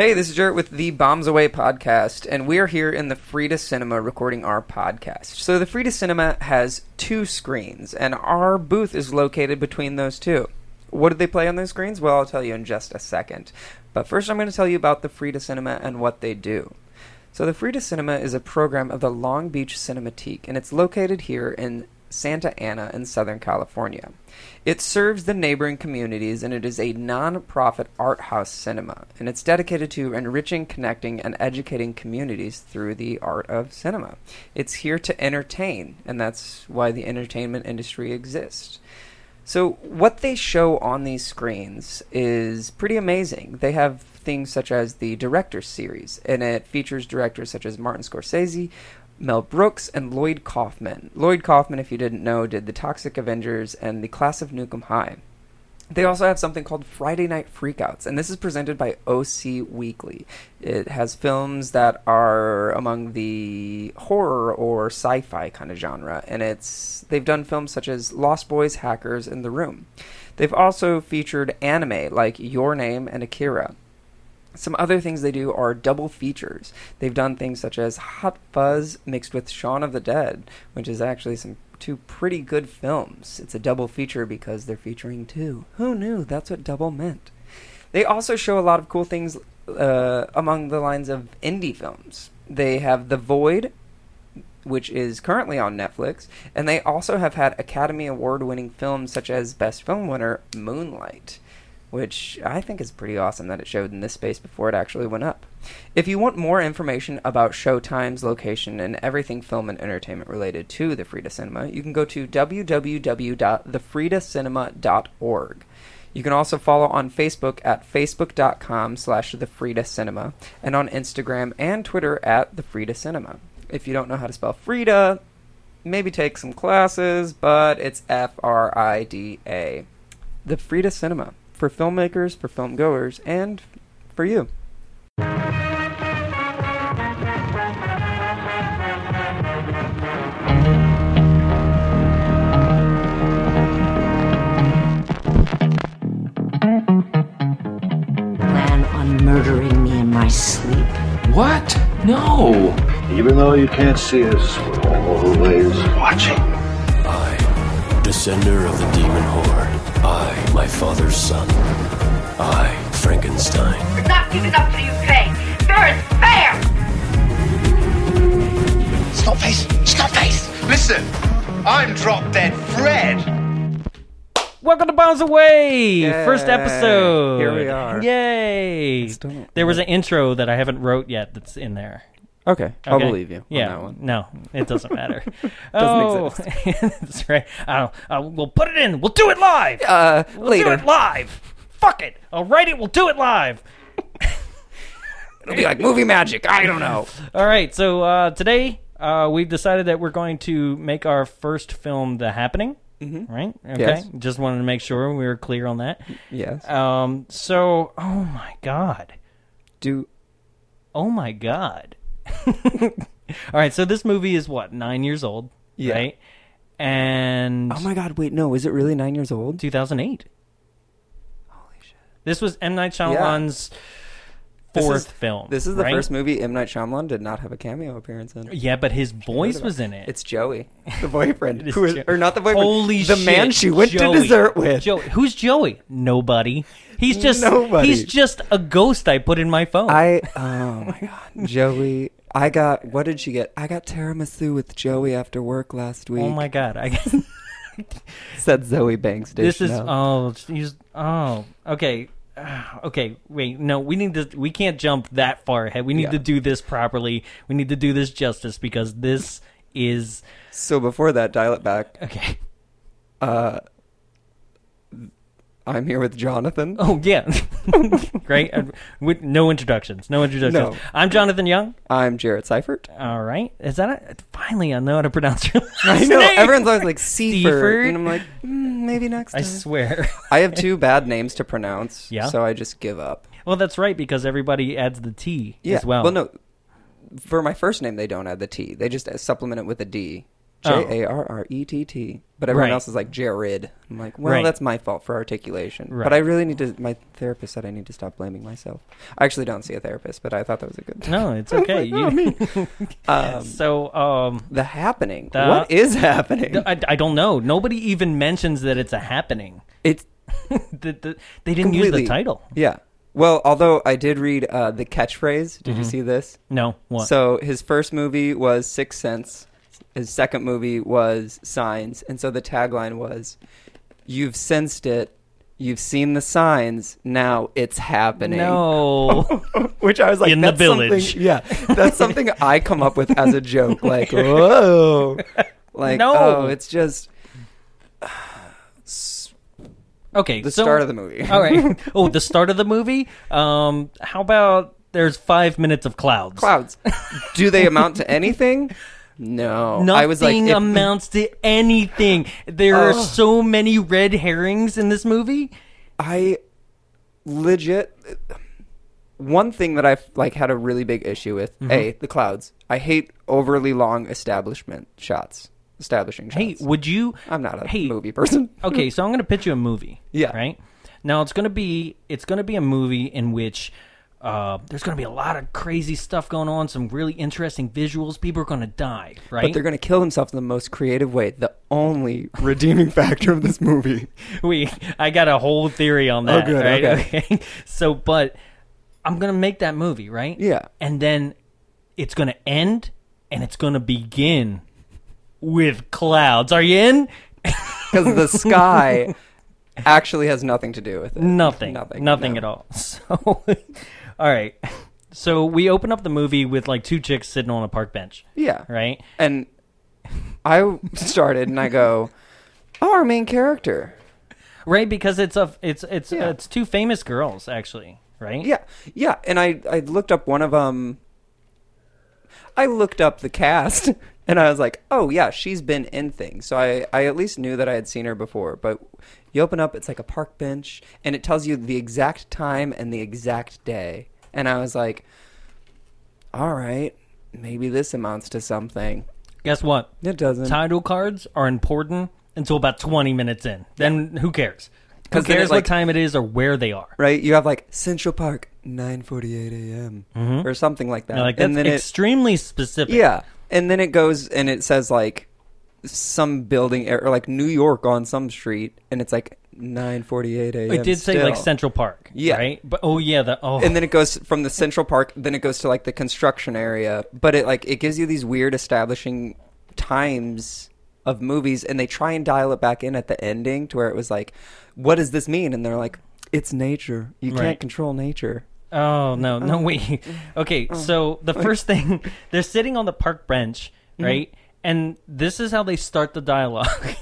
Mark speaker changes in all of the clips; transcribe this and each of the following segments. Speaker 1: Hey, this is Jarrett with the Bombs Away podcast, and we are here in the Frida Cinema recording our podcast. So, the Frida Cinema has two screens, and our booth is located between those two. What do they play on those screens? Well, I'll tell you in just a second. But first, I'm going to tell you about the Frida Cinema and what they do. So, the Frida Cinema is a program of the Long Beach Cinematique, and it's located here in Santa Ana in Southern California. It serves the neighboring communities and it is a non-profit art house cinema, and it's dedicated to enriching, connecting, and educating communities through the art of cinema. It's here to entertain, and that's why the entertainment industry exists. So, what they show on these screens is pretty amazing. They have things such as the Director Series, and it features directors such as Martin Scorsese, Mel Brooks, and Lloyd Kaufman. Lloyd Kaufman, if you didn't know, did The Toxic Avengers and The Class of Nukem High. They also have something called Friday Night Freakouts, and this is presented by OC Weekly. It has films that are among the horror or sci-fi kind of genre, and it's they've done films such as Lost Boys, Hackers, and The Room. They've also featured anime like Your Name and Akira. Some other things they do are double features. They've done things such as Hot Fuzz mixed with Shaun of the Dead, which is actually some two pretty good films. It's a double feature because they're featuring two. Who knew? That's what double meant. They also show a lot of cool things uh, among the lines of indie films. They have The Void, which is currently on Netflix, and they also have had Academy Award winning films such as Best Film winner Moonlight which I think is pretty awesome that it showed in this space before it actually went up. If you want more information about showtimes, location, and everything film and entertainment related to the Frida Cinema, you can go to www.thefridacinema.org. You can also follow on Facebook at facebook.com slash the Frida Cinema and on Instagram and Twitter at the Frida Cinema. If you don't know how to spell Frida, maybe take some classes, but it's F R I D A. The Frida Cinema for filmmakers, for film goers, and for you.
Speaker 2: plan on murdering me in my sleep.
Speaker 3: What? No!
Speaker 4: Even though you can't see us, we're always watching.
Speaker 5: I, descender of the demon horde. I, my father's son. I, Frankenstein.
Speaker 6: We're not giving up till you pay. Fair is fair.
Speaker 7: Snotface! Snotface! Listen, I'm drop dead Fred.
Speaker 8: Welcome to Bombs Away! First
Speaker 1: Yay.
Speaker 8: episode!
Speaker 1: Here we are.
Speaker 8: Yay!
Speaker 1: don't-
Speaker 8: There was an intro that I haven't wrote yet that's in there.
Speaker 1: Okay, I'll
Speaker 8: Okay?
Speaker 1: believe you on
Speaker 8: yeah,
Speaker 1: that one.
Speaker 8: No, it doesn't matter. doesn't
Speaker 1: Doesn't
Speaker 8: that's right. I don't, uh, we'll put it in. We'll do it live!
Speaker 1: Uh,
Speaker 8: we'll do
Speaker 1: later.
Speaker 8: it live! Fuck it! I'll write it. We'll do it live!
Speaker 1: It'll be like movie magic. I don't know.
Speaker 8: All right, so uh, today uh, we've decided that we're going to make our first film The Happening. Mm-hmm. Right? Okay.
Speaker 1: Yes.
Speaker 8: Just wanted to make sure we were clear on that.
Speaker 1: Yes.
Speaker 8: Um, so, oh my God.
Speaker 1: Do
Speaker 8: Oh my god. All right, so this movie is what, 9 years old,
Speaker 1: Yeah.
Speaker 8: right? And
Speaker 1: oh my god! Wait, no. Is it really nine years old?
Speaker 8: 2008. Holy shit. This was M Night
Speaker 1: Yeah.
Speaker 8: Shyamalan's
Speaker 1: This is-
Speaker 8: fourth film.
Speaker 1: This is the
Speaker 8: right?
Speaker 1: first movie M Night Shyamalan did not have a cameo appearance in.
Speaker 8: Yeah, but his voice was in it.
Speaker 1: It's Joey, the boyfriend,
Speaker 8: It
Speaker 1: who
Speaker 8: is
Speaker 1: is,
Speaker 8: Jo-
Speaker 1: or not the boyfriend,
Speaker 8: Holy
Speaker 1: the
Speaker 8: shit,
Speaker 1: man she went
Speaker 8: Joey.
Speaker 1: to dessert with.
Speaker 8: Joey. Who's Joey? Nobody. He's just
Speaker 1: Nobody.
Speaker 8: he's just a ghost I put in my phone.
Speaker 1: I oh my god, Joey. I got what did she get? I got tiramisu with Joey after work last week.
Speaker 8: oh my god. I guess
Speaker 1: said Zoe Banks. Did
Speaker 8: This is
Speaker 1: Chanel.
Speaker 8: oh, she's oh, okay, Ah, okay. Wait, no, we need to. We can't jump that far ahead. We need
Speaker 1: Yeah.
Speaker 8: to do this properly. We need to do this justice because this is
Speaker 1: so. Before that, dial it back.
Speaker 8: okay.
Speaker 1: I'm here with Jonathan.
Speaker 8: Oh yeah, great. Uh, With no introductions, no introductions.
Speaker 1: No.
Speaker 8: I'm Jonathan Young.
Speaker 1: I'm Jarrett Seifert.
Speaker 8: All right, is that a, finally I know how to pronounce your last
Speaker 1: I know
Speaker 8: name.
Speaker 1: everyone's always like Seifert,
Speaker 8: Seifert.
Speaker 1: and I'm like mm, maybe next time.
Speaker 8: I swear.
Speaker 1: I have two bad names to pronounce,
Speaker 8: Yeah?
Speaker 1: so I just give up.
Speaker 8: well, that's right because everybody adds the T
Speaker 1: Yeah.
Speaker 8: as well.
Speaker 1: Well, no. For my first name, they don't add the T. They just supplement it with a D.
Speaker 8: Oh.
Speaker 1: J A R R E T T. But everyone
Speaker 8: Right.
Speaker 1: else is like Jared. I'm like, well,
Speaker 8: Right.
Speaker 1: that's my fault for articulation.
Speaker 8: Right.
Speaker 1: But I really need to. My therapist said I need to stop blaming myself. I actually don't see a therapist, but I thought that was "Oh, a good.
Speaker 8: No, it's okay.
Speaker 1: no,
Speaker 8: you,
Speaker 1: Um,
Speaker 8: so um,
Speaker 1: the happening.
Speaker 8: The-
Speaker 1: what is happening?
Speaker 8: I, I don't know. Nobody even mentions that it's a happening.
Speaker 1: it's
Speaker 8: The- the- they didn't use the
Speaker 1: completely-
Speaker 8: title.
Speaker 1: Yeah. Well, although I did read uh, the catchphrase. Did you see this?
Speaker 8: No. Mm-hmm. Mm, What?
Speaker 1: So his first movie was Sixth Sense. His second movie was Signs, and so the tagline was, "You've sensed it, you've seen the signs. Now it's happening."
Speaker 8: no.
Speaker 1: Which I was like,
Speaker 8: In the
Speaker 1: "That's something-
Speaker 8: village."
Speaker 1: yeah, that's something I come up with as a joke. Like, whoa, like,
Speaker 8: No.
Speaker 1: oh, it's just
Speaker 8: okay.
Speaker 1: the
Speaker 8: so,
Speaker 1: start of the movie.
Speaker 8: All right. Oh, the start of the movie. Um, how about there's five minutes of clouds.
Speaker 1: Clouds. Do they amount to anything? No.
Speaker 8: Nothing
Speaker 1: I was like, if-
Speaker 8: amounts to anything. There are
Speaker 1: Ugh.
Speaker 8: so many red herrings in this movie.
Speaker 1: I legit one thing that I've like had a really big issue with
Speaker 8: Mm-hmm.
Speaker 1: a the clouds. I hate overly long establishment shots, establishing
Speaker 8: Hey,
Speaker 1: shots.
Speaker 8: would you?
Speaker 1: I'm not a
Speaker 8: hey,
Speaker 1: movie person.
Speaker 8: okay, so I'm going to pitch you a movie.
Speaker 1: Yeah.
Speaker 8: Right now, it's going to be it's going to be a movie in which uh, there's going to be a lot of crazy stuff going on, some really interesting visuals. People are going to die, right?
Speaker 1: But they're going to kill themselves in the most creative way. The only redeeming factor of this movie.
Speaker 8: we I got a whole theory on that.
Speaker 1: Oh, good,
Speaker 8: right?
Speaker 1: okay.
Speaker 8: So, but I'm gonna make that movie, right?
Speaker 1: Yeah.
Speaker 8: And then it's gonna end, and it's gonna begin with clouds. Are you in?
Speaker 1: Because the sky actually has nothing to do with it.
Speaker 8: Nothing.
Speaker 1: Nothing.
Speaker 8: Nothing. Nothing
Speaker 1: no.
Speaker 8: at all. So, all right. So we open up the movie with like two chicks sitting on a park bench,
Speaker 1: Yeah.
Speaker 8: right?
Speaker 1: And I started and I go, oh, our main character.
Speaker 8: Right, because it's a it's it's
Speaker 1: Yeah.
Speaker 8: it's two famous girls actually, right?
Speaker 1: Yeah, yeah. And I I looked up one of them. I looked up the cast, and I was like, oh yeah, she's been in things. So I I at least knew that I had seen her before. But you open up, it's like a park bench, and it tells you the exact time and the exact day. And I was like, all right, maybe this amounts to something.
Speaker 8: Guess what?
Speaker 1: It doesn't.
Speaker 8: title cards are important until about 20 minutes in. Then who cares? Who
Speaker 1: 'Cause then
Speaker 8: cares
Speaker 1: it, like-
Speaker 8: what time it is or where they are?
Speaker 1: Right, you have like Central Park, nine forty-eight a.m. or something like that,
Speaker 8: You know, Mm-hmm. like, that's
Speaker 1: and then it
Speaker 8: extremely specific.
Speaker 1: Yeah, and then it goes and it says like some building or like New York on some street, and it's like nine forty eight a.m.
Speaker 8: It did say
Speaker 1: still.
Speaker 8: like Central Park.
Speaker 1: Yeah.
Speaker 8: Right? But oh yeah, the oh
Speaker 1: And then it goes from the Central Park, then it goes to like the construction area, but it like it gives you these weird establishing times of movies, and they try and dial it back in at the ending to where it was like, what does this mean? And they're like, it's nature. You can't
Speaker 8: Right.
Speaker 1: control nature.
Speaker 8: Oh no, no wait. Okay,
Speaker 1: Oh.
Speaker 8: so the first thing they're sitting on the park bench,
Speaker 1: Mm-hmm.
Speaker 8: right? And this is how they start the dialogue.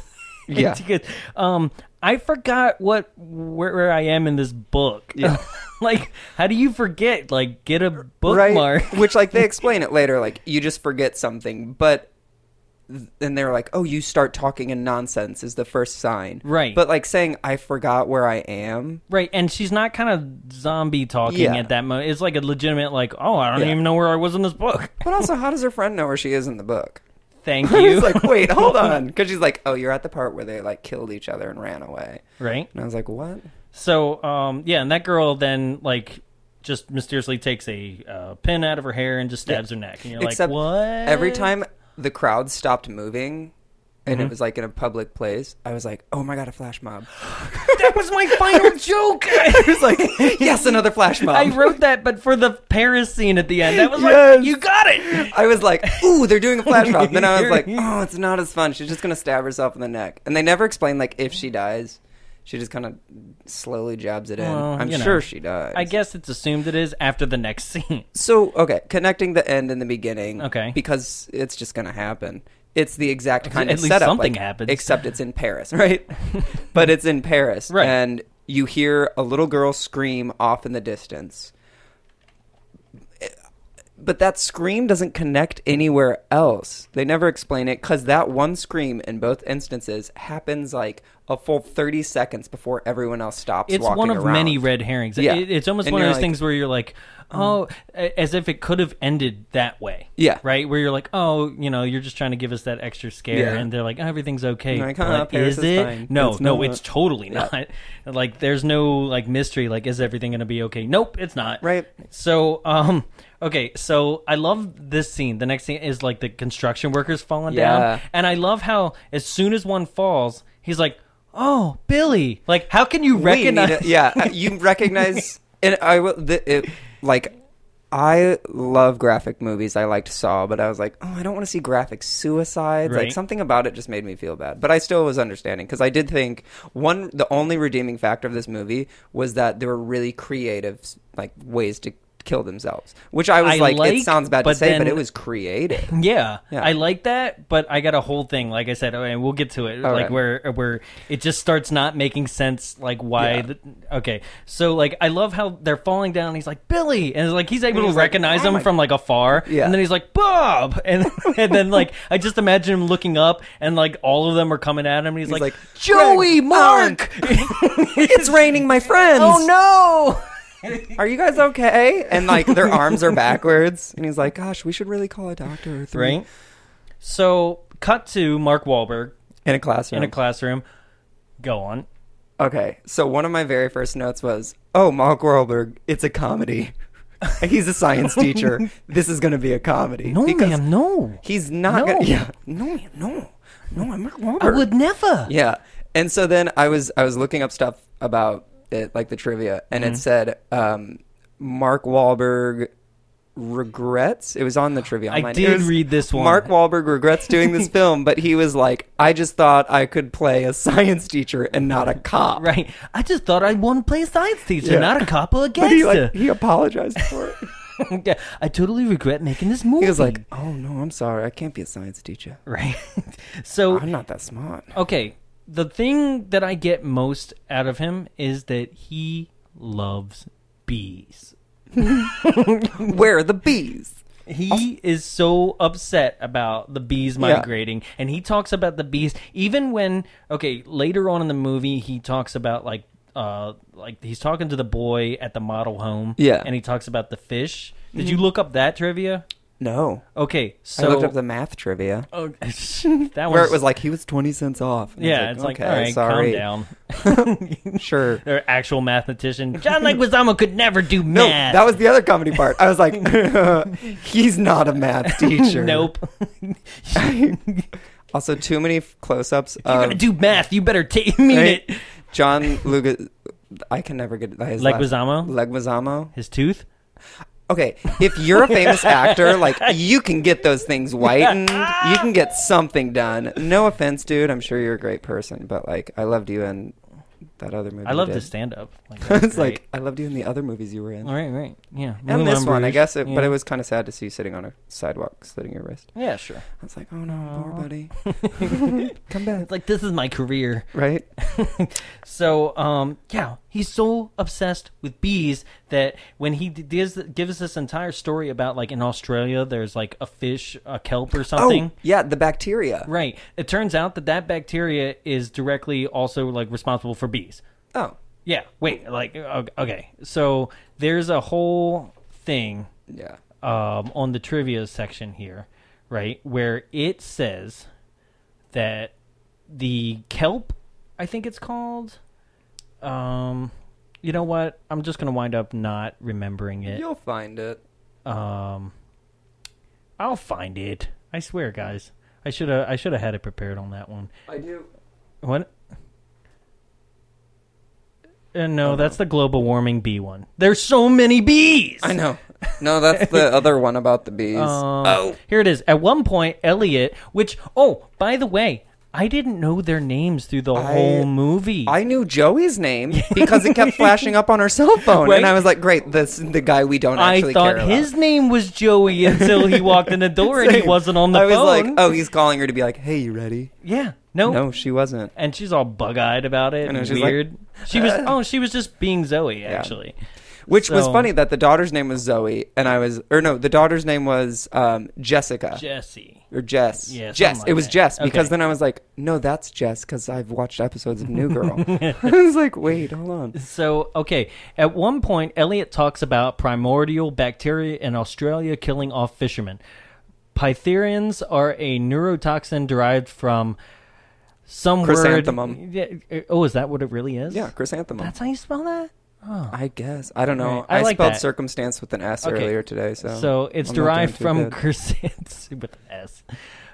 Speaker 1: Yeah.
Speaker 8: It's good. um, I forgot what where, where I am in this book.
Speaker 1: Yeah.
Speaker 8: like, how do you forget? Like, get a bookmark.
Speaker 1: Which like they explain it later, like you just forget something, but then they're like, "Oh, you start talking in nonsense" is the first sign,
Speaker 8: Right.
Speaker 1: But like saying, "I forgot where I am."
Speaker 8: Right, and she's not kind of zombie talking
Speaker 1: Yeah.
Speaker 8: at that moment. It's like a legitimate, like, oh, I don't
Speaker 1: Yeah.
Speaker 8: even know where I was in this book.
Speaker 1: But also, how does her friend know where she is in the book?
Speaker 8: Thank
Speaker 1: I
Speaker 8: you.
Speaker 1: was like, "Wait, hold on," because she's like, "Oh, you're at the part where they like killed each other and ran away,"
Speaker 8: right.
Speaker 1: and I was like, "What?"
Speaker 8: So, um, yeah, and that girl then like just mysteriously takes a uh, pin out of her hair and just stabs her neck, and you're
Speaker 1: Except
Speaker 8: like, what?
Speaker 1: every time the crowd stopped moving. And
Speaker 8: Mm-hmm.
Speaker 1: it was like in a public place. I was like, "Oh my god, a flash mob!"
Speaker 8: that was my final joke.
Speaker 1: I was like, "Yes, another flash mob."
Speaker 8: I wrote that, but for the Paris scene at the end, that was
Speaker 1: Yes.
Speaker 8: like, you got it.
Speaker 1: I was like, ooh, they're doing a flash mob. Then I was like, oh, it's not as fun. She's just gonna stab herself in the neck. And they never explain like if she dies. She just kind of slowly jabs it in.
Speaker 8: Well,
Speaker 1: I'm
Speaker 8: you know.
Speaker 1: sure she dies.
Speaker 8: I guess it's assumed it is after the next scene.
Speaker 1: so. Okay, connecting the end and the beginning.
Speaker 8: Okay.
Speaker 1: because it's just gonna happen. It's the exact kind
Speaker 8: At
Speaker 1: of
Speaker 8: least
Speaker 1: setup.
Speaker 8: something
Speaker 1: like,
Speaker 8: happens.
Speaker 1: except it's in Paris, right? but it's in Paris,
Speaker 8: Right.
Speaker 1: And you hear a little girl scream off in the distance. but that scream doesn't connect anywhere else. They never explain it because that one scream in both instances happens like a full 30 seconds before everyone else stops
Speaker 8: it's
Speaker 1: walking
Speaker 8: one of
Speaker 1: around.
Speaker 8: many red herrings.
Speaker 1: Yeah.
Speaker 8: It- it's almost
Speaker 1: And
Speaker 8: one of
Speaker 1: you're
Speaker 8: those
Speaker 1: like- um,
Speaker 8: things where you're like, oh, a- as if it could have ended that way.
Speaker 1: Yeah.
Speaker 8: Right? Where you're like, oh, you know, you're just trying to give us that extra scare.
Speaker 1: Yeah.
Speaker 8: And they're like, "Oh, everything's okay.
Speaker 1: You're like,
Speaker 8: but
Speaker 1: "Huh, Paris is
Speaker 8: is it?
Speaker 1: fine."
Speaker 8: No,
Speaker 1: It's
Speaker 8: no,
Speaker 1: not.
Speaker 8: it's totally not. Like, there's no, like, mystery. Like, is everything going to be okay? Nope, it's not.
Speaker 1: Right.
Speaker 8: So, um,. Okay, so I love this scene. The next scene is like the construction workers falling
Speaker 1: Yeah.
Speaker 8: down, and I love how as soon as one falls, he's like, "Oh, Billy!" Like, how can you
Speaker 1: We need
Speaker 8: recognize?
Speaker 1: it- yeah, uh, you recognize. And I will. The, it, like, I love graphic movies. I liked Saw, but I was like, oh, I don't want to see graphic suicides. Like
Speaker 8: Right.
Speaker 1: something about it just made me feel bad. But I still was understanding because I did think one. The only redeeming factor of this movie was that there were really creative like ways to kill themselves, which I was
Speaker 8: I
Speaker 1: like,
Speaker 8: like,
Speaker 1: it sounds bad to
Speaker 8: but
Speaker 1: say, but
Speaker 8: then-
Speaker 1: it was creative.
Speaker 8: Yeah,
Speaker 1: Yeah.
Speaker 8: I like that, but I got a whole thing. Like I said, oh, and we'll get to it. like
Speaker 1: right.
Speaker 8: where where it just starts not making sense. Like why?
Speaker 1: Yeah.
Speaker 8: The, okay, so like I love how they're falling down. And he's like Billy, and like he's able
Speaker 1: he's
Speaker 8: to
Speaker 1: like,
Speaker 8: recognize
Speaker 1: "Oh
Speaker 8: him
Speaker 1: my-"
Speaker 8: from like afar.
Speaker 1: Yeah.
Speaker 8: and then he's like Bob, and and then like I just imagine him looking up, and like all of them are coming at him, and he's, like,
Speaker 1: like,
Speaker 8: Joey,
Speaker 1: "Greg,
Speaker 8: Mark,
Speaker 1: it's raining, my friends.
Speaker 8: oh no.
Speaker 1: Are you guys okay? And like their arms are backwards, and he's like, "Gosh, we should really call a doctor." Or three.
Speaker 8: Right. So cut to Mark Wahlberg
Speaker 1: In a classroom.
Speaker 8: in a classroom. Go on.
Speaker 1: okay, so one of my very first notes was, "Oh, Mark Wahlberg, it's a comedy. he's a science teacher. This is going to be a comedy."
Speaker 8: No,
Speaker 1: Because
Speaker 8: ma'am, no.
Speaker 1: He's not.
Speaker 8: No.
Speaker 1: Gonna, yeah. No, ma'am, no, no. I'm Mark Wahlberg.
Speaker 8: I would never.
Speaker 1: Yeah. And so then I was I was looking up stuff about it, like the trivia, and
Speaker 8: Mm-hmm.
Speaker 1: it said um, Mark Wahlberg regrets. It was on the trivia.
Speaker 8: I
Speaker 1: online. It
Speaker 8: did
Speaker 1: was,
Speaker 8: read this one.
Speaker 1: Mark Wahlberg regrets doing this film, but he was like, I just thought I could play a science teacher and not a cop.
Speaker 8: Right. I just thought I'd want to play a science teacher,
Speaker 1: Yeah.
Speaker 8: not a cop or a
Speaker 1: But he,
Speaker 8: gangster.
Speaker 1: like, he apologized for it.
Speaker 8: Yeah, I totally regret making this movie.
Speaker 1: He was like, "Oh no, I'm sorry. I can't be a science teacher.
Speaker 8: right. so,
Speaker 1: I'm not that smart."
Speaker 8: okay. The thing that I get most out of him is that he loves bees.
Speaker 1: Where are the bees?
Speaker 8: He is so upset about the bees migrating, and he talks about the bees even when okay later on in the movie he talks about like uh like he's talking to the boy at the model home,
Speaker 1: Yeah.
Speaker 8: and he talks about the fish. Did you look up that trivia?
Speaker 1: No,
Speaker 8: Okay, so
Speaker 1: I looked up the math trivia.
Speaker 8: Oh, that
Speaker 1: where it was like he was 20 cents off. And
Speaker 8: yeah, it's like, all right, calm down.
Speaker 1: Sure.
Speaker 8: Their actual mathematician, John Leguizamo, could never do
Speaker 1: No,
Speaker 8: math.
Speaker 1: that was the other comedy part. I was like, he's not a math teacher.
Speaker 8: nope.
Speaker 1: Also, too many f- close-ups
Speaker 8: You're
Speaker 1: of
Speaker 8: gonna do math. You better take mean
Speaker 1: Um, right?
Speaker 8: it.
Speaker 1: John Lucas. I can never get his last-
Speaker 8: Leguizamo?
Speaker 1: Leguizamo.
Speaker 8: His tooth.
Speaker 1: Okay, if you're a famous actor, like you can get those things whitened. You can get something done. No offense, dude. I'm sure you're a great person, but like, I loved you in that other movie.
Speaker 8: I
Speaker 1: you
Speaker 8: love
Speaker 1: did.
Speaker 8: to stand up. Like, that was
Speaker 1: it's
Speaker 8: great.
Speaker 1: like I loved you in the other movies you were in.
Speaker 8: all right, right, yeah.
Speaker 1: And
Speaker 8: Moulin
Speaker 1: this one, I
Speaker 8: Rouge,
Speaker 1: guess, it,
Speaker 8: yeah.
Speaker 1: but it was kind of sad to see you sitting on a sidewalk, slitting your wrist.
Speaker 8: yeah, sure.
Speaker 1: I was like, oh no, poor buddy. Come back.
Speaker 8: It's like this is my career.
Speaker 1: Right?
Speaker 8: So, um, yeah, he's so obsessed with bees that when he d- gives, gives this entire story about like in Australia, there's like a fish, a kelp or something.
Speaker 1: Oh, yeah, the bacteria.
Speaker 8: Right. It turns out that that bacteria is directly also like responsible for bees.
Speaker 1: Oh,
Speaker 8: Yeah. Wait. Like. o- Okay. So there's a whole thing
Speaker 1: yeah.
Speaker 8: um, on the trivia section here, right, where it says that the kelp, I think it's called. Um, you know what? I'm just gonna wind up not remembering it.
Speaker 1: You'll find it.
Speaker 8: Um, I'll find it. I swear, guys. I should have. I should have had it prepared on that one.
Speaker 1: I do.
Speaker 8: What? Uh, no, that's the global warming bee one. There's so many bees.
Speaker 1: I know. No, that's the other one about the bees.
Speaker 8: oh, here it is. At one point, Elliot, which oh, by the way, I didn't know their names through the whole movie.
Speaker 1: I knew Joey's name because it kept flashing up on her cell phone,
Speaker 8: Right?
Speaker 1: and I was like, "Great, this the guy we don't
Speaker 8: I
Speaker 1: actually
Speaker 8: thought
Speaker 1: care
Speaker 8: his
Speaker 1: about.
Speaker 8: name was Joey until he walked in the door and he
Speaker 1: Same.
Speaker 8: wasn't on the
Speaker 1: I was
Speaker 8: phone.
Speaker 1: like, "Oh, he's calling her to be like, hey, you ready?"
Speaker 8: yeah, no,
Speaker 1: No, she wasn't.
Speaker 8: and she's all bug-eyed about it.
Speaker 1: I know,
Speaker 8: and
Speaker 1: she's like, "Uh."
Speaker 8: weird. she was. oh, she was just being Zoe. Actually,
Speaker 1: Which was
Speaker 8: So-
Speaker 1: funny that the daughter's name was Zoe, and I was, or no, the daughter's name was um, Jessica
Speaker 8: Jesse.
Speaker 1: or Jess.
Speaker 8: Yeah,
Speaker 1: Jess.
Speaker 8: something
Speaker 1: it
Speaker 8: like
Speaker 1: was
Speaker 8: that.
Speaker 1: Jess because
Speaker 8: Okay.
Speaker 1: then I was like, no, that's Jess because I've watched episodes of New Girl. I was like, wait, hold on.
Speaker 8: So, okay, at one point, Elliot talks about primordial bacteria in Australia killing off fishermen. Pytherians are a neurotoxin derived from some
Speaker 1: Chrysanthemum.
Speaker 8: word. Yeah, Oh, is that what it really is?
Speaker 1: Yeah, chrysanthemum.
Speaker 8: That's how you spell that?
Speaker 1: I guess I don't know.
Speaker 8: Right. I
Speaker 1: I,
Speaker 8: like
Speaker 1: spelled
Speaker 8: that.
Speaker 1: circumstance with an S
Speaker 8: Okay.
Speaker 1: earlier today, so
Speaker 8: So it's
Speaker 1: I'm not
Speaker 8: derived
Speaker 1: doing too
Speaker 8: from
Speaker 1: good.
Speaker 8: chrysanthemum with an S.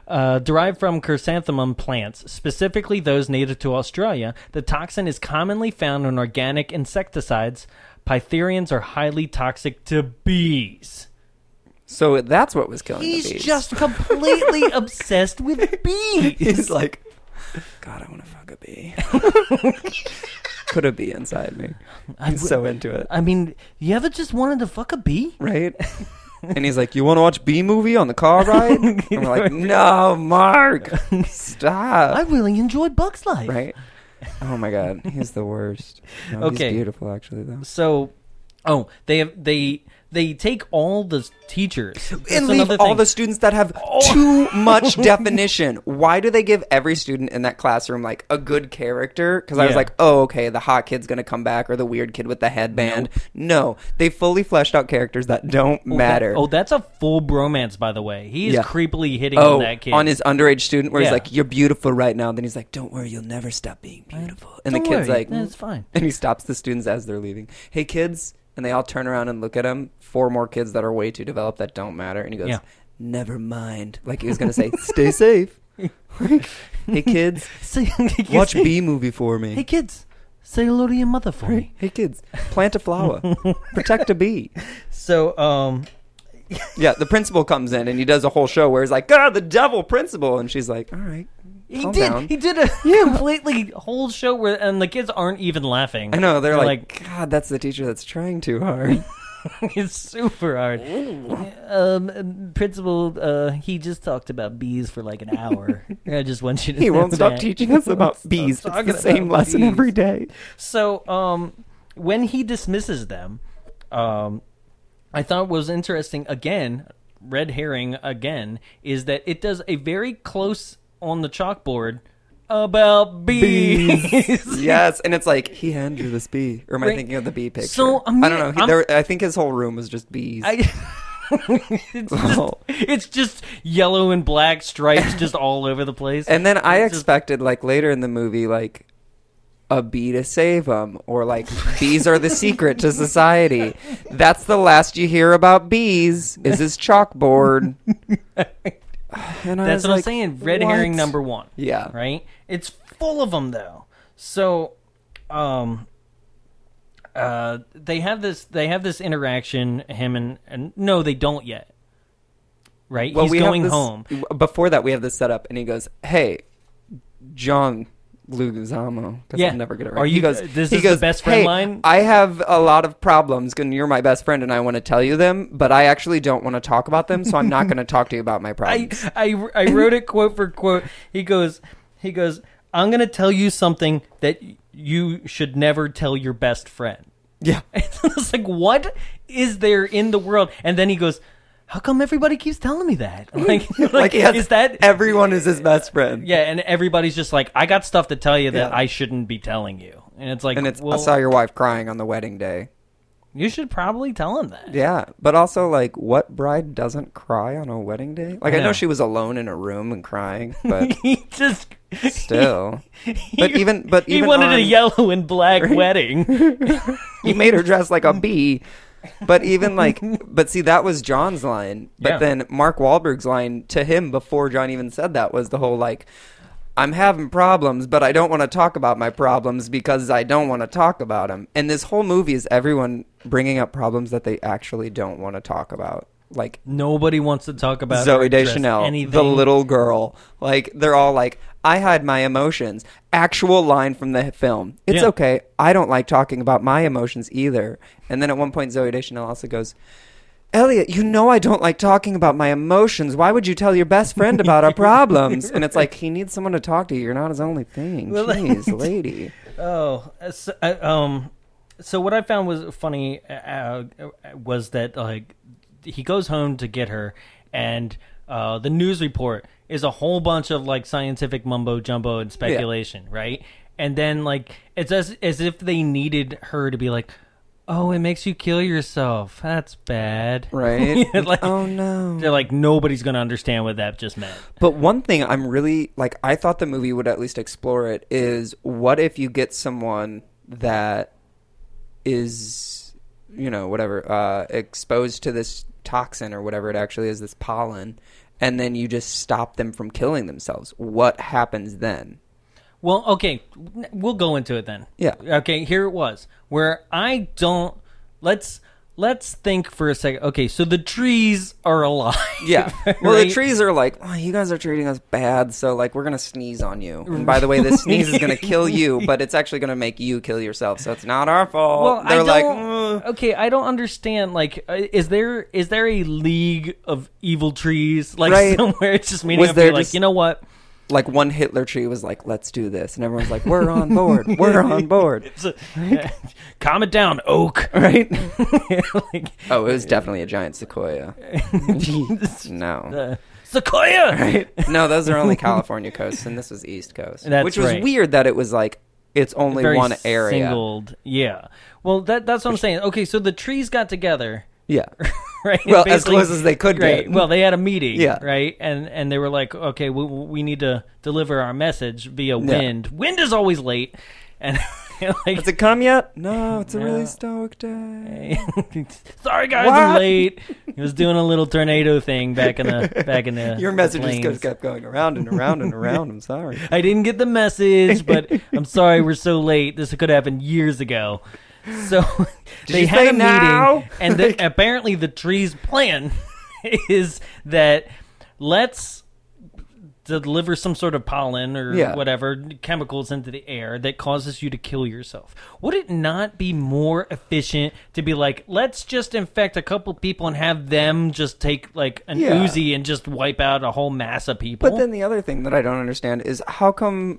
Speaker 8: Uh, derived from chrysanthemum plants, specifically those native to Australia. The toxin is commonly found in organic insecticides. Pytherians are highly toxic to bees.
Speaker 1: so that's what was killing. Oh, the
Speaker 8: He's
Speaker 1: bees.
Speaker 8: just completely obsessed with bees.
Speaker 1: He's like, God, I want to fuck a bee. Put a bee inside me. I'm so into it,
Speaker 8: I mean, you ever just wanted to fuck a bee?
Speaker 1: right? And he's like, "You want to watch Bee Movie on the car ride?" And we're like, "No, Mark, stop!"
Speaker 8: I really enjoy Bugs Life.
Speaker 1: right? Oh my god, he's the worst. No,
Speaker 8: Okay.
Speaker 1: he's beautiful actually though.
Speaker 8: So, oh, they have they they take all the s- teachers
Speaker 1: And
Speaker 8: That's
Speaker 1: leave
Speaker 8: another
Speaker 1: all
Speaker 8: thing. Oh.
Speaker 1: the students that have too much definition. Why do they give every student in that classroom like a good character? Because I was
Speaker 8: Yeah.
Speaker 1: like, oh, okay, the hot kid's gonna come back or the weird kid with the headband. No, they fully fleshed out characters that don't matter.
Speaker 8: Oh, that's a full bromance, by the way. He is
Speaker 1: Yeah.
Speaker 8: creepily hitting
Speaker 1: Oh,
Speaker 8: on that kid.
Speaker 1: on his underage student, where he's
Speaker 8: Yeah.
Speaker 1: like, "You're beautiful right now." Then he's like, "Don't worry, you'll never stop being beautiful." And
Speaker 8: Don't
Speaker 1: the kid's
Speaker 8: worry,
Speaker 1: like,
Speaker 8: that's fine.
Speaker 1: And he stops the students as they're leaving. Hey, kids! And they all turn around and look at him. Four more kids that are way too developed that don't matter. And he goes,
Speaker 8: Yeah.
Speaker 1: "Never mind." Like he was gonna say, "Stay safe." Like, hey, kids!
Speaker 8: Say-
Speaker 1: Watch B movie for me.
Speaker 8: Hey kids, say hello to your mother for me.
Speaker 1: Hey, kids! Plant a flower. Protect a bee.
Speaker 8: So, um,
Speaker 1: Yeah, the principal comes in and he does a whole show where he's like, "God, the devil, principal!" And she's like, "All right."
Speaker 8: he
Speaker 1: calm
Speaker 8: did
Speaker 1: down."
Speaker 8: he did a completely whole show where and the kids aren't even laughing.
Speaker 1: I know. They're, like, God, that's the teacher that's trying too hard.
Speaker 8: it's super hard. Um, principal, uh, he just talked about bees for like an hour. I just want you to.
Speaker 1: he
Speaker 8: know
Speaker 1: won't stop
Speaker 8: that.
Speaker 1: teaching us about bees. It's
Speaker 8: talking
Speaker 1: the same
Speaker 8: about
Speaker 1: lesson
Speaker 8: bees.
Speaker 1: every day.
Speaker 8: So, um, when he dismisses them, um, I thought was interesting again, red herring again, is that it does a very close on the chalkboard about bees.
Speaker 1: yes, and it's like he handed you this bee, or am I
Speaker 8: Right.
Speaker 1: thinking of the bee picture?
Speaker 8: So, I
Speaker 1: I,
Speaker 8: mean,
Speaker 1: don't know. He,
Speaker 8: I'm-
Speaker 1: there, I think his whole room was just bees.
Speaker 8: I- it's, just,
Speaker 1: Oh.
Speaker 8: it's just yellow and black stripes just all over the place.
Speaker 1: and then I
Speaker 8: It's just-
Speaker 1: expected, like later in the movie, like a bee to save him, or like bees are the secret to society. That's the last you hear about bees is his chalkboard. And I was
Speaker 8: That's what I'm
Speaker 1: like,
Speaker 8: saying. Red
Speaker 1: what?
Speaker 8: herring number one.
Speaker 1: Yeah.
Speaker 8: Right? It's full of them, though. So, um, uh, they have this. They have this interaction. Him and, and no, they don't yet. Right? He's
Speaker 1: have
Speaker 8: going
Speaker 1: this-
Speaker 8: home.
Speaker 1: w- Before that, we have this set up, and he goes, "Hey, John Luguzamo." Because
Speaker 8: Yeah.
Speaker 1: I'll never get it
Speaker 8: Are
Speaker 1: right. he
Speaker 8: you-
Speaker 1: goes,
Speaker 8: this
Speaker 1: he
Speaker 8: is the
Speaker 1: goes,
Speaker 8: best friend
Speaker 1: "Hey,
Speaker 8: line?"
Speaker 1: I have a lot of problems, and you're my best friend, and I want to tell you them, but I actually don't want to talk about them, so I'm not going to talk to you about my
Speaker 8: I,
Speaker 1: problems.
Speaker 8: I I wrote it quote for quote. He goes. He goes. I'm gonna tell you something that you should never tell your best friend.
Speaker 1: yeah,
Speaker 8: it's like what is there in the world and then he goes how come everybody keeps telling me that like, like,
Speaker 1: like he has,
Speaker 8: is that
Speaker 1: everyone is his best friend?
Speaker 8: yeah and everybody's just like i got stuff to tell you that
Speaker 1: Yeah.
Speaker 8: i shouldn't be telling you and it's like
Speaker 1: and it's
Speaker 8: well,
Speaker 1: I saw your wife crying on the wedding day.
Speaker 8: you should probably tell him that
Speaker 1: Yeah, but also like, what bride doesn't cry on a wedding day? Like, I know
Speaker 8: know.
Speaker 1: she was alone in a room and crying, but
Speaker 8: he just
Speaker 1: still. But
Speaker 8: he-
Speaker 1: even- but
Speaker 8: he
Speaker 1: even
Speaker 8: wanted a
Speaker 1: on-
Speaker 8: yellow and black wedding
Speaker 1: he made her dress like a bee. But even like, but see, that was John's line. But
Speaker 8: Yeah.
Speaker 1: then Mark Wahlberg's line to him before John even said that was the whole like, I'm having problems, but I don't want to talk about my problems because I don't want to talk about them. And this whole movie is everyone bringing up problems that they actually don't want to talk about. Like
Speaker 8: nobody wants to talk about
Speaker 1: Zoe
Speaker 8: or address
Speaker 1: Deschanel,
Speaker 8: anything.
Speaker 1: the little girl. Like they're all like, I hide my emotions. Actual line from the film. It's
Speaker 8: Yeah.
Speaker 1: okay. I don't like talking about my emotions either. And then at one point, Zoe Deschanel also goes. Elliot, you know I don't like talking about my emotions. Why would you tell your best friend about our problems? And it's like he needs someone to talk to. You're not his only thing.
Speaker 8: Well,
Speaker 1: Jeez, lady.
Speaker 8: oh uh, so, uh, um so what I found was funny uh, uh, was that like he goes home to get her, and uh, the news report is a whole bunch of like scientific mumbo jumbo and speculation, right? And then like it's as as if they needed her to be like, oh, it makes you kill yourself. That's bad,
Speaker 1: Right.
Speaker 8: Yeah, like,
Speaker 1: Oh, no.
Speaker 8: They're like nobody's gonna understand what that just meant.
Speaker 1: But one thing I'm really like, I thought the movie would at least explore it is what if you get someone that is, you know, whatever, uh, exposed to this toxin or whatever it actually is, this pollen, and then you just stop them from killing themselves. What happens then?
Speaker 8: Well, okay, we'll go into it then.
Speaker 1: Yeah.
Speaker 8: Okay, here it was. Where I don't let's let's think for a second. Okay, so the trees are alive.
Speaker 1: Yeah. Well,
Speaker 8: right?
Speaker 1: the trees are like, oh, you guys are treating us bad, so like we're gonna sneeze on you. And by the way, this sneeze is gonna kill you, but it's actually gonna make you kill yourself, so it's not our fault.
Speaker 8: Well,
Speaker 1: They're
Speaker 8: I
Speaker 1: like, "Mm."
Speaker 8: don't,
Speaker 1: "Ugh."
Speaker 8: okay, I don't understand. Like, uh, is there is there a league of evil trees like
Speaker 1: Right.
Speaker 8: somewhere? It's just meaning
Speaker 1: Was
Speaker 8: to be
Speaker 1: there
Speaker 8: like,
Speaker 1: just-
Speaker 8: you know what?
Speaker 1: like one Hitler tree was like, let's do this, and everyone's like, we're on board, we're on board,
Speaker 8: It's a- calm it down, oak.
Speaker 1: right?
Speaker 8: like,
Speaker 1: Oh, it was definitely a giant sequoia. no,
Speaker 8: Uh, Sequoia.
Speaker 1: no, those are only California coasts, and this was East Coast,
Speaker 8: That's
Speaker 1: which was
Speaker 8: right.
Speaker 1: weird that it was like it's only
Speaker 8: very
Speaker 1: one area.
Speaker 8: Singled. Yeah. Well, that that's what I'm saying. Okay, so the trees got together,
Speaker 1: Yeah,
Speaker 8: right?
Speaker 1: Well, as
Speaker 8: Basically-
Speaker 1: close as they could
Speaker 8: right.
Speaker 1: get.
Speaker 8: Well, they had a meeting,
Speaker 1: Yeah.
Speaker 8: right? And and they were like, okay, we we need to deliver our message via wind. Wind is always late, and like.
Speaker 1: has it come yet? No, it's a
Speaker 8: No.
Speaker 1: really stoic day.
Speaker 8: Sorry guys, I'm
Speaker 1: What?
Speaker 8: late. He was doing a little tornado thing back in the back in the
Speaker 1: Your message just
Speaker 8: lanes.
Speaker 1: goes- kept going around and around and around. I'm sorry.
Speaker 8: I didn't get the message, but I'm sorry we're so late. This could have happened years ago. So they
Speaker 1: you
Speaker 8: had
Speaker 1: say
Speaker 8: a
Speaker 1: now?
Speaker 8: meeting, and the, apparently the tree's plan is that let's deliver some sort of pollen or
Speaker 1: Yeah.
Speaker 8: whatever chemicals into the air that causes you to kill yourself. Would it not be more efficient to be like, let's just infect a couple people and have them just take like an
Speaker 1: Yeah.
Speaker 8: Uzi and just wipe out a whole mass of people?
Speaker 1: But then the other thing that I don't understand is how come,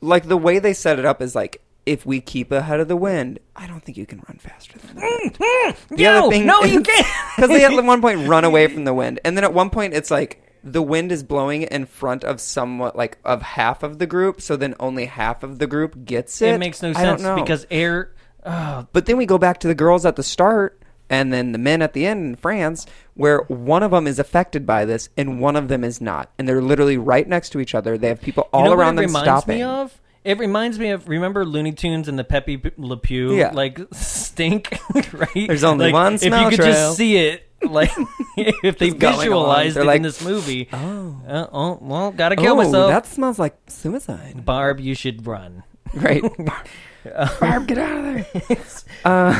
Speaker 1: like the way they set it up is like if we keep ahead of the wind, I don't think you can run faster than that. the
Speaker 8: Mm, no, no, you can't.
Speaker 1: because they at one point run away from the wind, and then at one point it's like the wind is blowing in front of somewhat like of half of the group, so then only half of the group gets it.
Speaker 8: it makes no
Speaker 1: I don't
Speaker 8: sense
Speaker 1: know.
Speaker 8: because air.
Speaker 1: But then we go back to the girls at the start and then the men at the end in France, where one of them is affected by this and one of them is not. And they're literally right next to each other. They have people all
Speaker 8: you know what
Speaker 1: around
Speaker 8: it
Speaker 1: them
Speaker 8: reminds
Speaker 1: stopping.
Speaker 8: me of? It reminds me of remember Looney Tunes and the Pepe P- Le Pew
Speaker 1: Yeah.
Speaker 8: like stink, right?
Speaker 1: There's only
Speaker 8: Like,
Speaker 1: one
Speaker 8: If
Speaker 1: smell
Speaker 8: you could
Speaker 1: trail.
Speaker 8: just see it, like if they
Speaker 1: Just going
Speaker 8: visualized
Speaker 1: on, they're
Speaker 8: it
Speaker 1: like,
Speaker 8: in this movie.
Speaker 1: Oh.
Speaker 8: uh, oh, well, gotta kill
Speaker 1: Oh,
Speaker 8: myself.
Speaker 1: that smells like suicide.
Speaker 8: Barb, you should run.
Speaker 1: Right. Barb, get out of there.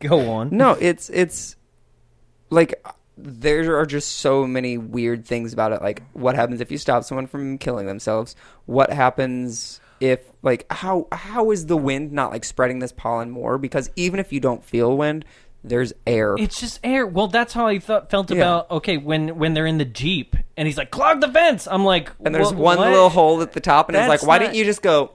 Speaker 8: Go on.
Speaker 1: No, it's it's like there are just so many weird things about it. Like what happens if you stop someone from killing themselves? What happens if like how how is the wind not like spreading this pollen more? Because even if you don't feel wind, there's air.
Speaker 8: It's just air. Well, that's how I thought, felt
Speaker 1: Yeah.
Speaker 8: about okay when when they're in the jeep and he's like clog the fence. I'm like,
Speaker 1: and there's
Speaker 8: "Wha-
Speaker 1: one
Speaker 8: what?"
Speaker 1: little hole at the top, and it's
Speaker 8: That's
Speaker 1: like, why
Speaker 8: not-
Speaker 1: didn't you just go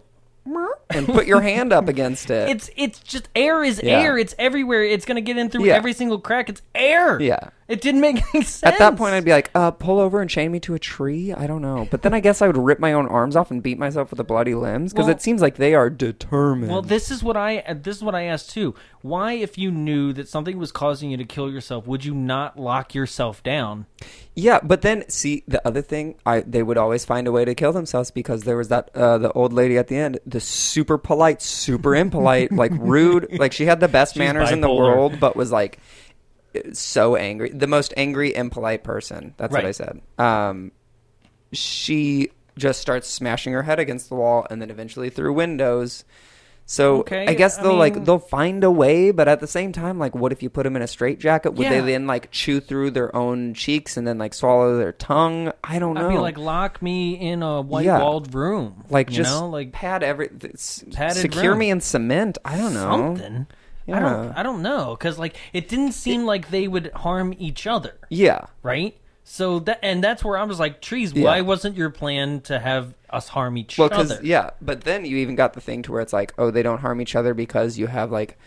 Speaker 1: and put your hand up against it?
Speaker 8: It's it's just air is
Speaker 1: Uh, Yeah.
Speaker 8: air. It's everywhere. It's gonna get in through
Speaker 1: Yeah.
Speaker 8: every single crack. It's air.
Speaker 1: Yeah.
Speaker 8: It didn't make any sense.
Speaker 1: At that point, I'd be like, uh, pull over and chain me to a tree? I don't know. But then I guess I would rip my own arms off and beat myself with the bloody limbs because
Speaker 8: Well-
Speaker 1: it seems like they are determined.
Speaker 8: Well, this is what I uh, this is what I asked too. Why, if you knew that something was causing you to kill yourself, would you not lock yourself down?
Speaker 1: yeah, but then see the other thing, I they would always find a way to kill themselves because there was that uh, the old lady at the end, the super polite, super impolite, like rude, like she had the best manners in the
Speaker 8: bipolar.
Speaker 1: world, but was like so angry, the most angry, impolite person. That's what
Speaker 8: Right.
Speaker 1: I said. Um, she just starts smashing her head against the wall and then eventually through windows. So
Speaker 8: Okay,
Speaker 1: I guess
Speaker 8: I
Speaker 1: they'll
Speaker 8: mean-
Speaker 1: like they'll find a way, but at the same time, like what if you put them in a straitjacket? Would
Speaker 8: Yeah.
Speaker 1: they then like chew through their own cheeks and then like swallow their tongue? I don't know.
Speaker 8: I'd be like, lock me in a white walled room.
Speaker 1: Like,
Speaker 8: you
Speaker 1: just
Speaker 8: know, like
Speaker 1: pad every th- s-
Speaker 8: Padded
Speaker 1: secure
Speaker 8: room.
Speaker 1: me in cement. I don't know
Speaker 8: something. I don't.
Speaker 1: Yeah.
Speaker 8: I don't know because like it didn't seem like they would harm each other,
Speaker 1: Yeah,
Speaker 8: right? So that and that's where I was like, trees.
Speaker 1: Yeah.
Speaker 8: Why wasn't your plan to have us harm each
Speaker 1: Well,
Speaker 8: other?
Speaker 1: because yeah, but then you even got the thing to where it's like, oh, they don't harm each other because you have like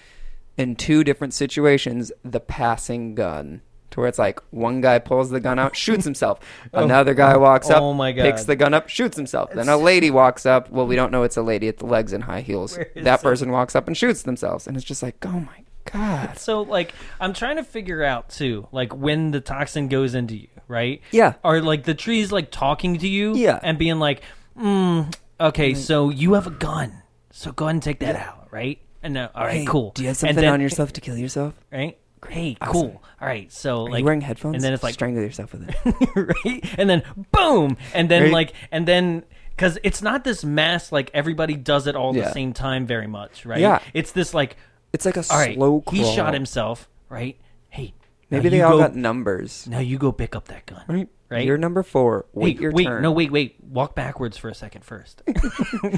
Speaker 1: in two different situations the passing gun. To where it's like one guy pulls the gun out, shoots himself. Another guy walks up,
Speaker 8: oh my
Speaker 1: picks
Speaker 8: God.
Speaker 1: the gun up, shoots himself. Then a lady walks up. Well, we don't know it's a lady at the legs in high heels.
Speaker 8: is
Speaker 1: That
Speaker 8: it?
Speaker 1: person walks up and shoots themselves, and it's just like, oh my god.
Speaker 8: So like I'm trying to figure out too, like when the toxin goes into you, right?
Speaker 1: Yeah.
Speaker 8: Are like the trees like talking to you
Speaker 1: Yeah. Mm-hmm.
Speaker 8: and being like, mm, okay, so you have a gun. So go ahead and take that out, right? And uh, all right,
Speaker 1: Hey,
Speaker 8: cool.
Speaker 1: Do you have
Speaker 8: And
Speaker 1: something
Speaker 8: then-
Speaker 1: on yourself to kill yourself?
Speaker 8: Right? Hey,
Speaker 1: Awesome.
Speaker 8: cool. All right, so
Speaker 1: Are
Speaker 8: like
Speaker 1: you wearing headphones?
Speaker 8: and then it's like
Speaker 1: strangle yourself with it.
Speaker 8: right? And then boom, and then
Speaker 1: Right.
Speaker 8: like, and then because it's not this mass like everybody does it all at
Speaker 1: Yeah.
Speaker 8: the same time very much, right?
Speaker 1: Yeah.
Speaker 8: it's this like,
Speaker 1: It's like a
Speaker 8: all right,
Speaker 1: slow crawl.
Speaker 8: he shot himself, right? Hey, now
Speaker 1: Maybe they
Speaker 8: you
Speaker 1: all
Speaker 8: go-
Speaker 1: got numbers.
Speaker 8: Now you go pick up that gun,
Speaker 1: Right.
Speaker 8: right?
Speaker 1: You're number four. Wait
Speaker 8: Hey,
Speaker 1: your
Speaker 8: wait,
Speaker 1: turn.
Speaker 8: no, wait, wait. Walk backwards for a second first.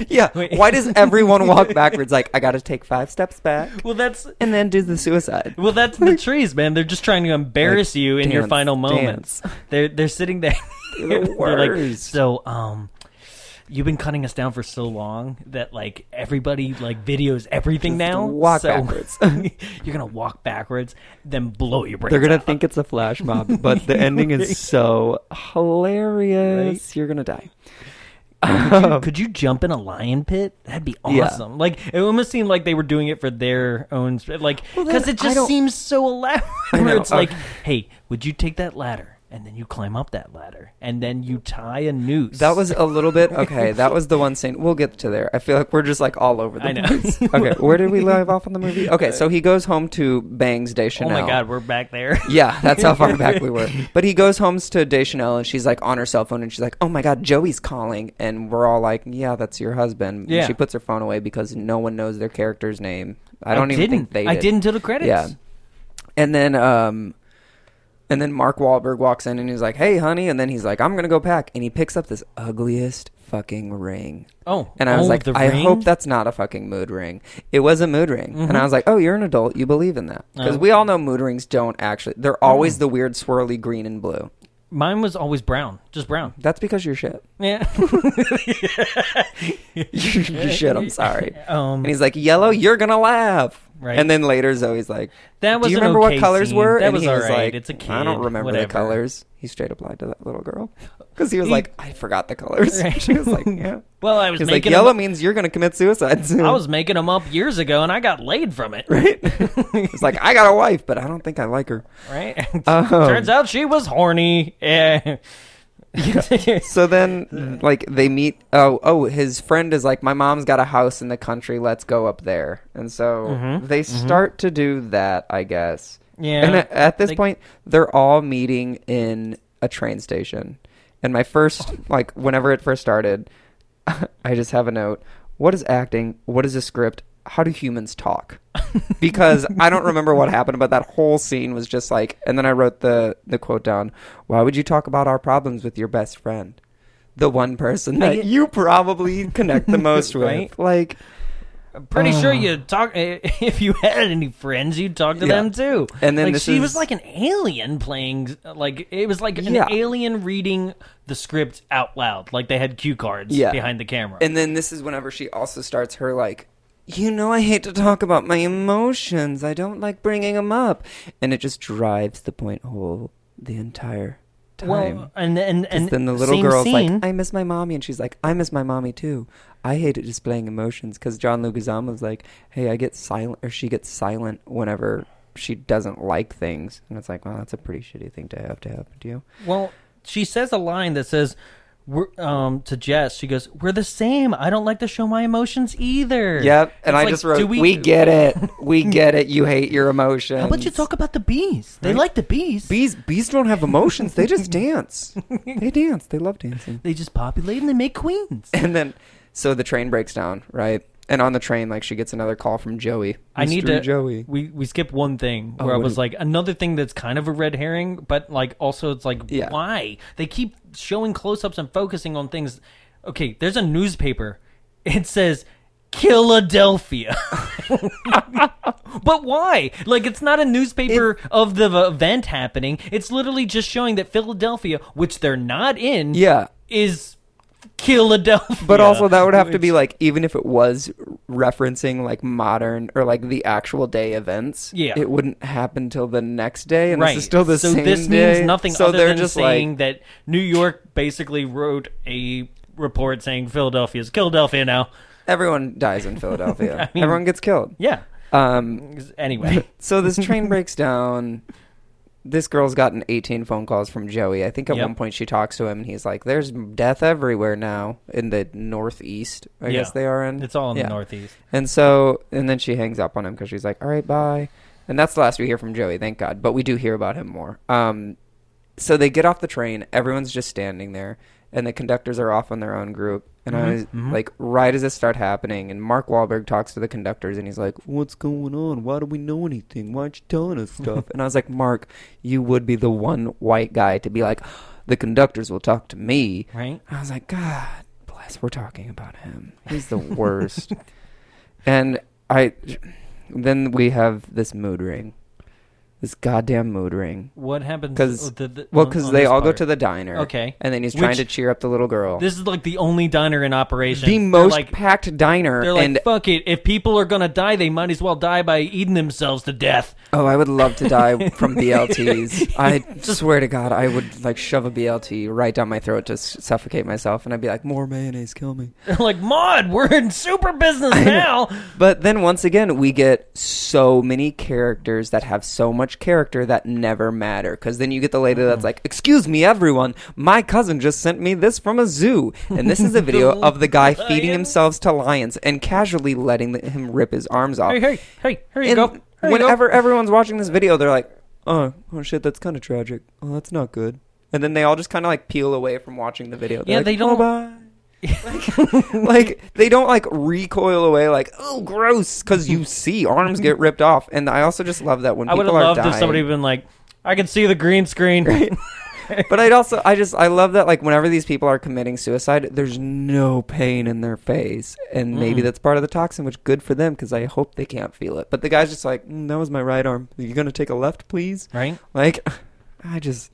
Speaker 1: Yeah.
Speaker 8: Wait.
Speaker 1: Why does everyone walk backwards? Like I got to take five steps back
Speaker 8: well, that's
Speaker 1: and then do the suicide.
Speaker 8: well, that's the trees, man. They're just trying to embarrass
Speaker 1: Like,
Speaker 8: you in your
Speaker 1: dance,
Speaker 8: final moments.
Speaker 1: dance.
Speaker 8: They're they're sitting there.
Speaker 1: They're the
Speaker 8: like,
Speaker 1: worst.
Speaker 8: so um, you've been cutting us down for so long that like everybody like videos everything
Speaker 1: Just
Speaker 8: now.
Speaker 1: walk
Speaker 8: so
Speaker 1: backwards.
Speaker 8: you're gonna walk backwards, then blow your brains.
Speaker 1: They're gonna
Speaker 8: out.
Speaker 1: think it's a flash mob, but the ending is so hilarious. You're gonna die.
Speaker 8: Could you, could you jump in a lion pit? That'd be
Speaker 1: Yeah.
Speaker 8: awesome. Like it almost seemed like they were doing it for their own, sp- like
Speaker 1: Well,
Speaker 8: because
Speaker 1: then
Speaker 8: it
Speaker 1: I
Speaker 8: just
Speaker 1: don't-
Speaker 8: seems so elaborate.
Speaker 1: know.
Speaker 8: Where it's like,
Speaker 1: Okay.
Speaker 8: hey, would you take that ladder and then you climb up that ladder and then you tie a noose?
Speaker 1: That was a little bit okay. That was the one scene. We'll get to there. I feel like we're just like all over the
Speaker 8: I know.
Speaker 1: place. Okay, where did we live off on the movie? Okay, so he goes home to Bangs
Speaker 8: oh
Speaker 1: Deschanel.
Speaker 8: my god, we're back there.
Speaker 1: Yeah, that's how far back we were. But he goes home to Deschanel and she's like on her cell phone and she's like, oh my God, Joey's calling. And we're all like, yeah, that's your husband. And
Speaker 8: Yeah.
Speaker 1: She puts her phone away because no one knows their character's name. I don't even
Speaker 8: didn't.
Speaker 1: think they
Speaker 8: I
Speaker 1: did.
Speaker 8: didn't till the credits.
Speaker 1: Yeah. And then, um, and then Mark Wahlberg walks in and he's like, hey, honey. And then he's like, I'm going to go pack. And he picks up this ugliest fucking ring.
Speaker 8: Oh,
Speaker 1: And I was
Speaker 8: oh,
Speaker 1: like,
Speaker 8: the
Speaker 1: I
Speaker 8: ring? Mm-hmm.
Speaker 1: hope that's not a fucking mood ring. It was a mood ring. And I was like, oh, you're an adult. You believe in that. Because
Speaker 8: Oh. Mm.
Speaker 1: we all know mood rings don't actually, they're always the weird swirly green and blue.
Speaker 8: mine was always brown, just brown. Um,
Speaker 1: That's because you're shit.
Speaker 8: Yeah.
Speaker 1: you're shit. I'm sorry.
Speaker 8: Um,
Speaker 1: and he's like, yellow, you're going to laugh.
Speaker 8: Right.
Speaker 1: And then later Zoe's like,
Speaker 8: That was
Speaker 1: Do you
Speaker 8: an
Speaker 1: remember
Speaker 8: okay
Speaker 1: what colors
Speaker 8: scene.
Speaker 1: were?
Speaker 8: That
Speaker 1: and
Speaker 8: was
Speaker 1: he
Speaker 8: all
Speaker 1: was
Speaker 8: right.
Speaker 1: like,
Speaker 8: It's a
Speaker 1: I don't
Speaker 8: kid,
Speaker 1: remember
Speaker 8: whatever."
Speaker 1: the colors. He straight up lied to that little girl because he was
Speaker 8: He-
Speaker 1: like, I forgot the colors.
Speaker 8: Right.
Speaker 1: she was like, yeah.
Speaker 8: Well, I was
Speaker 1: He's like,
Speaker 8: making
Speaker 1: yellow
Speaker 8: them-
Speaker 1: means you're going to commit suicide soon.
Speaker 8: I was making them up years ago, and I got laid from it.
Speaker 1: right? it's like I got a wife, but I don't think I like her.
Speaker 8: Right?
Speaker 1: Um,
Speaker 8: Turns out she was horny. Yeah.
Speaker 1: So then, like they meet. Oh, oh, his friend is like, my mom's got a house in the country. Let's go up there. And so they start to do that, I guess.
Speaker 8: Yeah.
Speaker 1: And at, at this
Speaker 8: They-
Speaker 1: point, they're all meeting in a train station. And my first, like, whenever it first started, I just have a note. What is acting? What is a script? How do humans talk? Because I don't remember what happened, but that whole scene was just like. And then I wrote the the quote down. Why would you talk about our problems with your best friend, the one person that you probably connect the most with?
Speaker 8: Right.
Speaker 1: Like,
Speaker 8: Pretty
Speaker 1: Oh.
Speaker 8: sure you talk if you had any friends, you'd talk to
Speaker 1: Yeah.
Speaker 8: them too.
Speaker 1: And then
Speaker 8: like,
Speaker 1: this
Speaker 8: she was
Speaker 1: is-
Speaker 8: like an alien playing, like it was like an
Speaker 1: Yeah.
Speaker 8: alien reading the script out loud. Like they had cue cards
Speaker 1: Yeah.
Speaker 8: behind the camera.
Speaker 1: And then this is whenever she also starts her like, you know, I hate to talk about my emotions. I don't like bringing them up, and it just drives the point home the entire time.
Speaker 8: well, and and and
Speaker 1: then the little
Speaker 8: same
Speaker 1: girl's
Speaker 8: scene-
Speaker 1: like, "I miss my mommy," and she's like, "I miss my mommy too." I hated displaying emotions because John Leguizamo's like, "Hey, I get silent," or she gets silent whenever she doesn't like things, and it's like, "Well, that's a pretty shitty thing to have to happen to you."
Speaker 8: Well, she says a line that says, we're, um, to Jess, she goes, "We're the same. I don't like to show my emotions either."
Speaker 1: Yep, and
Speaker 8: It's
Speaker 1: I
Speaker 8: like,
Speaker 1: just wrote,
Speaker 8: do
Speaker 1: we, get it, we get it. You hate your emotions."
Speaker 8: How about you talk about the bees? They like the bees.
Speaker 1: Bees, bees don't have emotions. They just dance. They dance. They love dancing.
Speaker 8: They just populate and they make queens.
Speaker 1: And then, so the train breaks down, right? And on the train, like she gets another call from Joey.
Speaker 8: I need
Speaker 1: Mr.
Speaker 8: to.
Speaker 1: Joey. Oh,
Speaker 8: We we skip one thing where I
Speaker 1: what
Speaker 8: was
Speaker 1: is-
Speaker 8: like another thing that's kind of a red herring, but like also it's like
Speaker 1: Yeah.
Speaker 8: why they keep showing close ups and focusing on things. Okay, there's a newspaper. It says Philadelphia. but why? Like, it's not a newspaper of the v- event happening. It's literally just showing that Philadelphia, which they're not in,
Speaker 1: Yeah.
Speaker 8: is Philadelphia.
Speaker 1: But also, that would have to be like, even if it was referencing like modern or like the actual day events,
Speaker 8: Yeah.
Speaker 1: it wouldn't happen till the next day, and
Speaker 8: right.
Speaker 1: this is still the
Speaker 8: so
Speaker 1: same
Speaker 8: this
Speaker 1: day.
Speaker 8: means nothing
Speaker 1: So
Speaker 8: other
Speaker 1: they're
Speaker 8: than
Speaker 1: just
Speaker 8: saying
Speaker 1: like,
Speaker 8: that New York basically wrote a report saying Philadelphia is Philadelphia now.
Speaker 1: everyone dies in Philadelphia.
Speaker 8: mean-
Speaker 1: everyone gets killed.
Speaker 8: Yeah.
Speaker 1: Um,
Speaker 8: Anyway.
Speaker 1: so this train breaks down. This girl's gotten 18 phone calls from Joey. I think at
Speaker 8: Yep.
Speaker 1: one point she talks to him, and he's like, "There's death everywhere now in the Northeast. I
Speaker 8: Yeah.
Speaker 1: guess they are in.
Speaker 8: It's all in
Speaker 1: Yeah.
Speaker 8: the Northeast.
Speaker 1: And so, and then she hangs up on him because she's like, "All right, bye." And that's the last we hear from Joey. Thank God, but we do hear about him more. Um, so they get off the train. Everyone's just standing there, and the conductors are off on their own group. And I was like, right as this start happening, and Mark Wahlberg talks to the conductors, and he's like, "What's going on? Why do we know anything? Why aren't you telling us stuff?" and I was like, "Mark, you would be the one white guy to be like, the conductors will talk to me."
Speaker 8: Right.
Speaker 1: I was like, God bless, we're talking about him. He's the worst. and I, then we have this mood ring, this goddamn mood ring.
Speaker 8: What happens?
Speaker 1: Because
Speaker 8: with oh, the- the-
Speaker 1: well,
Speaker 8: on-
Speaker 1: because
Speaker 8: on
Speaker 1: they
Speaker 8: this
Speaker 1: all go
Speaker 8: part?
Speaker 1: to the diner.
Speaker 8: Okay.
Speaker 1: and then he's trying
Speaker 8: Which-
Speaker 1: to cheer up the little girl.
Speaker 8: This is like the only diner in operation.
Speaker 1: the
Speaker 8: They're
Speaker 1: most
Speaker 8: like,
Speaker 1: packed diner,
Speaker 8: they're like,
Speaker 1: and
Speaker 8: fuck it. If people are gonna die, they might as well die by eating themselves to death.
Speaker 1: oh, I would love to die from BLTs. I swear to God, I would like shove a BLT right down my throat to s- suffocate myself, and I'd be like, more mayonnaise, kill me.
Speaker 8: They're like, Maud, we're in super business now.
Speaker 1: But then once again, we get so many characters that have so much character that never matter. Because then you get the lady
Speaker 8: Mm-hmm.
Speaker 1: that's like, "Excuse me, everyone, my cousin just sent me this from a zoo, and this is a video of the guy feeding
Speaker 8: lion.
Speaker 1: himself to lions and casually letting the, him rip his arms off."
Speaker 8: Hey, hey, hey, here you
Speaker 1: And
Speaker 8: go. Here you go.
Speaker 1: whenever everyone's watching this video, they're like, "Oh, oh shit, that's kind of tragic. Oh, that's not good." And then they all just kind of like peel away from watching the video. They're
Speaker 8: Yeah,
Speaker 1: like, "Oh,
Speaker 8: they don't-
Speaker 1: "Bye-bye." like they don't like recoil away like oh gross because you see arms get ripped off and i also just love that when
Speaker 8: I would have
Speaker 1: people are
Speaker 8: loved
Speaker 1: dying
Speaker 8: if somebody had been like, I can see the green screen.
Speaker 1: but i'd also i just i love that like whenever these people are committing suicide there's no pain in their face and maybe that's part of the toxin which good for them because i hope they can't feel it but the guy's just like mm, that was my right arm are you gonna take a left please
Speaker 8: Right?
Speaker 1: like i just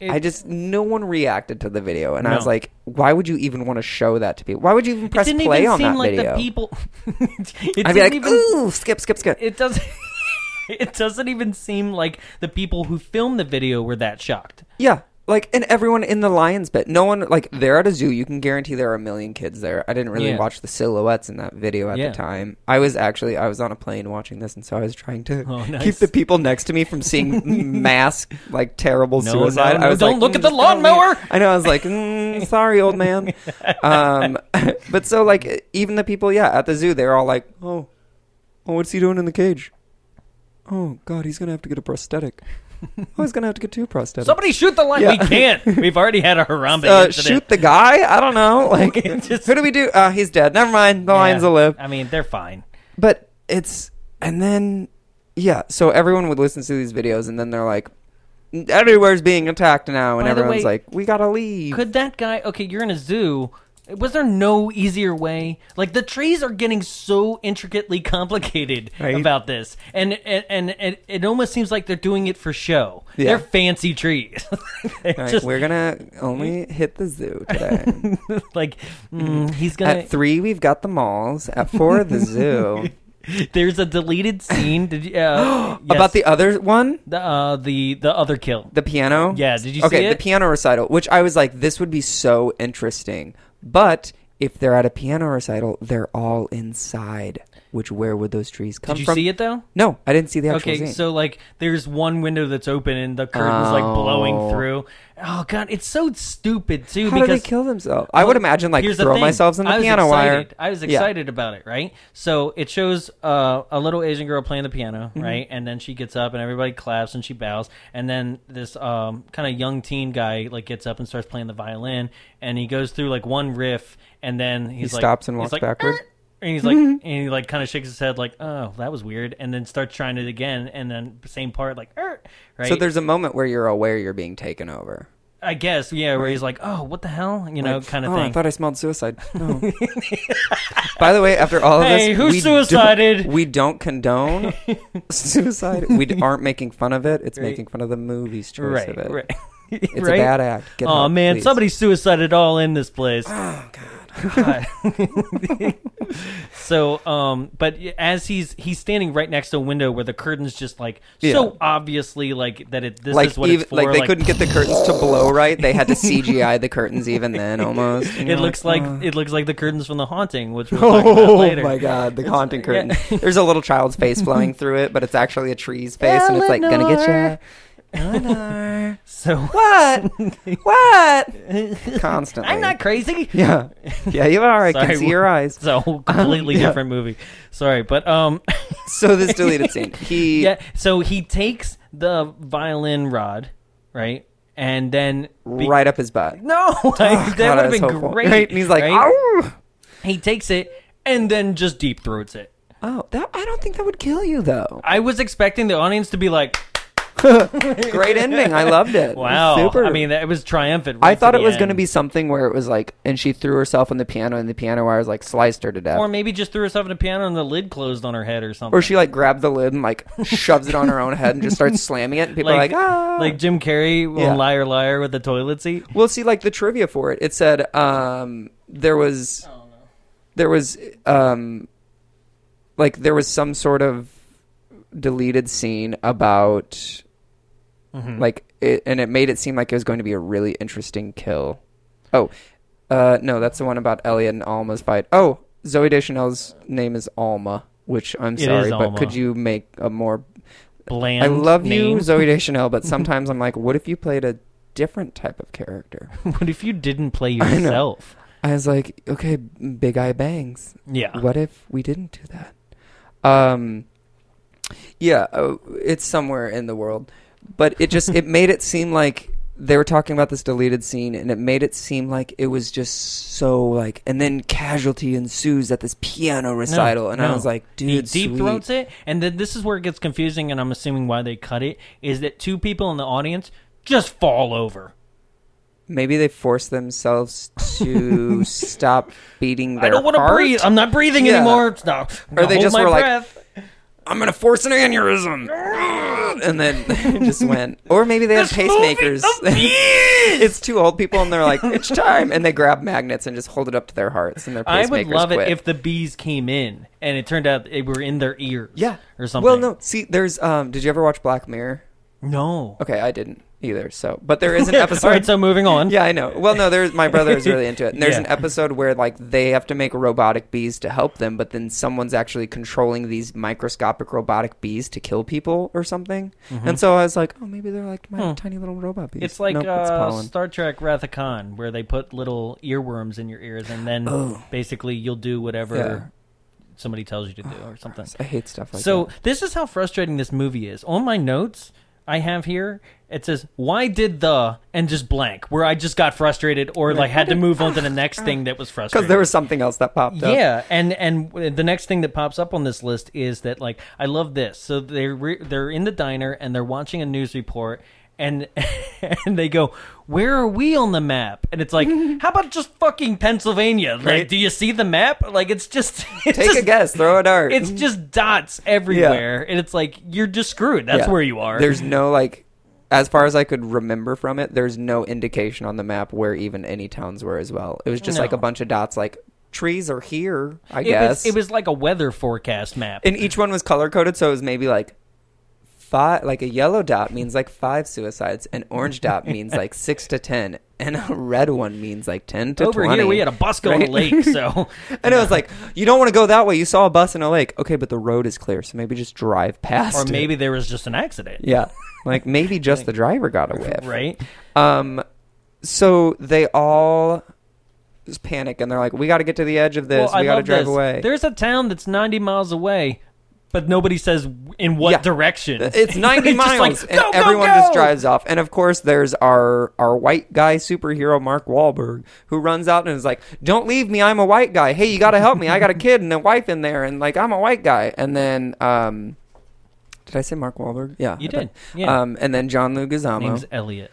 Speaker 1: I
Speaker 8: It-
Speaker 1: just no one reacted to the video, and I
Speaker 8: No.
Speaker 1: was like, "Why would you even want to show that to people? Why would you even press
Speaker 8: it didn't
Speaker 1: play
Speaker 8: even
Speaker 1: on
Speaker 8: seem
Speaker 1: that
Speaker 8: like
Speaker 1: video?"
Speaker 8: the people. it
Speaker 1: I'd be
Speaker 8: didn't
Speaker 1: like,
Speaker 8: even-
Speaker 1: "Ooh, skip, skip, skip."
Speaker 8: It doesn't. It doesn't even seem like the people who filmed the video were that shocked.
Speaker 1: Yeah. Like and everyone in the lion's pit. No one like they're at a zoo. You can guarantee there are a million kids there. I didn't really
Speaker 8: Yeah.
Speaker 1: watch the silhouettes in that video at
Speaker 8: Yeah.
Speaker 1: the time. I was actually I was on a plane watching this, and so I was trying to
Speaker 8: Oh, nice.
Speaker 1: keep the people next to me from seeing mass like terrible
Speaker 8: No,
Speaker 1: suicide.
Speaker 8: no, no,
Speaker 1: I was
Speaker 8: don't
Speaker 1: like,
Speaker 8: look at the
Speaker 1: just help me."
Speaker 8: lawnmower!
Speaker 1: I know. I was like, mm, sorry, old man. Um, but so like even the people, yeah, at the zoo, they're all like, oh, oh, what's he doing in the cage? Oh God, he's gonna have to get a prosthetic. Oh, he's gonna have to get two prosthetics.
Speaker 8: Somebody shoot the light.
Speaker 1: Yeah.
Speaker 8: We can't. We've already had a Harambe
Speaker 1: uh,
Speaker 8: incident.
Speaker 1: shoot the guy? I don't know. Like,
Speaker 8: Just-
Speaker 1: who do we do? Uh, he's dead. Never mind. The lion's
Speaker 8: Yeah.
Speaker 1: alive.
Speaker 8: I mean, they're fine.
Speaker 1: But it's and then yeah. So everyone would listen to these videos, and then they're like, everywhere's being attacked now, and
Speaker 8: By the
Speaker 1: everyone's
Speaker 8: way,
Speaker 1: like, we gotta leave.
Speaker 8: Could that guy? Okay, you're in a zoo. Was there no easier way? Like the trees are getting so intricately complicated
Speaker 1: Right.
Speaker 8: about this, and and, and and it almost seems like they're doing it for show.
Speaker 1: Yeah.
Speaker 8: They're fancy trees. They're
Speaker 1: All right,
Speaker 8: just
Speaker 1: we're gonna only hit the zoo today.
Speaker 8: like mm, he's gonna.
Speaker 1: At three, we've got the malls. At four, the zoo.
Speaker 8: There's a deleted scene. Did you, uh, yes.
Speaker 1: About the other one,
Speaker 8: the uh, the the other kill?
Speaker 1: the piano.
Speaker 8: Yeah, did you
Speaker 1: okay,
Speaker 8: see
Speaker 1: the
Speaker 8: it?
Speaker 1: piano recital, which I was like, this would be so interesting. But if they're at a piano recital, they're all inside. Which where would those trees come
Speaker 8: Did you
Speaker 1: from?
Speaker 8: see it though?
Speaker 1: No, I didn't see the actual
Speaker 8: Okay,
Speaker 1: scene.
Speaker 8: so like there's one window that's open and the curtain's like blowing
Speaker 1: Oh.
Speaker 8: through. Oh god, it's so stupid too.
Speaker 1: how do
Speaker 8: because
Speaker 1: they kill themselves? I would imagine like
Speaker 8: Here's the
Speaker 1: throw
Speaker 8: thing.
Speaker 1: myself in the
Speaker 8: I was
Speaker 1: piano wire.
Speaker 8: excited. I was
Speaker 1: Yeah.
Speaker 8: excited about it, right? So it shows uh, a little Asian girl playing the piano,
Speaker 1: Mm-hmm.
Speaker 8: right? And then she gets up and everybody claps and she bows. And then this um, kind of young teen guy like gets up and starts playing the violin, and he goes through like one riff, and then he's like,
Speaker 1: stops and
Speaker 8: he's
Speaker 1: walks
Speaker 8: like,
Speaker 1: backward.
Speaker 8: "Er," And he's like, and he like kind of shakes his head, like, "Oh, that was weird," and then starts trying it again, and then same part, like, "Er," right?
Speaker 1: So there's a moment where you're aware you're being taken over.
Speaker 8: I guess, yeah, where he's like, "Oh, what the hell?" You know,
Speaker 1: Like,
Speaker 8: kind of
Speaker 1: oh,
Speaker 8: thing.
Speaker 1: I thought I smelled suicide. No. By the way, after all of this,
Speaker 8: Hey, who
Speaker 1: we
Speaker 8: suicided?
Speaker 1: Don't, we don't condone suicide. We d- aren't making fun of it. It's
Speaker 8: Right.
Speaker 1: making fun of the movie's choice
Speaker 8: right,
Speaker 1: of it.
Speaker 8: right.
Speaker 1: It's a bad act. Get
Speaker 8: Oh
Speaker 1: help,
Speaker 8: man,
Speaker 1: please. Oh,
Speaker 8: somebody's suicided all in this place. God. so, um, but as he's he's standing right next to a window where the curtains just like
Speaker 1: Yeah.
Speaker 8: so obviously like that it this
Speaker 1: Like
Speaker 8: is what
Speaker 1: even,
Speaker 8: it's for.
Speaker 1: like they couldn't get the curtains to blow right. They had to CGI the curtains even then almost. And
Speaker 8: It
Speaker 1: you're
Speaker 8: looks like
Speaker 1: "Oh."
Speaker 8: it looks like the curtains from The Haunting, which we'll talk about later.
Speaker 1: my god, the haunting curtain.
Speaker 8: yeah.
Speaker 1: There's a little child's face flowing through it, but it's actually a tree's face, and it's like gonna get you. Eleanor,
Speaker 8: So
Speaker 1: what? what? Constantly.
Speaker 8: I'm not crazy.
Speaker 1: Yeah, yeah, you are. I
Speaker 8: Sorry,
Speaker 1: can see your eyes. Um,
Speaker 8: It's a whole completely
Speaker 1: yeah.
Speaker 8: different movie. Sorry, but um,
Speaker 1: So this deleted scene. He
Speaker 8: yeah. So he takes the violin rod, right, and then be-
Speaker 1: right up his butt.
Speaker 8: No, like,
Speaker 1: God,
Speaker 8: that would
Speaker 1: I
Speaker 8: have
Speaker 1: was
Speaker 8: been
Speaker 1: hopeful.
Speaker 8: great.
Speaker 1: And he's like,
Speaker 8: right?
Speaker 1: "Ow!"
Speaker 8: he takes it and then just deep throats it.
Speaker 1: oh, that I don't think that would kill you though.
Speaker 8: I was expecting the audience to be like,
Speaker 1: Great ending. I loved it. It was
Speaker 8: "Wow!"
Speaker 1: super.
Speaker 8: I mean, that- it was triumphant. right
Speaker 1: I
Speaker 8: to
Speaker 1: thought it
Speaker 8: the
Speaker 1: was
Speaker 8: end.
Speaker 1: going to be something where it was like, and she threw herself on the piano, and the piano wires like sliced her to death.
Speaker 8: or maybe just threw herself in a piano and the lid closed on her head or something.
Speaker 1: Or she like grabbed the lid and like shoves it on her own head and just starts slamming it, and people are like, ah.
Speaker 8: like Jim Carrey on
Speaker 1: Yeah.
Speaker 8: Liar Liar with the toilet seat.
Speaker 1: we'll see. Like the trivia for it, it said um, there was there was um, like there was some sort of deleted scene about
Speaker 8: Mm-hmm.
Speaker 1: like it, and it made it seem like it was going to be a really interesting kill. Oh, uh, no, that's the one about Elliot and Alma's fight. Oh, Zoe Deschanel's name is Alma, which I'm
Speaker 8: is
Speaker 1: sorry, but
Speaker 8: Alma.
Speaker 1: could you make a more
Speaker 8: Bland.
Speaker 1: I love
Speaker 8: name.
Speaker 1: you, Zoe Deschanel, but sometimes I'm like, what if you played a different type of character?
Speaker 8: What if you didn't play
Speaker 1: know.
Speaker 8: yourself?
Speaker 1: I was like, okay, Big Eye Bangs.
Speaker 8: Yeah.
Speaker 1: What if we didn't do that? Um, yeah, uh, it's somewhere in the world, but it just it made it seem like they were talking about this deleted scene, and it made it seem like it was just so like, and then casualty ensues at this piano
Speaker 8: No,
Speaker 1: recital, and I
Speaker 8: no.
Speaker 1: was like, dude,
Speaker 8: he deep
Speaker 1: sweet.
Speaker 8: throats it, and then this is where it gets confusing, and I'm assuming why they cut it is that two people in the audience just fall over.
Speaker 1: Maybe they force themselves to stop beating their
Speaker 8: I don't want to
Speaker 1: heart.
Speaker 8: breathe. I'm not breathing
Speaker 1: Yeah.
Speaker 8: anymore. No,
Speaker 1: Or they
Speaker 8: hold
Speaker 1: just
Speaker 8: my
Speaker 1: were like-
Speaker 8: breath.
Speaker 1: I'm gonna force an aneurysm, and then it just went. Or maybe they had
Speaker 8: This movie
Speaker 1: pacemakers.
Speaker 8: of
Speaker 1: it's two old people, and they're like, "It's time," and they grab magnets and just hold it up to their hearts, and their
Speaker 8: I
Speaker 1: pacemakers.
Speaker 8: would love
Speaker 1: quit.
Speaker 8: it if the bees came in and it turned out they were in their ears.
Speaker 1: yeah,
Speaker 8: or something.
Speaker 1: Well, no, see, there's. um Did you ever watch Black Mirror?
Speaker 8: no.
Speaker 1: Okay, I didn't either. So, but there is an episode.
Speaker 8: All right, so moving on.
Speaker 1: Yeah, I know. Well, no, there's my brother is really into it. And there's
Speaker 8: Yeah.
Speaker 1: an episode where like they have to make robotic bees to help them, but then someone's actually controlling these microscopic robotic bees to kill people or something. And so I was like, oh, maybe they're like my tiny little robot bees.
Speaker 8: Mm-hmm. It's like
Speaker 1: Nope, it's
Speaker 8: uh,
Speaker 1: pollen.
Speaker 8: Star Trek Wrath of Khan, where they put little earworms in your ears, and then
Speaker 1: Oh.
Speaker 8: basically you'll do whatever somebody tells you to do, or something.
Speaker 1: I hate stuff like
Speaker 8: so
Speaker 1: that.
Speaker 8: this is how frustrating this movie is. On my notes I have here, it says "Why did the" and just blank, where I just got frustrated or like had to move on to the next thing that was frustrating.
Speaker 1: because there was something else that popped up.
Speaker 8: Yeah, and and the next thing that pops up on this list is that like I love this. So they re- they're in the diner and they're watching a news report and and they go, "Where are we on the map?" And it's like, "How about just fucking Pennsylvania? Like,
Speaker 1: Right.
Speaker 8: do you see the map? Like, it's just it's
Speaker 1: Take a
Speaker 8: just-
Speaker 1: guess. Throw a dart.
Speaker 8: It's just dots everywhere, and it's like you're just screwed. That's
Speaker 1: Yeah.
Speaker 8: where you are.
Speaker 1: There's no like. As far as I could remember from it, there's no indication on the map where even any towns were as well. It was just like
Speaker 8: No.
Speaker 1: a bunch of dots, like trees are here. I
Speaker 8: it
Speaker 1: guess
Speaker 8: was it was like a weather forecast map.
Speaker 1: and each one was color coded, so it was maybe like five, like a yellow dot means like five suicides, an orange dot means like six to ten, and a red one means like ten to
Speaker 8: Over
Speaker 1: 20.
Speaker 8: here, we had a bus go on a
Speaker 1: right?
Speaker 8: lake, so
Speaker 1: And it was like, you don't want to go that way. You saw a bus in a lake. Okay, but the road is clear, so maybe just drive past.
Speaker 8: or
Speaker 1: it.
Speaker 8: maybe there was just an accident.
Speaker 1: yeah, like maybe just the driver got away.
Speaker 8: Right?
Speaker 1: Um, so they all just panic and they're like, we got to get to the edge of this.
Speaker 8: Well, I
Speaker 1: we got to
Speaker 8: love
Speaker 1: drive
Speaker 8: this.
Speaker 1: away.
Speaker 8: There's a town that's 90 miles away, but nobody says in what
Speaker 1: Yeah.
Speaker 8: direction.
Speaker 1: It's 90
Speaker 8: It's just like,
Speaker 1: miles, and
Speaker 8: "Go, go,
Speaker 1: everyone
Speaker 8: go!"
Speaker 1: just drives off. And of course, there's our our white guy superhero Mark Wahlberg who runs out and is like, "Don't leave me! I'm a white guy. Hey, you got to help me! I got a kid and a wife in there, and like I'm a white guy." And then, um, did I say Mark Wahlberg? Yeah,
Speaker 8: You
Speaker 1: I bet.
Speaker 8: did, yeah.
Speaker 1: Um, and then John Leguizamo.
Speaker 8: Name's Elliot.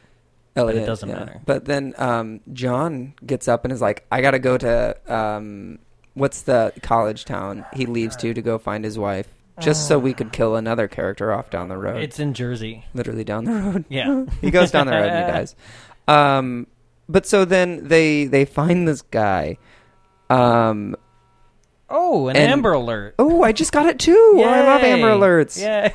Speaker 8: but
Speaker 1: Elliot,
Speaker 8: it doesn't
Speaker 1: yeah.
Speaker 8: matter.
Speaker 1: But then um, John gets up and is like, "I gotta go to um, what's the college town he leaves to to go find his wife, just so we could kill another character off down the road.
Speaker 8: Ah. It's in Jersey.
Speaker 1: literally down the road.
Speaker 8: Yeah.
Speaker 1: he goes down the road and he dies. Um, but so then they they find this guy. Um,
Speaker 8: Oh, an
Speaker 1: And-
Speaker 8: Amber Alert.
Speaker 1: oh, I just got it too. Oh, I love Amber
Speaker 8: Yay.
Speaker 1: Alerts.
Speaker 8: Yeah,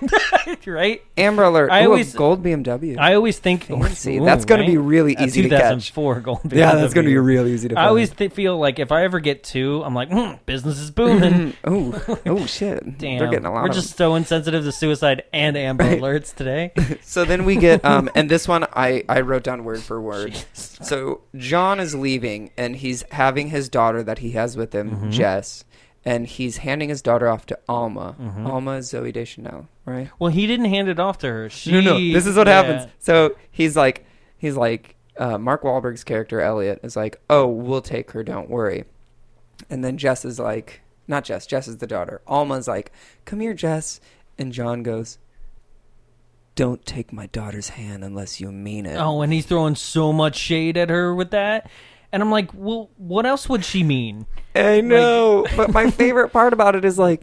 Speaker 8: right.
Speaker 1: Amber Alert.
Speaker 8: I
Speaker 1: Ooh,
Speaker 8: always-
Speaker 1: a gold BMW.
Speaker 8: I always think
Speaker 1: Fancy. That's gonna be really
Speaker 8: A
Speaker 1: easy to catch.
Speaker 8: 2004 Gold.
Speaker 1: yeah, that's gonna be
Speaker 8: real.
Speaker 1: real easy to.
Speaker 8: I
Speaker 1: Find.
Speaker 8: always th- feel like if I ever get two, I'm like, hmm, business is booming.
Speaker 1: oh oh shit.
Speaker 8: Damn,
Speaker 1: They're getting a lot.
Speaker 8: We're
Speaker 1: of
Speaker 8: just so insensitive to suicide and Amber
Speaker 1: Right.
Speaker 8: Alerts today.
Speaker 1: So then we get, um, and this one I, I wrote down word for word.
Speaker 8: Jeez.
Speaker 1: So John is leaving and he's having his daughter that he has with him, Jess, and he's handing his daughter off to Alma. Alma is Zoe Deschanel, right?
Speaker 8: Well, he didn't hand it off to her. She,
Speaker 1: no, no. This is what
Speaker 8: yeah.
Speaker 1: happens. So he's like, he's like, uh, Mark Wahlberg's character Elliot is like, oh, we'll take her, don't worry. And then Jess is like, not Jess. Jess is the daughter. Alma's like, come here, Jess. And John goes, don't take my daughter's hand unless you mean it.
Speaker 8: Oh, and he's throwing so much shade at her with that. And I'm like, well, what else would she mean?
Speaker 1: I know. but my favorite part about it is like,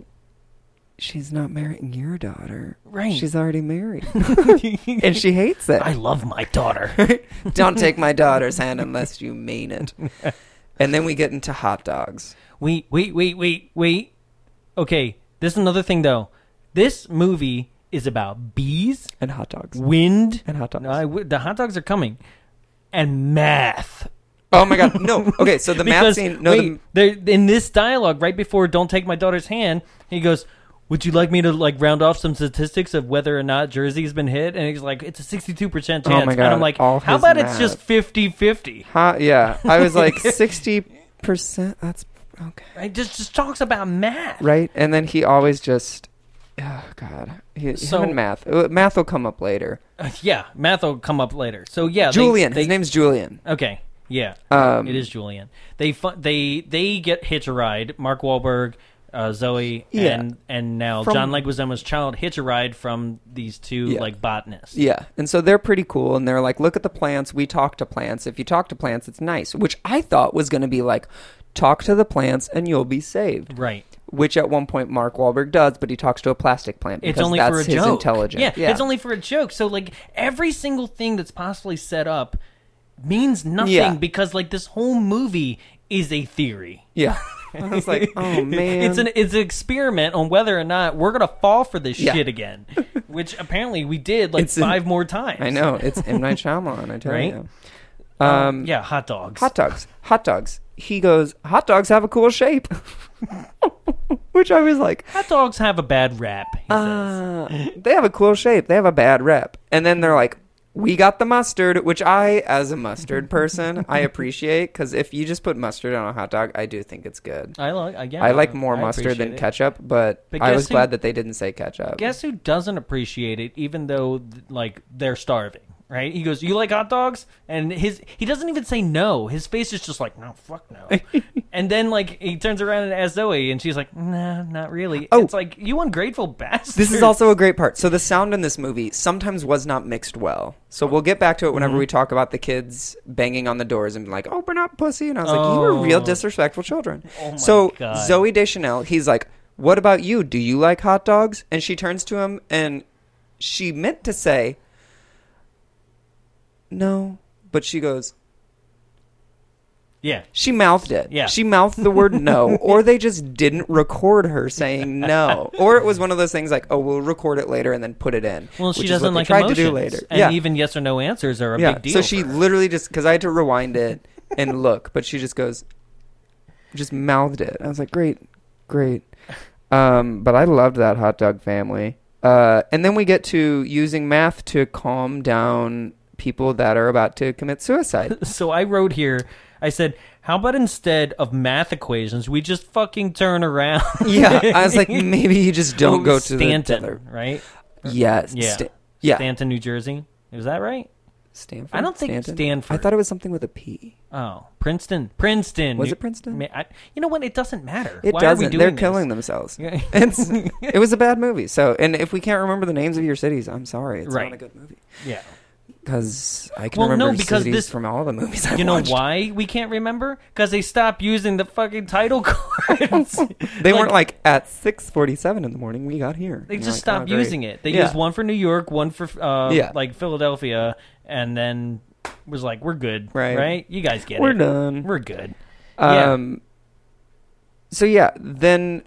Speaker 1: she's not marrying your daughter.
Speaker 8: Right.
Speaker 1: She's already married. and she hates it.
Speaker 8: I love my daughter.
Speaker 1: Don't take my daughter's hand unless you mean it. And then we get into hot dogs.
Speaker 8: wait, wait, wait, wait, wait. Okay, this is another thing though. This movie is about bees,
Speaker 1: And hot dogs.
Speaker 8: wind,
Speaker 1: And hot dogs.
Speaker 8: No, I w- the hot dogs are coming, and math.
Speaker 1: Oh my god. No. Okay, so the math
Speaker 8: Because,
Speaker 1: scene no
Speaker 8: wait, there- in this dialogue right before "Don't take my daughter's hand," he goes, "Would you like me to like round off some statistics of whether or not Jersey's been hit?" And he's like, "It's a sixty-two percent
Speaker 1: Oh
Speaker 8: chance."
Speaker 1: my
Speaker 8: And
Speaker 1: God,
Speaker 8: I'm like,
Speaker 1: all
Speaker 8: "How
Speaker 1: his
Speaker 8: about
Speaker 1: math.
Speaker 8: it's just 50-50?
Speaker 1: the hot yeah. I was like sixty percent that's okay.
Speaker 8: Right? Just just talks about math.
Speaker 1: Right? And then he always just Oh god. He,
Speaker 8: So-
Speaker 1: him and math. Uh, Math will come up later.
Speaker 8: Uh, Yeah, math will come up later. So yeah, they-
Speaker 1: Julian.
Speaker 8: They,
Speaker 1: His name's Julian.
Speaker 8: okay. Yeah,
Speaker 1: Um,
Speaker 8: it is Julian. They fu- they they get hitch a ride. Mark Wahlberg, uh, Zoe,
Speaker 1: Yeah.
Speaker 8: and and now
Speaker 1: From-
Speaker 8: John Leguizamo's child hitch a ride from these two
Speaker 1: Yeah.
Speaker 8: like botanists.
Speaker 1: Yeah. And so they're pretty cool. And they're like, look at the plants. We talk to plants. If you talk to plants, it's nice, which I thought was going to be like, talk to the plants and you'll be saved.
Speaker 8: Right.
Speaker 1: Which at one point Mark Wahlberg does, but he talks to a plastic plant.
Speaker 8: It's
Speaker 1: because
Speaker 8: only
Speaker 1: that's
Speaker 8: for a
Speaker 1: his
Speaker 8: joke.
Speaker 1: intelligence.
Speaker 8: Yeah, it's only for a joke. So like every single thing that's possibly set up means nothing
Speaker 1: Yeah.
Speaker 8: because like this whole movie is a theory.
Speaker 1: Yeah. I was like, oh, man.
Speaker 8: It's an it's an experiment on whether or not we're gonna fall for this
Speaker 1: Yeah.
Speaker 8: shit again, which apparently we did like
Speaker 1: It's an-
Speaker 8: five more times.
Speaker 1: I know. It's M. Night Shyamalan, I tell
Speaker 8: Right?
Speaker 1: you.
Speaker 8: yeah, hot dogs.
Speaker 1: Hot dogs. Hot dogs. He goes, hot dogs have a cool shape. which I was like,
Speaker 8: Hot dogs have a bad rap. He says.
Speaker 1: Uh, they have a cool shape. They have a bad rep. And then they're like, we got the mustard, which I, as a mustard person, I appreciate because if you just put mustard on a hot dog, I do think it's good.
Speaker 8: I like. I, yeah,
Speaker 1: I like more
Speaker 8: I
Speaker 1: mustard than
Speaker 8: appreciate it.
Speaker 1: ketchup, but,
Speaker 8: But
Speaker 1: I
Speaker 8: guess
Speaker 1: was
Speaker 8: who-
Speaker 1: glad that they didn't say ketchup.
Speaker 8: Guess who doesn't appreciate it, even though th- like they're starving, right? He goes, "You like hot dogs?" And his he doesn't even say no. His face is just like, "No, fuck no." and then like he turns around and asks Zoe, and she's like, "Nah, not really."
Speaker 1: Oh.
Speaker 8: It's like you ungrateful bastard.
Speaker 1: This is also a great part. So the sound in this movie sometimes was not mixed well. So we'll get back to it
Speaker 8: Mm-hmm.
Speaker 1: whenever we talk about the kids banging on the doors and being like, "Open up, pussy!" And I was like, "You were real
Speaker 8: Oh.
Speaker 1: disrespectful children."
Speaker 8: my
Speaker 1: so
Speaker 8: God.
Speaker 1: Zoe Deschanel, he's like, "What about you? Do you like hot dogs?" And she turns to him and she meant to say, "No," but she goes,
Speaker 8: yeah.
Speaker 1: she mouthed it.
Speaker 8: Yeah.
Speaker 1: She mouthed the word no, or they just didn't record her saying no, or it was one of those things like, oh, we'll record it later and then put it in.
Speaker 8: Well, she
Speaker 1: which is what
Speaker 8: doesn't like
Speaker 1: they tried
Speaker 8: emotions,
Speaker 1: to do later.
Speaker 8: and
Speaker 1: yeah,
Speaker 8: even yes or no answers are a
Speaker 1: yeah.
Speaker 8: big deal.
Speaker 1: so she
Speaker 8: for her.
Speaker 1: literally just because I had to rewind it and look, but she just goes, just mouthed it. I was like, great, great. Um, but I loved that hot dog family. Uh, and then we get to using math to calm down people that are about to commit suicide.
Speaker 8: So I wrote here. I said, "How about instead of math equations, we just fucking turn around?"
Speaker 1: yeah, I was like, maybe you just don't go to the
Speaker 8: Oh, Stanton,
Speaker 1: other
Speaker 8: right?
Speaker 1: Yes.
Speaker 8: Yeah.
Speaker 1: Sta- yeah.
Speaker 8: Stanton, New Jersey. Is that right?
Speaker 1: Stanford.
Speaker 8: I don't think it's Stanford.
Speaker 1: I thought it was something with a P.
Speaker 8: Oh, Princeton. Princeton.
Speaker 1: Was
Speaker 8: New-
Speaker 1: it Princeton?
Speaker 8: Ma- I- you know what? It doesn't matter.
Speaker 1: It
Speaker 8: Why
Speaker 1: doesn't.
Speaker 8: Are we doing
Speaker 1: They're
Speaker 8: this?
Speaker 1: killing themselves.
Speaker 8: Yeah.
Speaker 1: It's, it was a bad movie. So, and if we can't remember the names of your cities, I'm sorry. It's
Speaker 8: Right.
Speaker 1: not a good movie.
Speaker 8: Yeah.
Speaker 1: because I can
Speaker 8: Well, no,
Speaker 1: remember
Speaker 8: because
Speaker 1: cities
Speaker 8: this-
Speaker 1: from all the movies. I've
Speaker 8: You know
Speaker 1: watched.
Speaker 8: why we can't remember? Because they stopped using the fucking title cards.
Speaker 1: They weren't like at six forty-seven in the morning. We got here.
Speaker 8: they just stopped using it. They
Speaker 1: "Oh, Yeah.
Speaker 8: used one for New York, one for uh,
Speaker 1: Yeah.
Speaker 8: like Philadelphia, and then was like, "We're good,
Speaker 1: Right.
Speaker 8: Right? You guys get
Speaker 1: We're
Speaker 8: it.
Speaker 1: done.
Speaker 8: We're good." Yeah.
Speaker 1: Um. So yeah, then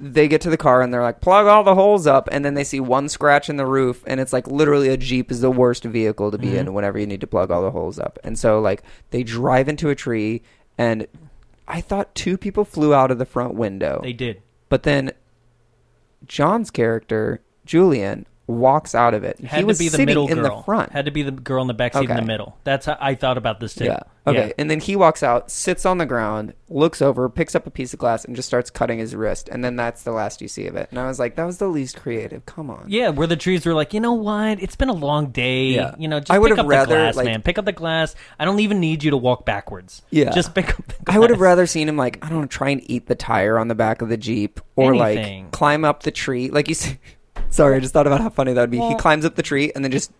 Speaker 1: they get to the car and they're like, plug all the holes up, and then they see one scratch in the roof, and it's like literally a Jeep is the worst vehicle to be
Speaker 8: Mm-hmm.
Speaker 1: in whenever you need to plug all the holes up. And so like they drive into a tree, and I thought two people flew out of the front window.
Speaker 8: They did.
Speaker 1: But then John's character, Julian, walks out of it.
Speaker 8: Had
Speaker 1: he was
Speaker 8: to be the
Speaker 1: sitting
Speaker 8: middle
Speaker 1: in
Speaker 8: girl.
Speaker 1: the front.
Speaker 8: Had to be the girl in the back seat in
Speaker 1: Okay.
Speaker 8: the middle. That's how I thought about this too.
Speaker 1: yeah. Okay. And then he walks out, sits on the ground, looks over, picks up a piece of glass, and just starts cutting his wrist. And then that's the last you see of it. And I was like, that was the least creative. Come on.
Speaker 8: Yeah, where the trees were like, you know what? It's been a long day.
Speaker 1: Yeah.
Speaker 8: You know, just
Speaker 1: I would
Speaker 8: pick
Speaker 1: have
Speaker 8: up
Speaker 1: rather,
Speaker 8: the glass,
Speaker 1: like-
Speaker 8: man. Pick up the glass. I don't even need you to walk backwards.
Speaker 1: Yeah.
Speaker 8: Just pick up the glass.
Speaker 1: I would have rather seen him like I don't know, try and eat the tire on the back of the jeep, or
Speaker 8: Anything.
Speaker 1: like climb up the tree. Like you see, sorry, I just thought about how funny that would be. he
Speaker 8: Well-
Speaker 1: climbs up the tree and then just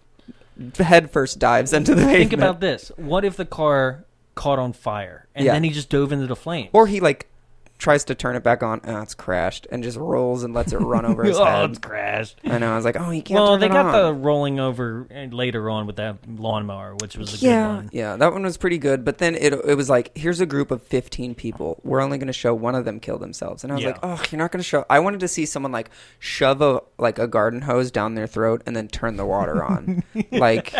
Speaker 1: head first dives into the
Speaker 8: Think
Speaker 1: pavement.
Speaker 8: about this. What if the car caught on fire and
Speaker 1: Yeah.
Speaker 8: then he just dove into the flames?
Speaker 1: Or he like tries to turn it back on, and it's crashed, and just rolls and lets it run over his
Speaker 8: oh,
Speaker 1: head.
Speaker 8: it's crashed.
Speaker 1: I know. I was like, oh, he can't.
Speaker 8: Well,
Speaker 1: turn
Speaker 8: they
Speaker 1: it
Speaker 8: got the
Speaker 1: on.
Speaker 8: rolling over uh, later on with that lawnmower, which was a good
Speaker 1: yeah,
Speaker 8: one.
Speaker 1: yeah. That one was pretty good, but then it it was like, here's a group of fifteen people. We're only going to show one of them kill themselves, and I was
Speaker 8: Yeah.
Speaker 1: like, oh, you're not going to show. I wanted to see someone like shove a like a garden hose down their throat and then turn the water on, like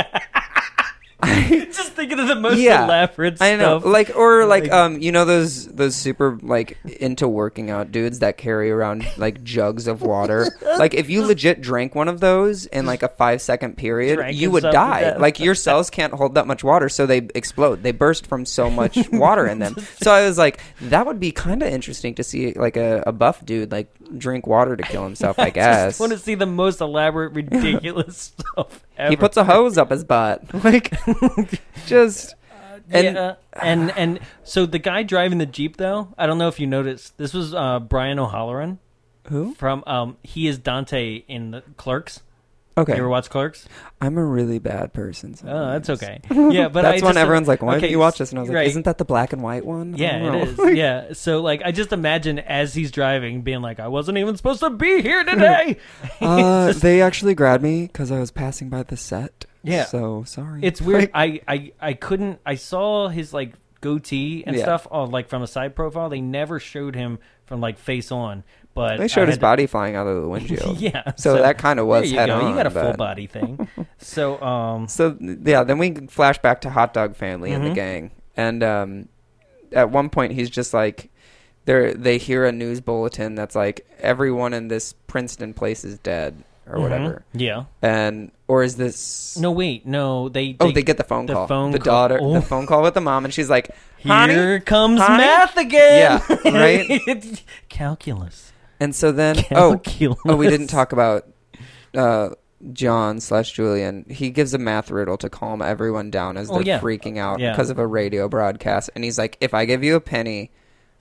Speaker 8: Just thinking of the most
Speaker 1: yeah,
Speaker 8: elaborate
Speaker 1: I know,
Speaker 8: stuff.
Speaker 1: like or like,
Speaker 8: Like-
Speaker 1: um, you know those those super like into working out dudes that carry around like jugs of water. like if you legit drank one of those in like a five second period,
Speaker 8: Drank
Speaker 1: you would
Speaker 8: himself to
Speaker 1: die.
Speaker 8: death.
Speaker 1: Like your cells can't hold that much water, so they explode. They burst from so much water in them. So I was like, that would be kind of interesting to see like a, a buff dude like drink water to kill himself. I guess
Speaker 8: just want to see the most elaborate, ridiculous stuff ever.
Speaker 1: he puts a hose up his butt, like just.
Speaker 8: and,
Speaker 1: And-
Speaker 8: yeah, and and so the guy driving the jeep though, I don't know if you noticed, this was uh, Brian O'Halloran.
Speaker 1: Who?
Speaker 8: from? Um, he is Dante in the Clerks.
Speaker 1: Okay.
Speaker 8: You ever watch Clerks?
Speaker 1: I'm a really bad person.
Speaker 8: Oh,
Speaker 1: sometimes.
Speaker 8: that's okay. Yeah, but
Speaker 1: that's
Speaker 8: I
Speaker 1: when
Speaker 8: just-
Speaker 1: everyone's like, "Why
Speaker 8: okay,
Speaker 1: did you watch this?" And I was like,
Speaker 8: right.
Speaker 1: "Isn't that the black and white one?" I
Speaker 8: Yeah,
Speaker 1: don't
Speaker 8: it
Speaker 1: know.
Speaker 8: is. Yeah, so like I just imagine as he's driving, being like, "I wasn't even supposed to be here today."
Speaker 1: uh, they actually grabbed me because I was passing by the set.
Speaker 8: Yeah.
Speaker 1: So sorry.
Speaker 8: It's weird. I, I I couldn't. I saw his like goatee and
Speaker 1: Yeah.
Speaker 8: stuff on like from a side profile. They never showed him from like face on, but
Speaker 1: they showed
Speaker 8: I
Speaker 1: his
Speaker 8: had to-
Speaker 1: body flying out of the windshield.
Speaker 8: yeah.
Speaker 1: So, that kind of was
Speaker 8: there you
Speaker 1: head
Speaker 8: go.
Speaker 1: on.
Speaker 8: You got a full
Speaker 1: but-
Speaker 8: body thing. So um,
Speaker 1: So yeah, then we flash back to Hot Dog Family
Speaker 8: Mm-hmm.
Speaker 1: and the gang, and um, at one point he's just like, they they hear a news bulletin that's like everyone in this Princeton place is dead or
Speaker 8: Mm-hmm.
Speaker 1: whatever,
Speaker 8: yeah.
Speaker 1: and or is this
Speaker 8: No wait, no. They,
Speaker 1: Oh, they get the phone call.
Speaker 8: phone
Speaker 1: the
Speaker 8: call.
Speaker 1: daughter,
Speaker 8: Oh.
Speaker 1: the phone call with the mom, and she's like, "Honey."
Speaker 8: Here comes
Speaker 1: Honey?
Speaker 8: math again.
Speaker 1: Yeah, right?
Speaker 8: Calculus.
Speaker 1: And so then, oh,
Speaker 8: Calculus.
Speaker 1: oh, we didn't talk about uh, John slash Julian. He gives a math riddle to calm everyone down as
Speaker 8: Oh,
Speaker 1: they're
Speaker 8: yeah.
Speaker 1: freaking out
Speaker 8: Yeah.
Speaker 1: because of a radio broadcast. And he's like, "If I give you a penny."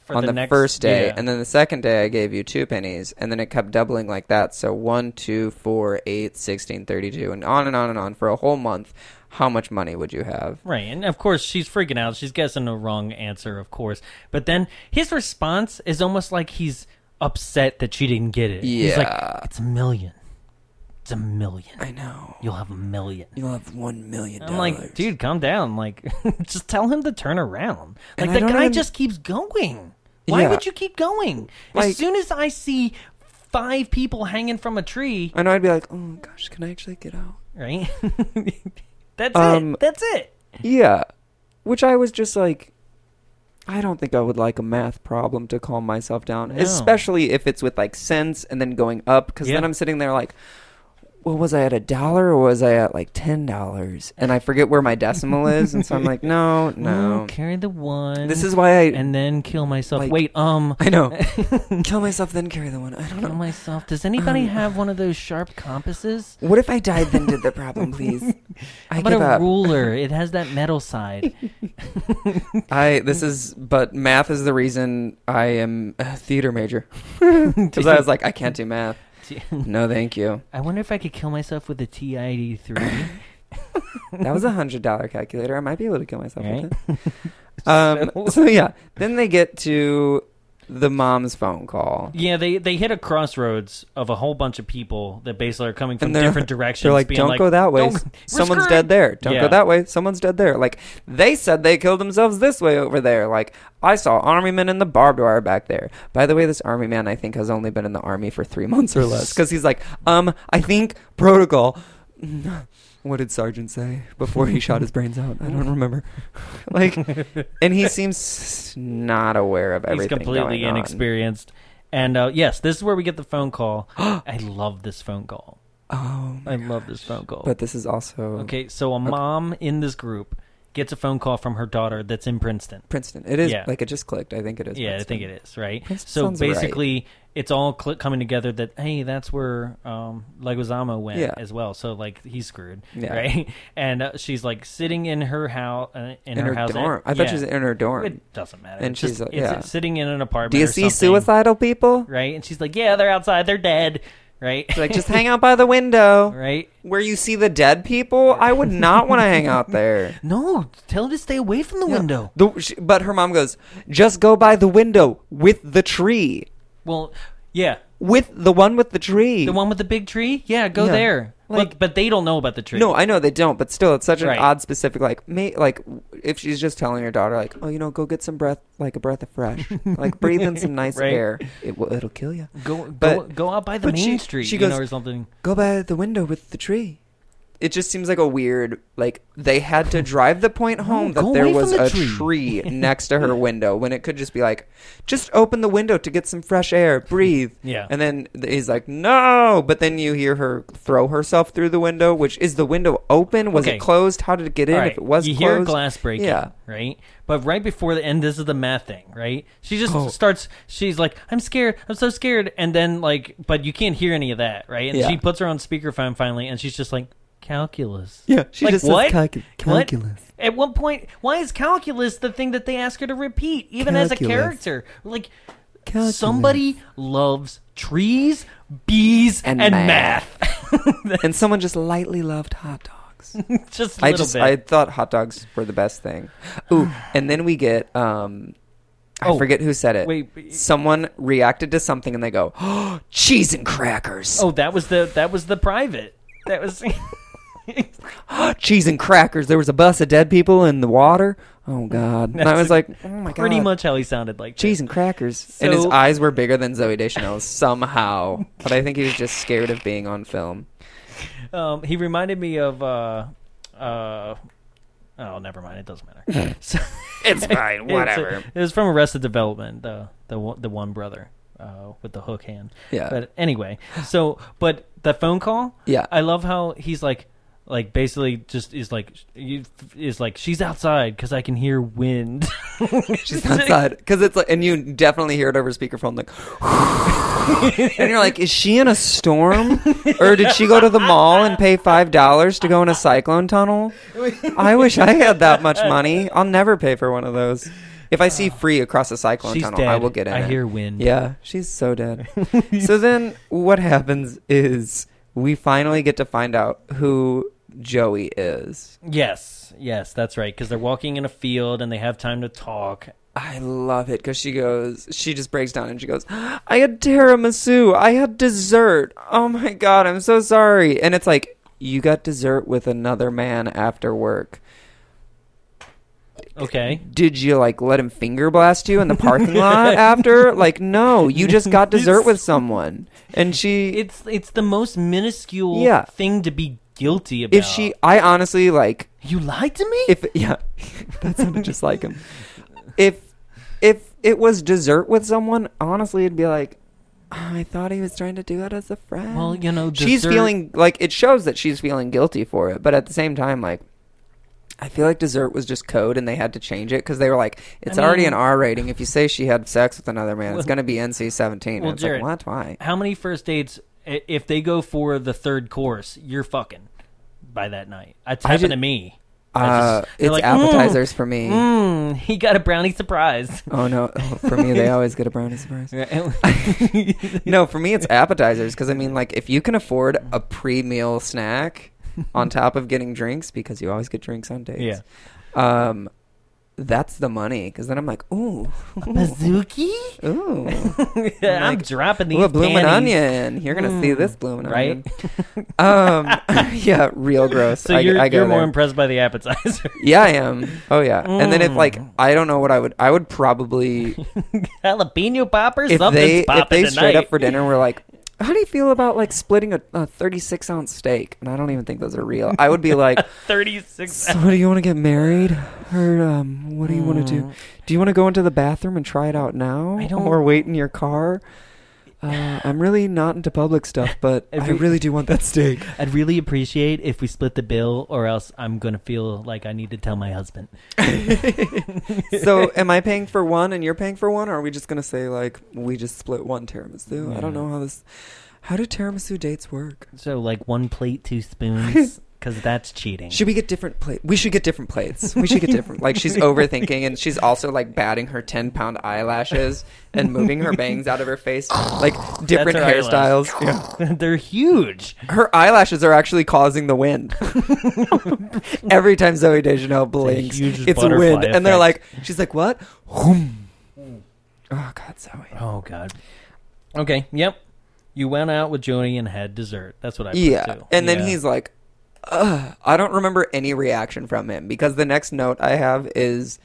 Speaker 8: For
Speaker 1: on the,
Speaker 8: next-
Speaker 1: first day,
Speaker 8: yeah.
Speaker 1: and then the second day, I gave you two pennies, and then it kept doubling like that. So one, two, four, eight, sixteen, thirty-two, and on and on and on for a whole month. How much money would you have?
Speaker 8: Right, and of course she's freaking out. She's guessing the wrong answer, of course. But then his response is almost like he's upset that she didn't get it. He's
Speaker 1: Yeah.
Speaker 8: like, "It's a million. It's a million.
Speaker 1: I know
Speaker 8: You'll have a million.
Speaker 1: you'll have one million.
Speaker 8: I'm like, dude, calm down. Like, just tell him to turn around. Like
Speaker 1: And I
Speaker 8: the
Speaker 1: don't
Speaker 8: guy
Speaker 1: even-
Speaker 8: just keeps going. Why
Speaker 1: Yeah.
Speaker 8: would you keep going?
Speaker 1: Like-
Speaker 8: as soon as I see five people hanging from a tree,
Speaker 1: I know I'd be like, oh gosh, can I actually get out?
Speaker 8: right? That's
Speaker 1: Um,
Speaker 8: it. That's it.
Speaker 1: Yeah. Which I was just like, I don't think I would like a math problem to calm myself down, especially if it's with like cents and then going up, because
Speaker 8: Yeah.
Speaker 1: then I'm sitting there like, well, was I at a dollar or was I at like ten dollars? And I forget where my decimal is, and so I'm like, no,
Speaker 8: Ooh,
Speaker 1: no.
Speaker 8: carry the one.
Speaker 1: This is why I
Speaker 8: and then kill myself.
Speaker 1: Like-
Speaker 8: Wait, um,
Speaker 1: I know. Kill myself, Um, then carry the one. I don't
Speaker 8: kill
Speaker 1: know.
Speaker 8: myself. Does anybody have one of those sharp compasses?
Speaker 1: What if I died then did the problem, please? I
Speaker 8: How about
Speaker 1: give
Speaker 8: a
Speaker 1: up.
Speaker 8: ruler? It has that metal side.
Speaker 1: I this is but math is the reason I am a theater major because I was like I can't do math. No, thank you.
Speaker 8: I wonder if I could kill myself with a TI-83.
Speaker 1: that was a hundred dollar calculator. I might be able to kill myself
Speaker 8: Right?
Speaker 1: with it. Um, so, yeah, then they get to the mom's phone call.
Speaker 8: Yeah, they they hit a crossroads of a whole bunch of people that basically are coming from
Speaker 1: they're-
Speaker 8: different directions.
Speaker 1: They're like,
Speaker 8: being
Speaker 1: don't go that way.
Speaker 8: "Don't- we're
Speaker 1: Someone's
Speaker 8: screwed."
Speaker 1: dead there. Don't
Speaker 8: Yeah.
Speaker 1: go that way. Someone's dead there. Like, they said they killed themselves this way over there. Like, I saw army men in the barbed wire back there. By the way, this army man, I think, has only been in the army for three months or less. Because he's like, um, I think protocol. What did Sergeant say before he shot his brains out? I don't remember. like, and he seems not aware of
Speaker 8: He's
Speaker 1: everything.
Speaker 8: completely
Speaker 1: going on.
Speaker 8: inexperienced. And uh, yes, this is where we get the phone call. I love this phone call.
Speaker 1: Oh,
Speaker 8: I love this phone call.
Speaker 1: but this is also
Speaker 8: okay, so a mom in this group gets a phone call from her daughter that's in Princeton.
Speaker 1: Princeton. It is
Speaker 8: Yeah.
Speaker 1: like it just clicked. I think it is.
Speaker 8: Yeah,
Speaker 1: Princeton.
Speaker 8: I think it is right.
Speaker 1: Princeton
Speaker 8: so
Speaker 1: sounds right.
Speaker 8: basically, it's all cl- coming together that hey, that's where um, Leguizamo went
Speaker 1: Yeah.
Speaker 8: as well. So like he's screwed,
Speaker 1: Yeah.
Speaker 8: right? And uh, she's like sitting in her house, uh, in,
Speaker 1: in her,
Speaker 8: house.
Speaker 1: dorm. I thought
Speaker 8: yeah.
Speaker 1: she was in her dorm.
Speaker 8: It doesn't matter.
Speaker 1: And
Speaker 8: It's
Speaker 1: she's
Speaker 8: just-
Speaker 1: like- yeah.
Speaker 8: it's sitting in an apartment.
Speaker 1: Do you
Speaker 8: or
Speaker 1: see
Speaker 8: something,
Speaker 1: suicidal people?
Speaker 8: Right, and she's like, yeah, they're outside, they're dead, right?
Speaker 1: Like just hang out by the window
Speaker 8: right.
Speaker 1: where you see the dead people. I would not want to hang out there.
Speaker 8: No, tell her to stay away from the window.
Speaker 1: The, she, but her mom goes, just go by the window with the tree,
Speaker 8: Well, yeah,
Speaker 1: with the one with the tree.
Speaker 8: the one with the big tree. Yeah, go
Speaker 1: Yeah.
Speaker 8: there.
Speaker 1: Like-
Speaker 8: but, but they don't know about the tree.
Speaker 1: No, I know they don't, but still, it's such an
Speaker 8: Right.
Speaker 1: odd specific. Like, may, like if she's just telling her daughter, like, oh, you know, go get some breath, like a breath of fresh, like breathe in some nice
Speaker 8: Right.
Speaker 1: air. It will, it'll kill you.
Speaker 8: go go,
Speaker 1: But-
Speaker 8: go out by the
Speaker 1: but
Speaker 8: main
Speaker 1: she-
Speaker 8: street,
Speaker 1: she
Speaker 8: you
Speaker 1: goes-
Speaker 8: know, or something.
Speaker 1: Go by the window with the tree. It just seems like a weird, like they had to drive the point home that
Speaker 8: go
Speaker 1: there
Speaker 8: away from
Speaker 1: was
Speaker 8: the
Speaker 1: a tree
Speaker 8: tree.
Speaker 1: next to her window when it could just be like, just open the window to get some fresh air, breathe.
Speaker 8: Yeah.
Speaker 1: And then th- he's like, no. But then you hear her throw herself through the window, which is the window open? Was
Speaker 8: Okay.
Speaker 1: it closed? How did it get in?
Speaker 8: All right,
Speaker 1: If it was
Speaker 8: you
Speaker 1: closed,
Speaker 8: hear glass breaking,
Speaker 1: Yeah.
Speaker 8: right? But right before the end, this is the math thing, right? She just
Speaker 1: Oh.
Speaker 8: starts. She's like, "I'm scared. I'm so scared," and then like, but you can't hear any of that, right? And
Speaker 1: Yeah.
Speaker 8: she puts her on speakerphone finally, and she's just like, "Calculus."
Speaker 1: Yeah, she
Speaker 8: like,
Speaker 1: just says
Speaker 8: what?
Speaker 1: calcu-
Speaker 8: What?
Speaker 1: calculus.
Speaker 8: At one point, why is calculus the thing that they ask her to repeat, even as a
Speaker 1: Calculus.
Speaker 8: character? Like,
Speaker 1: Calculus.
Speaker 8: somebody loves trees, bees,
Speaker 1: And
Speaker 8: and,
Speaker 1: math.
Speaker 8: math.
Speaker 1: And someone just lightly loved hot dogs.
Speaker 8: just a
Speaker 1: I
Speaker 8: little
Speaker 1: just
Speaker 8: bit.
Speaker 1: I thought hot dogs were the best thing. Ooh, and then we get um I
Speaker 8: Oh,
Speaker 1: forget who said it.
Speaker 8: wait, but-
Speaker 1: someone reacted to something and they go, "Oh, cheese and crackers."
Speaker 8: Oh, that was the that was the private. That was
Speaker 1: cheese and crackers. There was a bus of dead people in the water. Oh god. And I was like, "Oh my god."
Speaker 8: pretty much how he sounded like.
Speaker 1: cheese and crackers. and his
Speaker 8: So-
Speaker 1: eyes were bigger than Zoe Deschanel's somehow. But I think he was just scared of being on film.
Speaker 8: Um, he reminded me of. Uh, uh, oh, never mind. It doesn't matter. so,
Speaker 1: It's fine,
Speaker 8: it's, uh,
Speaker 1: whatever.
Speaker 8: it was from Arrested Development. The the one- the one brother. Uh, with the hook hand.
Speaker 1: Yeah.
Speaker 8: But anyway, so but the phone call.
Speaker 1: Yeah.
Speaker 8: I love how he's like, like basically just is like, you is like she's outside because I can hear wind.
Speaker 1: She's outside because it's like, and you definitely hear it over speakerphone, like, and you're like, is she in a storm, or did she go to the mall and pay five dollars to go in a cyclone tunnel? I wish I had that much money. I'll never pay for one of those. If I see free across a cyclone
Speaker 8: She's
Speaker 1: tunnel,
Speaker 8: dead.
Speaker 1: I will get in.
Speaker 8: I
Speaker 1: it.
Speaker 8: hear wind.
Speaker 1: Yeah, she's so dead. so then, what happens is we finally get to find out who Joey is.
Speaker 8: Yes, yes, that's right. Because they're walking in a field and they have time to talk.
Speaker 1: I love it because she goes, she just breaks down and she goes, I had tiramisu. I had dessert. Oh my God, I'm so sorry. And it's like, you got dessert with another man after work.
Speaker 8: Okay,
Speaker 1: Did you like let him finger blast you in the parking lot after? Like, no, you just got dessert with someone. And she,
Speaker 8: it's it's the most minuscule
Speaker 1: Yeah.
Speaker 8: thing to be guilty about.
Speaker 1: if she, I honestly like,
Speaker 8: you lied to me.
Speaker 1: if yeah, that sounded just like him. If if it was dessert with someone, honestly, it'd be like, "Oh, I thought he was trying to do it as a friend.
Speaker 8: Well, you know,
Speaker 1: she's
Speaker 8: dessert-
Speaker 1: feeling like it shows that she's feeling guilty for it, but at the same time, like. I feel like dessert was just code, and they had to change it because they were like, "It's already an
Speaker 8: mean-
Speaker 1: R rating. If you say she had sex with another man, it's going to be NC-17."
Speaker 8: well,
Speaker 1: and it's
Speaker 8: Jared,
Speaker 1: like, "What? Why?"
Speaker 8: How many first dates? i- If they go for the third course, you're fucking by that night. That's
Speaker 1: I
Speaker 8: happened
Speaker 1: ju-
Speaker 8: to me. I
Speaker 1: Uh,
Speaker 8: just- they're
Speaker 1: it's
Speaker 8: like,
Speaker 1: appetizers for me.
Speaker 8: Mm, he got a brownie surprise.
Speaker 1: Oh no, for me they always get a brownie surprise.
Speaker 8: yeah, Mm.
Speaker 1: No, for me it's appetizers because I mean, like, if you can afford a pre-meal snack, on top of getting drinks because you always get drinks on dates.
Speaker 8: Yeah.
Speaker 1: Um, that's the money because then I'm like, ooh,
Speaker 8: Bazooki?
Speaker 1: ooh,
Speaker 8: I'm
Speaker 1: Like,
Speaker 8: dropping these
Speaker 1: ooh, a blooming
Speaker 8: panties.
Speaker 1: onion. You're gonna see this blooming
Speaker 8: Mm, Right?
Speaker 1: onion. Um, yeah, real gross.
Speaker 8: So
Speaker 1: I,
Speaker 8: you're,
Speaker 1: I go
Speaker 8: you're more
Speaker 1: there.
Speaker 8: impressed by the appetizer.
Speaker 1: yeah, I am. Oh yeah. And then if like
Speaker 8: Mm.
Speaker 1: I don't know what I would, I would probably
Speaker 8: Jalapeno poppers?
Speaker 1: if
Speaker 8: Something's
Speaker 1: they if
Speaker 8: popping
Speaker 1: they
Speaker 8: tonight.
Speaker 1: straight up for dinner were like, how do you feel about like splitting a, a 36 ounce steak? And I don't even think those are real. I would be like.
Speaker 8: 36
Speaker 1: So, do you want to get married, or um, what do you want to do? Do you want to go into the bathroom and try it out now,
Speaker 8: Mm. I don't-
Speaker 1: or wait in your car? Uh, I'm really not into public stuff, but I
Speaker 8: Every-
Speaker 1: really do want that steak.
Speaker 8: I'd really appreciate if we split the bill, or else I'm gonna feel like I need to tell my husband.
Speaker 1: so, am I paying for one and you're paying for one, or are we just gonna say like we just split one tiramisu? I don't know how this. How do tiramisu dates work?
Speaker 8: So like one plate, two spoons, because that's cheating.
Speaker 1: Should we get different plates? We should get different plates. We should get different. like she's overthinking, and she's also like batting her ten pound eyelashes and moving her bangs out of her face, like different
Speaker 8: her eyelash.
Speaker 1: hairstyles. Yeah.
Speaker 8: They're huge.
Speaker 1: Her eyelashes are actually causing the wind. Every time Zoe Deschanel blinks,
Speaker 8: huge
Speaker 1: it's, wind,
Speaker 8: butterfly
Speaker 1: and they're like,
Speaker 8: effect.
Speaker 1: she's like, "What?" Whoom. Oh God, Zoe.
Speaker 8: Oh god. Okay. Yep. You went out with Joni and had dessert. That's what I. put,
Speaker 1: Yeah,
Speaker 8: too.
Speaker 1: and then
Speaker 8: Yeah.
Speaker 1: he's like, Ugh. I don't remember any reaction from him because the next note I have is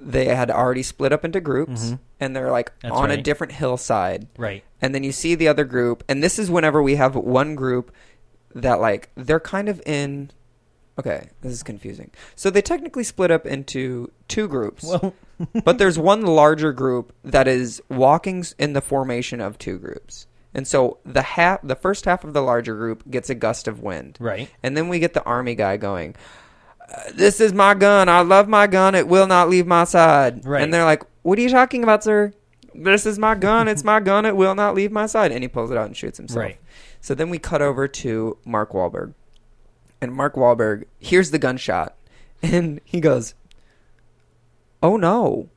Speaker 1: they had already split up into groups and they're like
Speaker 8: That's
Speaker 1: on a
Speaker 8: right.
Speaker 1: different hillside.
Speaker 8: right.
Speaker 1: And then you see the other group, and this is whenever we have one group that like they're kind of in. Okay, this is confusing. So they technically split up into two groups,
Speaker 8: Well,
Speaker 1: but there's one larger group that is walking s- in the formation of two groups. And so the half, the first half of the larger group gets a gust of wind,
Speaker 8: Right.
Speaker 1: And then we get the army guy going, "Uh, "This is my gun. I love my gun. It will not leave my side."
Speaker 8: Right.
Speaker 1: And they're like, "What are you talking about, sir? This is my gun. It's my gun. It will not leave my side." And he pulls it out and shoots himself.
Speaker 8: Right.
Speaker 1: So then we cut over to Mark Wahlberg, and Mark Wahlberg hears the gunshot, and he goes, "Oh no."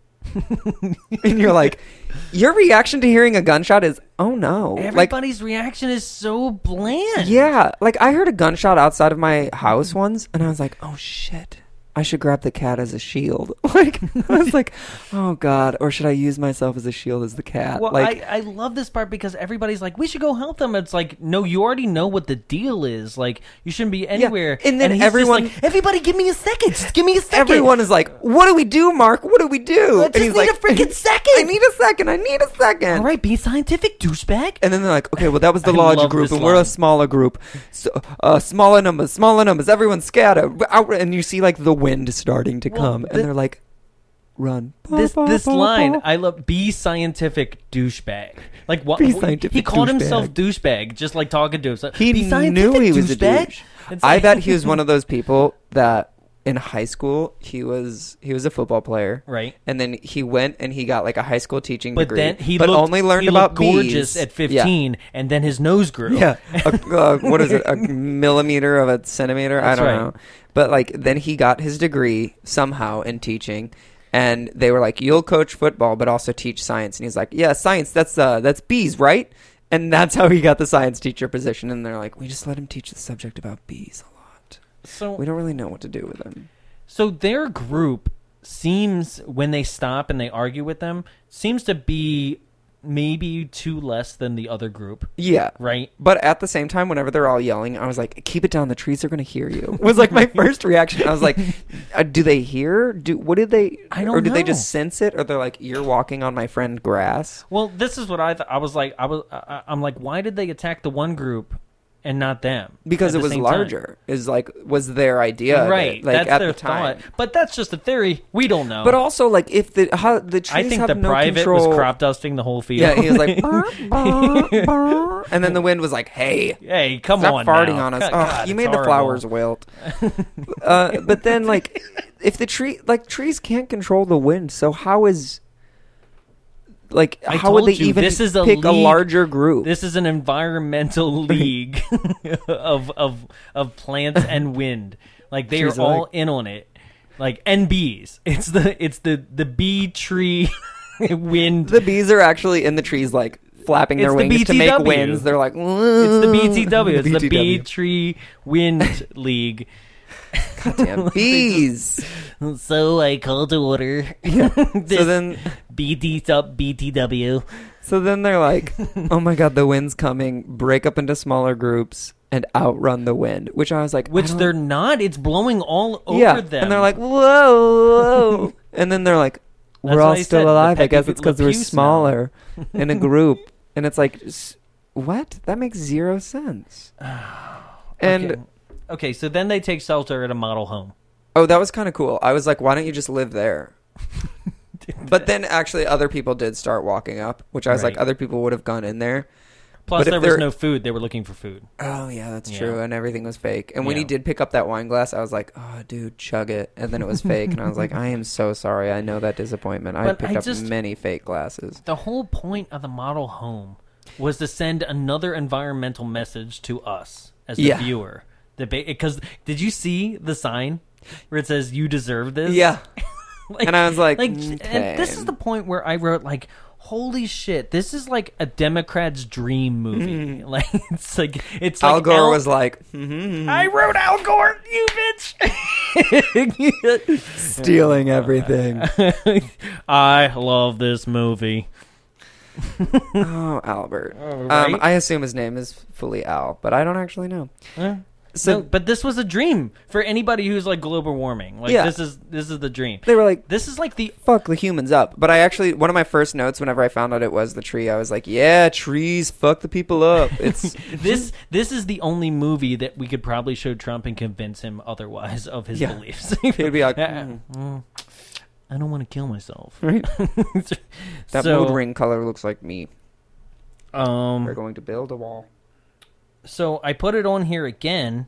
Speaker 1: and you're like, your reaction to hearing a gunshot is, oh no. Like,
Speaker 8: everybody's reaction is so bland.
Speaker 1: yeah, like I heard a gunshot outside of my house once, and I was like, "Oh shit, I should grab the cat as a shield." Like I was like, "Oh god," or should I use myself as a shield as the cat?
Speaker 8: Well,
Speaker 1: like
Speaker 8: I, uh, I love this part because everybody's like, we should go help them. It's like, no, you already know what the deal is. Like, you shouldn't be anywhere.
Speaker 1: and then
Speaker 8: he's just
Speaker 1: everyone-
Speaker 8: like, everybody, give me a second. Just give me a second.
Speaker 1: everyone is like, "What do we do, Mark? What do we do?"
Speaker 8: I
Speaker 1: And
Speaker 8: just
Speaker 1: he's
Speaker 8: need
Speaker 1: like,
Speaker 8: a freaking second.
Speaker 1: I need a second. I need a second.
Speaker 8: All right, be scientific, douchebag.
Speaker 1: And then they're like, okay, well, that was the
Speaker 8: I
Speaker 1: larger
Speaker 8: love
Speaker 1: group,
Speaker 8: this
Speaker 1: and we're a
Speaker 8: line.
Speaker 1: smaller group. So, uh, smaller numbers, smaller numbers, everyone scatter. Out, and you see, like, the wind starting to
Speaker 8: Well,
Speaker 1: come,
Speaker 8: the-
Speaker 1: and they're like, run.
Speaker 8: this
Speaker 1: Ba, ba,
Speaker 8: this
Speaker 1: ba,
Speaker 8: line
Speaker 1: ba.
Speaker 8: I love be scientific douchebag. Like what
Speaker 1: Be scientific
Speaker 8: he called
Speaker 1: douchebag.
Speaker 8: himself douchebag just like talking to himself.
Speaker 1: He
Speaker 8: be scientific
Speaker 1: knew he was a
Speaker 8: douchebag?
Speaker 1: douche.
Speaker 8: It's
Speaker 1: I
Speaker 8: like-
Speaker 1: bet he was one of those people that in high school he was he was a football player,
Speaker 8: Right.
Speaker 1: And then he went and he got like a high school teaching
Speaker 8: But
Speaker 1: degree,
Speaker 8: then he
Speaker 1: but
Speaker 8: looked,
Speaker 1: only learned
Speaker 8: he
Speaker 1: about
Speaker 8: looked gorgeous
Speaker 1: bees.
Speaker 8: at
Speaker 1: Yeah.
Speaker 8: 15 and then his nose grew.
Speaker 1: Yeah. A, uh, what is it? A millimeter of a centimeter?
Speaker 8: That's
Speaker 1: I don't
Speaker 8: right.
Speaker 1: know. But like, then he got his degree somehow in teaching, and they were like, "You'll coach football, but also teach science." And he's like, "Yeah, science. That's uh, that's bees, right?" And that's how he got the science teacher position. And they're like, "We just let him teach the subject about bees a lot. We
Speaker 8: So
Speaker 1: don't really know what to do with him."
Speaker 8: so their group seems when they stop and they argue with them seems to be maybe two less than the other group,
Speaker 1: Yeah.
Speaker 8: right?
Speaker 1: But at the same time, whenever they're all yelling, I was like, "Keep it down. The trees are going to hear you." Was like my first reaction. I was like, uh, "Do they hear? Do what did they?
Speaker 8: I don't
Speaker 1: Or did they
Speaker 8: know.
Speaker 1: just sense it? Or they're like, you're walking on my friend grass.'
Speaker 8: Well, this is what I th- I was like I was I, I- I'm like why did they attack the one group and not them
Speaker 1: Because
Speaker 8: at
Speaker 1: it
Speaker 8: the
Speaker 1: was
Speaker 8: same time?
Speaker 1: larger. Is like was their idea, of it,
Speaker 8: right?
Speaker 1: Like
Speaker 8: that's
Speaker 1: at
Speaker 8: their
Speaker 1: the time.
Speaker 8: thought, but that's just a theory. We don't know.
Speaker 1: But also, like if the how, the trees
Speaker 8: I think
Speaker 1: have
Speaker 8: the
Speaker 1: no
Speaker 8: private
Speaker 1: control.
Speaker 8: was crop dusting the whole field.
Speaker 1: yeah, he was like, "Burr, burr, burr," and then the wind was like, "Hey,
Speaker 8: "Hey, come
Speaker 1: Stop
Speaker 8: on,
Speaker 1: farting
Speaker 8: now.
Speaker 1: on us.
Speaker 8: God,
Speaker 1: Ugh,
Speaker 8: God,
Speaker 1: you
Speaker 8: it's
Speaker 1: made the
Speaker 8: horrible.
Speaker 1: flowers wilt. uh, but then, like, if the tree, like, trees can't control the wind, so how is, like,
Speaker 8: I
Speaker 1: how would
Speaker 8: told
Speaker 1: they
Speaker 8: you,
Speaker 1: even
Speaker 8: this is a
Speaker 1: pick a
Speaker 8: league-
Speaker 1: larger group?
Speaker 8: This is an environmental league of of of plants and wind. Like they
Speaker 1: Trees
Speaker 8: are
Speaker 1: are
Speaker 8: all
Speaker 1: like-
Speaker 8: in on it. Like and bees. It's the it's the the bee tree wind.
Speaker 1: the bees are actually in the trees, like, flapping
Speaker 8: It's
Speaker 1: their
Speaker 8: the
Speaker 1: wings to make
Speaker 8: BTW.
Speaker 1: wins. They're like,
Speaker 8: It's the BTW. It's the
Speaker 1: BTW.
Speaker 8: Bee Tree Wind League.
Speaker 1: Damn bees.
Speaker 8: So I called to order.
Speaker 1: so then,
Speaker 8: BT up BTW.
Speaker 1: so then they're like, oh my god, the wind's coming. Break up into smaller groups and outrun the wind. Which I was like, I
Speaker 8: Which
Speaker 1: don't-
Speaker 8: they're not. It's blowing all over
Speaker 1: yeah,
Speaker 8: them.
Speaker 1: and they're like, whoa, whoa, and then they're like, we're
Speaker 8: That's
Speaker 1: all
Speaker 8: why I
Speaker 1: still
Speaker 8: said
Speaker 1: alive.
Speaker 8: Le
Speaker 1: I guess
Speaker 8: Pew-
Speaker 1: it's because
Speaker 8: Le
Speaker 1: we're
Speaker 8: Pew smell.
Speaker 1: smaller in a group, and it's like, s- what? That makes zero sense. And
Speaker 8: okay. okay, so then they take shelter at a model home.
Speaker 1: Oh, that was kind of cool. I was like, why don't you just live there? but then actually, other people did start walking up, which I was like,
Speaker 8: Right.
Speaker 1: other people would have gone in there.
Speaker 8: Plus,
Speaker 1: But if
Speaker 8: there was
Speaker 1: they're-
Speaker 8: no food. They were looking for food.
Speaker 1: Oh, yeah, that's
Speaker 8: Yeah.
Speaker 1: true. And everything was fake. And when he
Speaker 8: Yeah.
Speaker 1: did pick up that wine glass, I was like, oh, dude, chug it. And then it was fake. And I was like, I am so sorry. I know that disappointment. I
Speaker 8: But
Speaker 1: picked
Speaker 8: I
Speaker 1: up
Speaker 8: just-
Speaker 1: many fake glasses.
Speaker 8: The whole point of the model home was to send another environmental message to us as the
Speaker 1: Yeah.
Speaker 8: viewer. Because did you see the sign where it says "You deserve this"?
Speaker 1: Yeah.
Speaker 8: Like-
Speaker 1: And I was like, "Mm,
Speaker 8: and this is the point where I wrote like, holy shit, this is like a Democrat's dream movie. Like it's like it's like
Speaker 1: Mm. Al Gore was like, "Mm-hmm,
Speaker 8: I wrote Al Gore, you bitch.
Speaker 1: stealing everything.
Speaker 8: I love this movie.
Speaker 1: oh, Albert.
Speaker 8: right.
Speaker 1: um, I assume his name is fully Al, but I don't actually know.
Speaker 8: no, but this was a dream for anybody who's like global warming. Like
Speaker 1: Yeah.
Speaker 8: this is this is the dream.
Speaker 1: They were like,
Speaker 8: this is like the
Speaker 1: fuck the humans up. But I actually, one of my first notes whenever I found out it was the tree, I was like, yeah, trees, fuck the people up. It's
Speaker 8: this this is the only movie that we could probably show Trump and convince him otherwise of his
Speaker 1: Yeah.
Speaker 8: beliefs.
Speaker 1: He'd be like,
Speaker 8: Yeah.
Speaker 1: "Mm."
Speaker 8: Mm. I don't want to kill myself.
Speaker 1: Right. that
Speaker 8: so,
Speaker 1: mood ring color looks like me. We're
Speaker 8: Um,
Speaker 1: going to build a wall.
Speaker 8: so I put it on here again.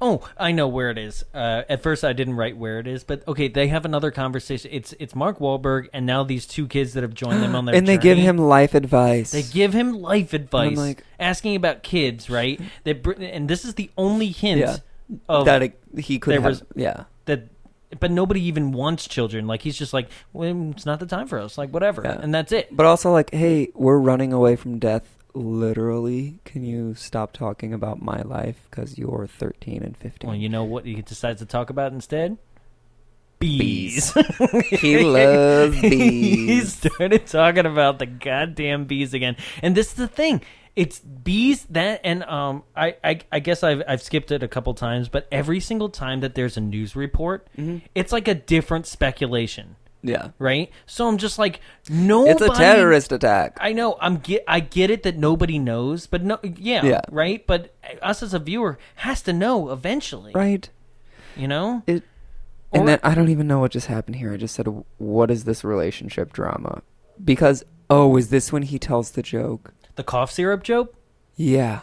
Speaker 8: Oh, I know where it is. Uh, at first, I didn't write where it is, but okay, they have another conversation. It's it's Mark Wahlberg and now these two kids that have joined them on their
Speaker 1: And they give
Speaker 8: journey.
Speaker 1: him life advice.
Speaker 8: They give him life advice,
Speaker 1: like-
Speaker 8: asking about kids, right? That br- and this is the only hint
Speaker 1: Yeah.
Speaker 8: of
Speaker 1: that it, he could
Speaker 8: there
Speaker 1: have.
Speaker 8: was-
Speaker 1: yeah.
Speaker 8: that but nobody even wants children like he's just like well, it's not the time for us like whatever
Speaker 1: Yeah.
Speaker 8: and that's it
Speaker 1: But also, like, hey, we're running away from death. Literally, can you stop talking about my life because you're 13 and 15?
Speaker 8: well you know what he decides to talk about instead
Speaker 1: Bees.
Speaker 8: bees,
Speaker 1: he loves
Speaker 8: he
Speaker 1: bees.
Speaker 8: started talking about the goddamn bees again and this is the thing it's bees that and um I, I I guess I've I've skipped it a couple times, but every single time that there's a news report,
Speaker 1: Mm-hmm.
Speaker 8: it's like a different speculation,
Speaker 1: yeah.
Speaker 8: right? So I'm just like nobody.
Speaker 1: It's a terrorist attack.
Speaker 8: I know. I'm get. I get it that nobody knows, but no. Yeah,
Speaker 1: Yeah.
Speaker 8: Right. But us as a viewer has to know eventually.
Speaker 1: right?
Speaker 8: You know.
Speaker 1: It, and
Speaker 8: Or-
Speaker 1: then I don't even know what just happened here. I just said, "What is this relationship drama?" Because oh, is this when he tells the joke?
Speaker 8: The cough syrup joke.
Speaker 1: Yeah.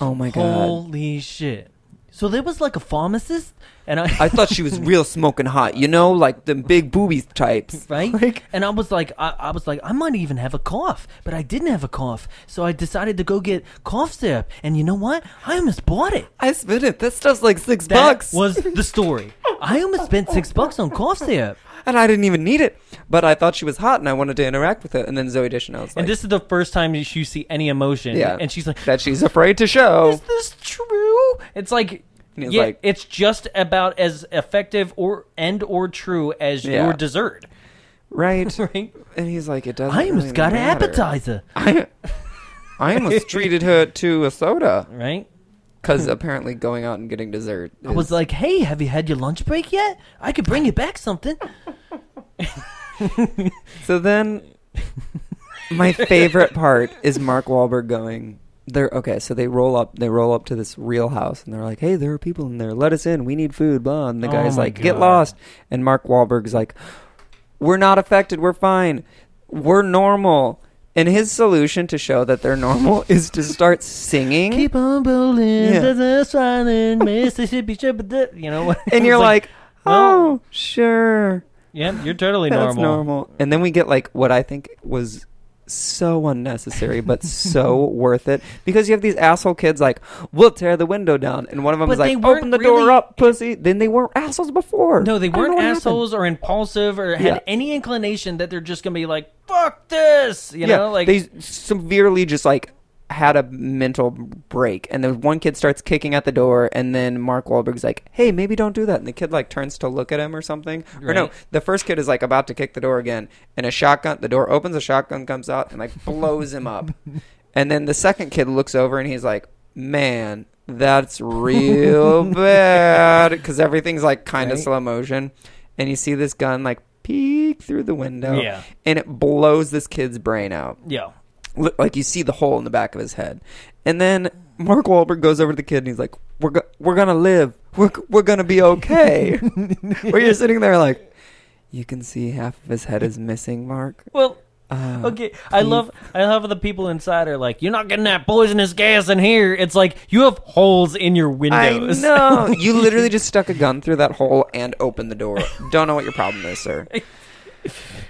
Speaker 1: Oh my god.
Speaker 8: Holy shit! So there was like a pharmacist, and I.
Speaker 1: I thought she was real smoking hot, you know, like the big boobies types,
Speaker 8: Right,
Speaker 1: Like,
Speaker 8: and I was like, I, I was like, I might even have a cough, but I didn't have a cough, so I decided to go get cough syrup. And you know what? I almost bought it.
Speaker 1: I spit it. That stuff's like six
Speaker 8: That
Speaker 1: bucks,
Speaker 8: was the story. I almost spent six bucks on cough syrup.
Speaker 1: and I didn't even need it. But I thought she was hot, and I wanted to interact with her. And then Zoe Deschanel's like,
Speaker 8: and this is the first time you you see any emotion.
Speaker 1: yeah,
Speaker 8: and she's like,
Speaker 1: that she's afraid to show.
Speaker 8: is this true? It's like
Speaker 1: He's
Speaker 8: yeah,
Speaker 1: like-
Speaker 8: it's just about as effective or and or true as
Speaker 1: Yeah.
Speaker 8: your dessert.
Speaker 1: Right.
Speaker 8: Right?
Speaker 1: And he's like, it doesn't.
Speaker 8: I almost
Speaker 1: really
Speaker 8: got an
Speaker 1: matter.
Speaker 8: appetizer,
Speaker 1: I, I almost treated her to a soda.
Speaker 8: right?
Speaker 1: Because apparently going out and getting dessert. Is,
Speaker 8: I was like, "Hey, have you had your lunch break yet? I could bring you back something."
Speaker 1: So then, my favorite part is Mark Wahlberg going. They're okay. So they roll up. They roll up to this real house, and they're like, "Hey, there are people in there. Let us in. We need food." Blah. And the
Speaker 8: Oh
Speaker 1: guy's
Speaker 8: my
Speaker 1: like, "Get
Speaker 8: God.
Speaker 1: lost." And Mark Wahlberg's like, "We're not affected. We're fine. We're normal." And his solution to show that they're normal is to start singing.
Speaker 8: Keep on rolling,
Speaker 1: Yeah.
Speaker 8: that's running, Mississippi, shabba-da- you know.
Speaker 1: and you're
Speaker 8: It's
Speaker 1: like,
Speaker 8: well-
Speaker 1: "Oh, sure."
Speaker 8: "Yeah, you're totally
Speaker 1: That's
Speaker 8: normal."
Speaker 1: normal. And then we get like what I think was so unnecessary, but so worth it because you have these asshole kids like, "We'll tear the window down," and one of them
Speaker 8: But
Speaker 1: is like,
Speaker 8: they weren't
Speaker 1: "Open the
Speaker 8: really-
Speaker 1: door up, pussy." Then they weren't assholes before.
Speaker 8: No, they
Speaker 1: I don't know
Speaker 8: weren't
Speaker 1: what happened.
Speaker 8: assholes or impulsive or had
Speaker 1: Yeah.
Speaker 8: any inclination that they're just gonna be like, "Fuck fuck this, you know, like
Speaker 1: they severely just like had a mental break, and the one kid starts kicking at the door, and then Mark Wahlberg's like, "Hey, maybe don't do that," and the kid like turns to look at him or something. Or no,
Speaker 8: Right.
Speaker 1: the first kid is like about to kick the door again, and a shotgun. The door opens, a shotgun comes out, and like blows him up. And then the second kid looks over, and he's like, "Man." That's real bad because everything's like kind of
Speaker 8: Right.
Speaker 1: slow motion, and you see this gun like peek through the window,
Speaker 8: Yeah.
Speaker 1: and it blows this kid's brain out.
Speaker 8: yeah.
Speaker 1: Li- Like you see the hole in the back of his head, and then Mark Wahlberg goes over to the kid and he's like, "We're go- we're gonna live. We're g- we're gonna be okay." Where you're sitting there like, you can see half of his head is missing, Mark.
Speaker 8: Well,
Speaker 1: Uh,
Speaker 8: okay. I
Speaker 1: please.
Speaker 8: love I love how the people inside are like, you're not getting that poisonous gas in here. It's like you have holes in your
Speaker 1: I
Speaker 8: windows.
Speaker 1: know you literally just stuck a gun through that hole and opened the door. Don't know what your problem is, sir.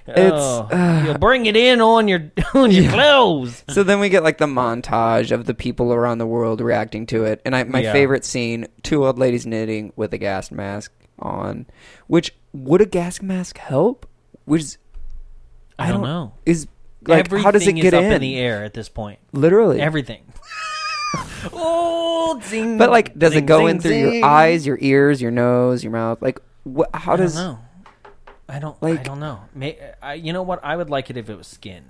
Speaker 1: It's uh,
Speaker 8: Oh, you'll bring it in on your on your clothes.
Speaker 1: So then we get like the montage of the people around the world reacting to it, and I, my
Speaker 8: Yeah.
Speaker 1: favorite scene: two old ladies knitting with a gas mask on. Which would a gas mask help? Which is-
Speaker 8: I don't know.
Speaker 1: Is like
Speaker 8: Everything
Speaker 1: how does it
Speaker 8: is
Speaker 1: get
Speaker 8: up in?
Speaker 1: in?
Speaker 8: the air at this point?
Speaker 1: Literally
Speaker 8: Everything. oh, zing.
Speaker 1: But like, does
Speaker 8: Zing,
Speaker 1: it go
Speaker 8: zing,
Speaker 1: in through
Speaker 8: zing.
Speaker 1: your eyes, your ears, your nose, your mouth? Like, wh- how
Speaker 8: I don't
Speaker 1: does?
Speaker 8: know. I don't. I
Speaker 1: like-
Speaker 8: don't know. May, I, you know what? I would like it if it was skin,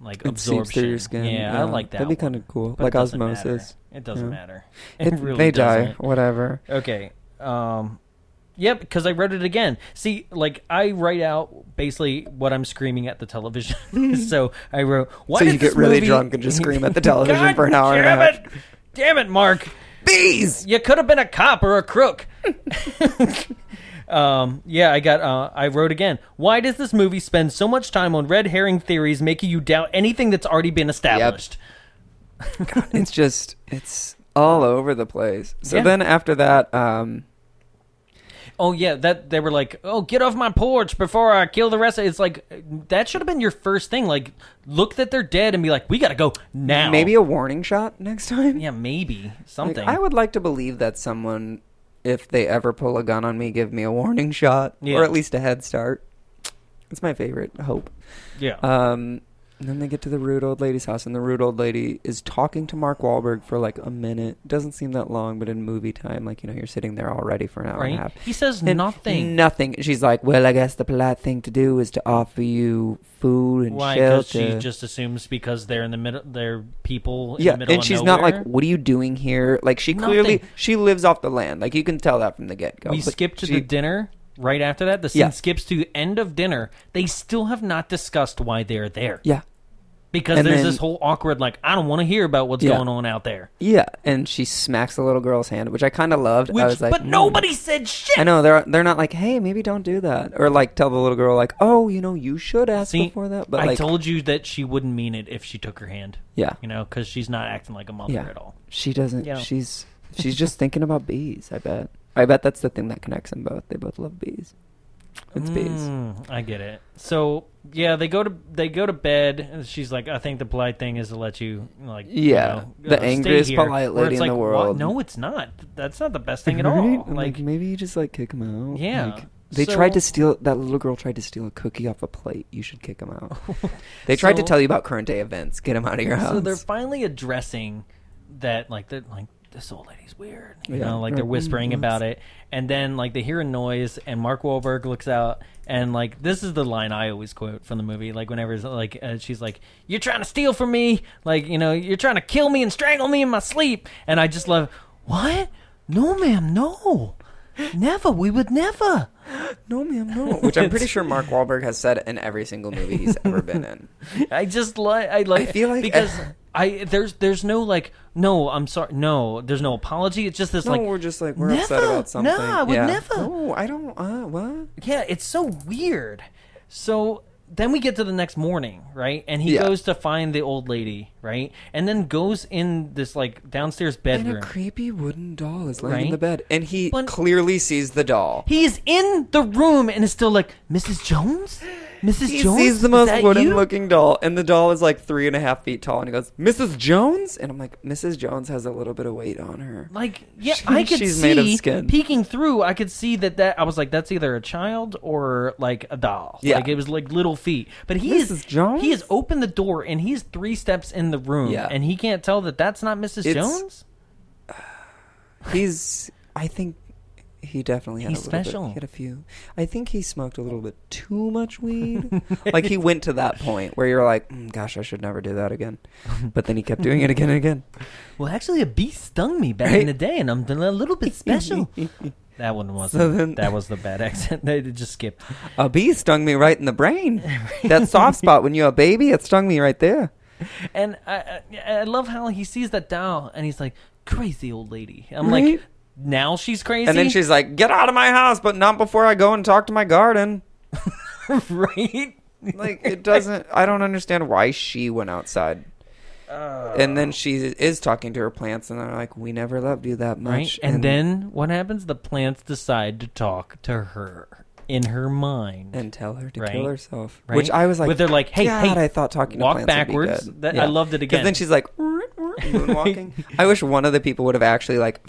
Speaker 8: like
Speaker 1: It
Speaker 8: absorption
Speaker 1: seeps through your skin,
Speaker 8: Yeah,
Speaker 1: yeah.
Speaker 8: I like that.
Speaker 1: That'd be
Speaker 8: one.
Speaker 1: kinda cool,
Speaker 8: But it
Speaker 1: like
Speaker 8: doesn't matter.
Speaker 1: osmosis.
Speaker 8: It doesn't
Speaker 1: Yeah.
Speaker 8: matter. It,
Speaker 1: It,
Speaker 8: really
Speaker 1: they die.
Speaker 8: doesn't. Uh,
Speaker 1: Whatever.
Speaker 8: Okay. Um. Yep, because I wrote it again. See, like I write out basically what I'm screaming at the television. so I wrote. Why
Speaker 1: So
Speaker 8: did
Speaker 1: you get
Speaker 8: this
Speaker 1: really
Speaker 8: movie-
Speaker 1: drunk and just scream at the television
Speaker 8: God
Speaker 1: for an hour and a
Speaker 8: damn
Speaker 1: half.
Speaker 8: It! Damn it, Mark!
Speaker 1: Bees.
Speaker 8: you could have been a cop or a crook. um, yeah, I got. Uh, I wrote again. Why does this movie spend so much time on red herring theories, making you doubt anything that's already been established?
Speaker 1: it's just it's all over the place. So
Speaker 8: Yeah.
Speaker 1: then after that, um,
Speaker 8: Oh yeah, that they were like, "Oh, get off my porch before I kill the rest." of It's like that should have been your first thing. Like, look that they're dead and be like, "We gotta go now."
Speaker 1: maybe a warning shot next time.
Speaker 8: yeah, maybe
Speaker 1: Like,
Speaker 8: something.
Speaker 1: I would like to believe that someone, if they ever pull a gun on me, give me a warning shot
Speaker 8: Yeah.
Speaker 1: or at least a head start. It's my favorite hope.
Speaker 8: yeah.
Speaker 1: Um, and then they get to the rude old lady's house, and the rude old lady is talking to Mark Wahlberg for like a minute. Doesn't seem that long, but in movie time, like you know, you're sitting there all ready for an hour and a
Speaker 8: Right?
Speaker 1: half.
Speaker 8: He says
Speaker 1: And
Speaker 8: nothing.
Speaker 1: Nothing. She's like, "Well, I guess the polite thing to do is to offer you food and
Speaker 8: Why? Because
Speaker 1: shelter."
Speaker 8: she just assumes because they're in the middle, they're people. In
Speaker 1: yeah,
Speaker 8: the middle
Speaker 1: and
Speaker 8: of
Speaker 1: she's not
Speaker 8: nowhere.
Speaker 1: like, "What are you doing here?" Like she clearly
Speaker 8: Nothing.
Speaker 1: she lives off the land. Like you can tell that from the get go.
Speaker 8: we skip to the dinner right after that. The scene
Speaker 1: Yeah.
Speaker 8: skips to the end of dinner. They still have not discussed why they're there.
Speaker 1: yeah,
Speaker 8: Because
Speaker 1: and
Speaker 8: there's
Speaker 1: then-
Speaker 8: this whole awkward, like, I don't want to hear about what's
Speaker 1: Yeah.
Speaker 8: going on out there.
Speaker 1: yeah, and she smacks the little girl's hand, which I kind of loved.
Speaker 8: Which,
Speaker 1: I was like,
Speaker 8: but
Speaker 1: "Mm."
Speaker 8: nobody said shit.
Speaker 1: I know they're they're not like, "Hey, maybe don't do that," or like tell the little girl like, "Oh, you know, you should ask
Speaker 8: See,
Speaker 1: before that." But
Speaker 8: I
Speaker 1: like,
Speaker 8: told you that she wouldn't mean it if she took her hand.
Speaker 1: Yeah.
Speaker 8: You know, because she's not acting like a mother
Speaker 1: yeah,
Speaker 8: at all.
Speaker 1: she doesn't.
Speaker 8: You know.
Speaker 1: She's she's just thinking about bees. I bet. I bet that's the thing that connects them both. They both love bees. It's bees.
Speaker 8: Mm, I get it. So yeah, they go to they go to bed, and she's like, "I think the polite thing is to let you like, you
Speaker 1: Yeah,
Speaker 8: know,
Speaker 1: the
Speaker 8: uh, stay
Speaker 1: angriest
Speaker 8: here."
Speaker 1: polite
Speaker 8: Where
Speaker 1: lady
Speaker 8: it's
Speaker 1: in
Speaker 8: like,
Speaker 1: the
Speaker 8: "What?
Speaker 1: world.
Speaker 8: No, it's not. That's not the best thing at
Speaker 1: Right?
Speaker 8: all.
Speaker 1: I'm
Speaker 8: Like,
Speaker 1: maybe you just like kick him out.
Speaker 8: Yeah.
Speaker 1: Like, they
Speaker 8: So-
Speaker 1: tried to steal that little girl tried to steal a cookie off a plate. You should kick him out. they tried to
Speaker 8: So-
Speaker 1: tell you about current day events. Get him out of your house.
Speaker 8: so they're finally addressing that, like, they're like, this old lady's weird. You
Speaker 1: Yeah.
Speaker 8: know, like they're
Speaker 1: Right. Mm-hmm.
Speaker 8: whispering about it, and then like they hear a noise, and Mark Wahlberg looks out, and like this is the line I always quote from the movie. Like whenever it's, like uh, she's like, "You're trying to steal from me," like you know, "You're trying to kill me and strangle me in my sleep," and I just love what? No, ma'am, no, never. We would never.
Speaker 1: no, ma'am, no. Which I'm pretty sure Mark Wahlberg has said in every single movie he's ever been in.
Speaker 8: I just like I like
Speaker 1: I feel like-
Speaker 8: because I there's there's no like no I'm sorry no there's no apology it's just this
Speaker 1: No,
Speaker 8: like
Speaker 1: we're just like we're upset
Speaker 8: "Never,
Speaker 1: about something.
Speaker 8: no, I would
Speaker 1: Yeah.
Speaker 8: never."
Speaker 1: No, I don't. Uh, what?
Speaker 8: yeah it's so weird so then we get to the next morning right and he
Speaker 1: Yeah.
Speaker 8: goes to find the old lady right and then goes in this like downstairs
Speaker 1: And a
Speaker 8: bedroom
Speaker 1: creepy wooden doll is laying in
Speaker 8: Right?
Speaker 1: the bed, and he
Speaker 8: But-
Speaker 1: clearly sees the doll.
Speaker 8: he is in the room and is still like Mrs Jones Mrs.
Speaker 1: He
Speaker 8: Jones?
Speaker 1: sees the
Speaker 8: Is
Speaker 1: most
Speaker 8: that
Speaker 1: wooden
Speaker 8: you?
Speaker 1: looking doll, and the doll is like three and a half feet tall, and he goes, Mrs. Jones? And I'm like, Mrs. Jones has a little bit of weight on her.
Speaker 8: Like, yeah,
Speaker 1: She-
Speaker 8: I could
Speaker 1: she's
Speaker 8: see
Speaker 1: made of skin.
Speaker 8: peeking through. I could see that that I was like, that's either a child or like a doll.
Speaker 1: Yeah.
Speaker 8: like it was like little feet. But he
Speaker 1: Mrs.
Speaker 8: is
Speaker 1: Jones?
Speaker 8: He has opened the door and he's three steps in the room,
Speaker 1: Yeah.
Speaker 8: and he can't tell that that's not Mrs.
Speaker 1: It's-
Speaker 8: Jones.
Speaker 1: He's, I think he definitely had
Speaker 8: He's
Speaker 1: a little bit-
Speaker 8: special.
Speaker 1: he had a few. I think he smoked a little bit too much weed. like he went to that point where you're like, "Mm, gosh, I should never do that again. But then he kept doing it again and again.
Speaker 8: Well, actually, a bee stung me back in the day, and I'm feeling a little bit special. that one wasn't.
Speaker 1: then-
Speaker 8: that was the bad accent. They just skipped.
Speaker 1: A bee stung me right in the brain. that soft spot when you're a baby, it stung me right there.
Speaker 8: And I, I, I love how he sees that doll, and he's like, "Crazy old lady." I'm
Speaker 1: Right?
Speaker 8: like, now she's crazy.
Speaker 1: And then she's like, "Get out of my house, but not before I go and talk to my garden."
Speaker 8: right.
Speaker 1: Like it doesn't. I don't understand why she went outside.
Speaker 8: Oh.
Speaker 1: and then she is talking to her plants, and they're like, "We never loved you that much."
Speaker 8: Right? And, then what happens? The plants decide to talk to her in her mind.
Speaker 1: and tell her to
Speaker 8: Right.
Speaker 1: kill herself.
Speaker 8: Right.
Speaker 1: Which I was like,
Speaker 8: But they're like, hey,
Speaker 1: God,
Speaker 8: hey,
Speaker 1: I thought talking
Speaker 8: walk
Speaker 1: to plants would be
Speaker 8: backwards."
Speaker 1: good.
Speaker 8: That- I loved it
Speaker 1: 'Cause
Speaker 8: again.
Speaker 1: Then she's like, moonwalking. I wish one of the people would have actually like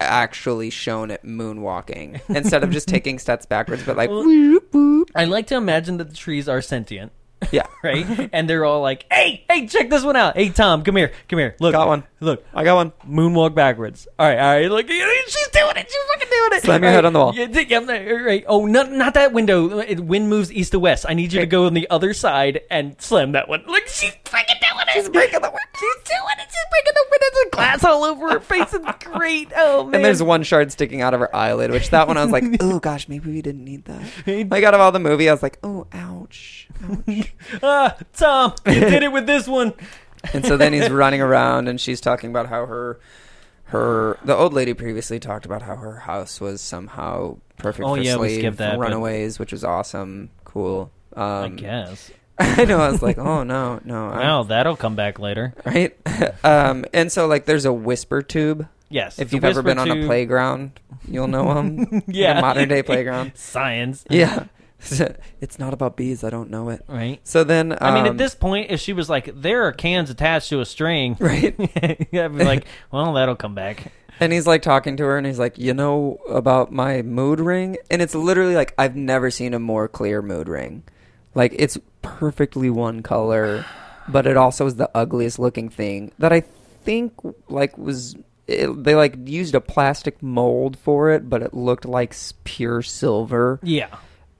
Speaker 1: actually shown it moonwalking instead of just taking steps backwards, but like, whoop, whoop.
Speaker 8: I like to imagine that the trees are sentient.
Speaker 1: yeah,
Speaker 8: Right? and they're all like, hey, hey, check this one out. Hey, Tom, come here. Come here. Look.
Speaker 1: Got one.
Speaker 8: Look.
Speaker 1: I got one.
Speaker 8: Moonwalk backwards. All right, all right. Look, she's doing it. She's fucking doing it.
Speaker 1: Slam your
Speaker 8: All
Speaker 1: head on the wall.
Speaker 8: Yeah, yeah, I'm there. All right. Oh, not not that window. It- Wind moves east to west. I need you to go on the other side and slam that one. Look, she's freaking doing it. She's breaking the window. She's doing it. She's breaking the window. The glass all over her face. It's great. Oh man.
Speaker 1: And there's one shard sticking out of her eyelid, which that one I was like, oh gosh, maybe we didn't need that. Like out of all the movie, I was like, oh, ouch. ouch."
Speaker 8: Ah, Tom, you did it with this one.
Speaker 1: and so then he's running around, and she's talking about how her her the old lady previously talked about how her house was somehow perfect
Speaker 8: Oh,
Speaker 1: for
Speaker 8: yeah, we
Speaker 1: slave
Speaker 8: skipped that, but-
Speaker 1: runaways, which was awesome, cool. Um,
Speaker 8: I guess.
Speaker 1: I know. I was like, oh no, no, I'm-
Speaker 8: Wow, that'll come back later.
Speaker 1: right? um, and so like, there's a whisper tube.
Speaker 8: Yes.
Speaker 1: If
Speaker 8: the
Speaker 1: you've ever
Speaker 8: whisper
Speaker 1: been on a
Speaker 8: to
Speaker 1: playground, you'll know them.
Speaker 8: Yeah.
Speaker 1: modern day playground.
Speaker 8: science,
Speaker 1: Yeah. it's not about bees. I don't know it.
Speaker 8: right?
Speaker 1: So then, um,
Speaker 8: I mean, at this point, if she was like, "There are cans attached to a string,"
Speaker 1: Right.
Speaker 8: I'd be like, "Well, that'll come back."
Speaker 1: and he's like talking to her, and he's like, "You know about my mood ring?" And it's literally like I've never seen a more clear mood ring. Like it's perfectly one color, but it also is the ugliest looking thing that I think like was it, they like used a plastic mold for it, but it looked like s- pure silver.
Speaker 8: Yeah.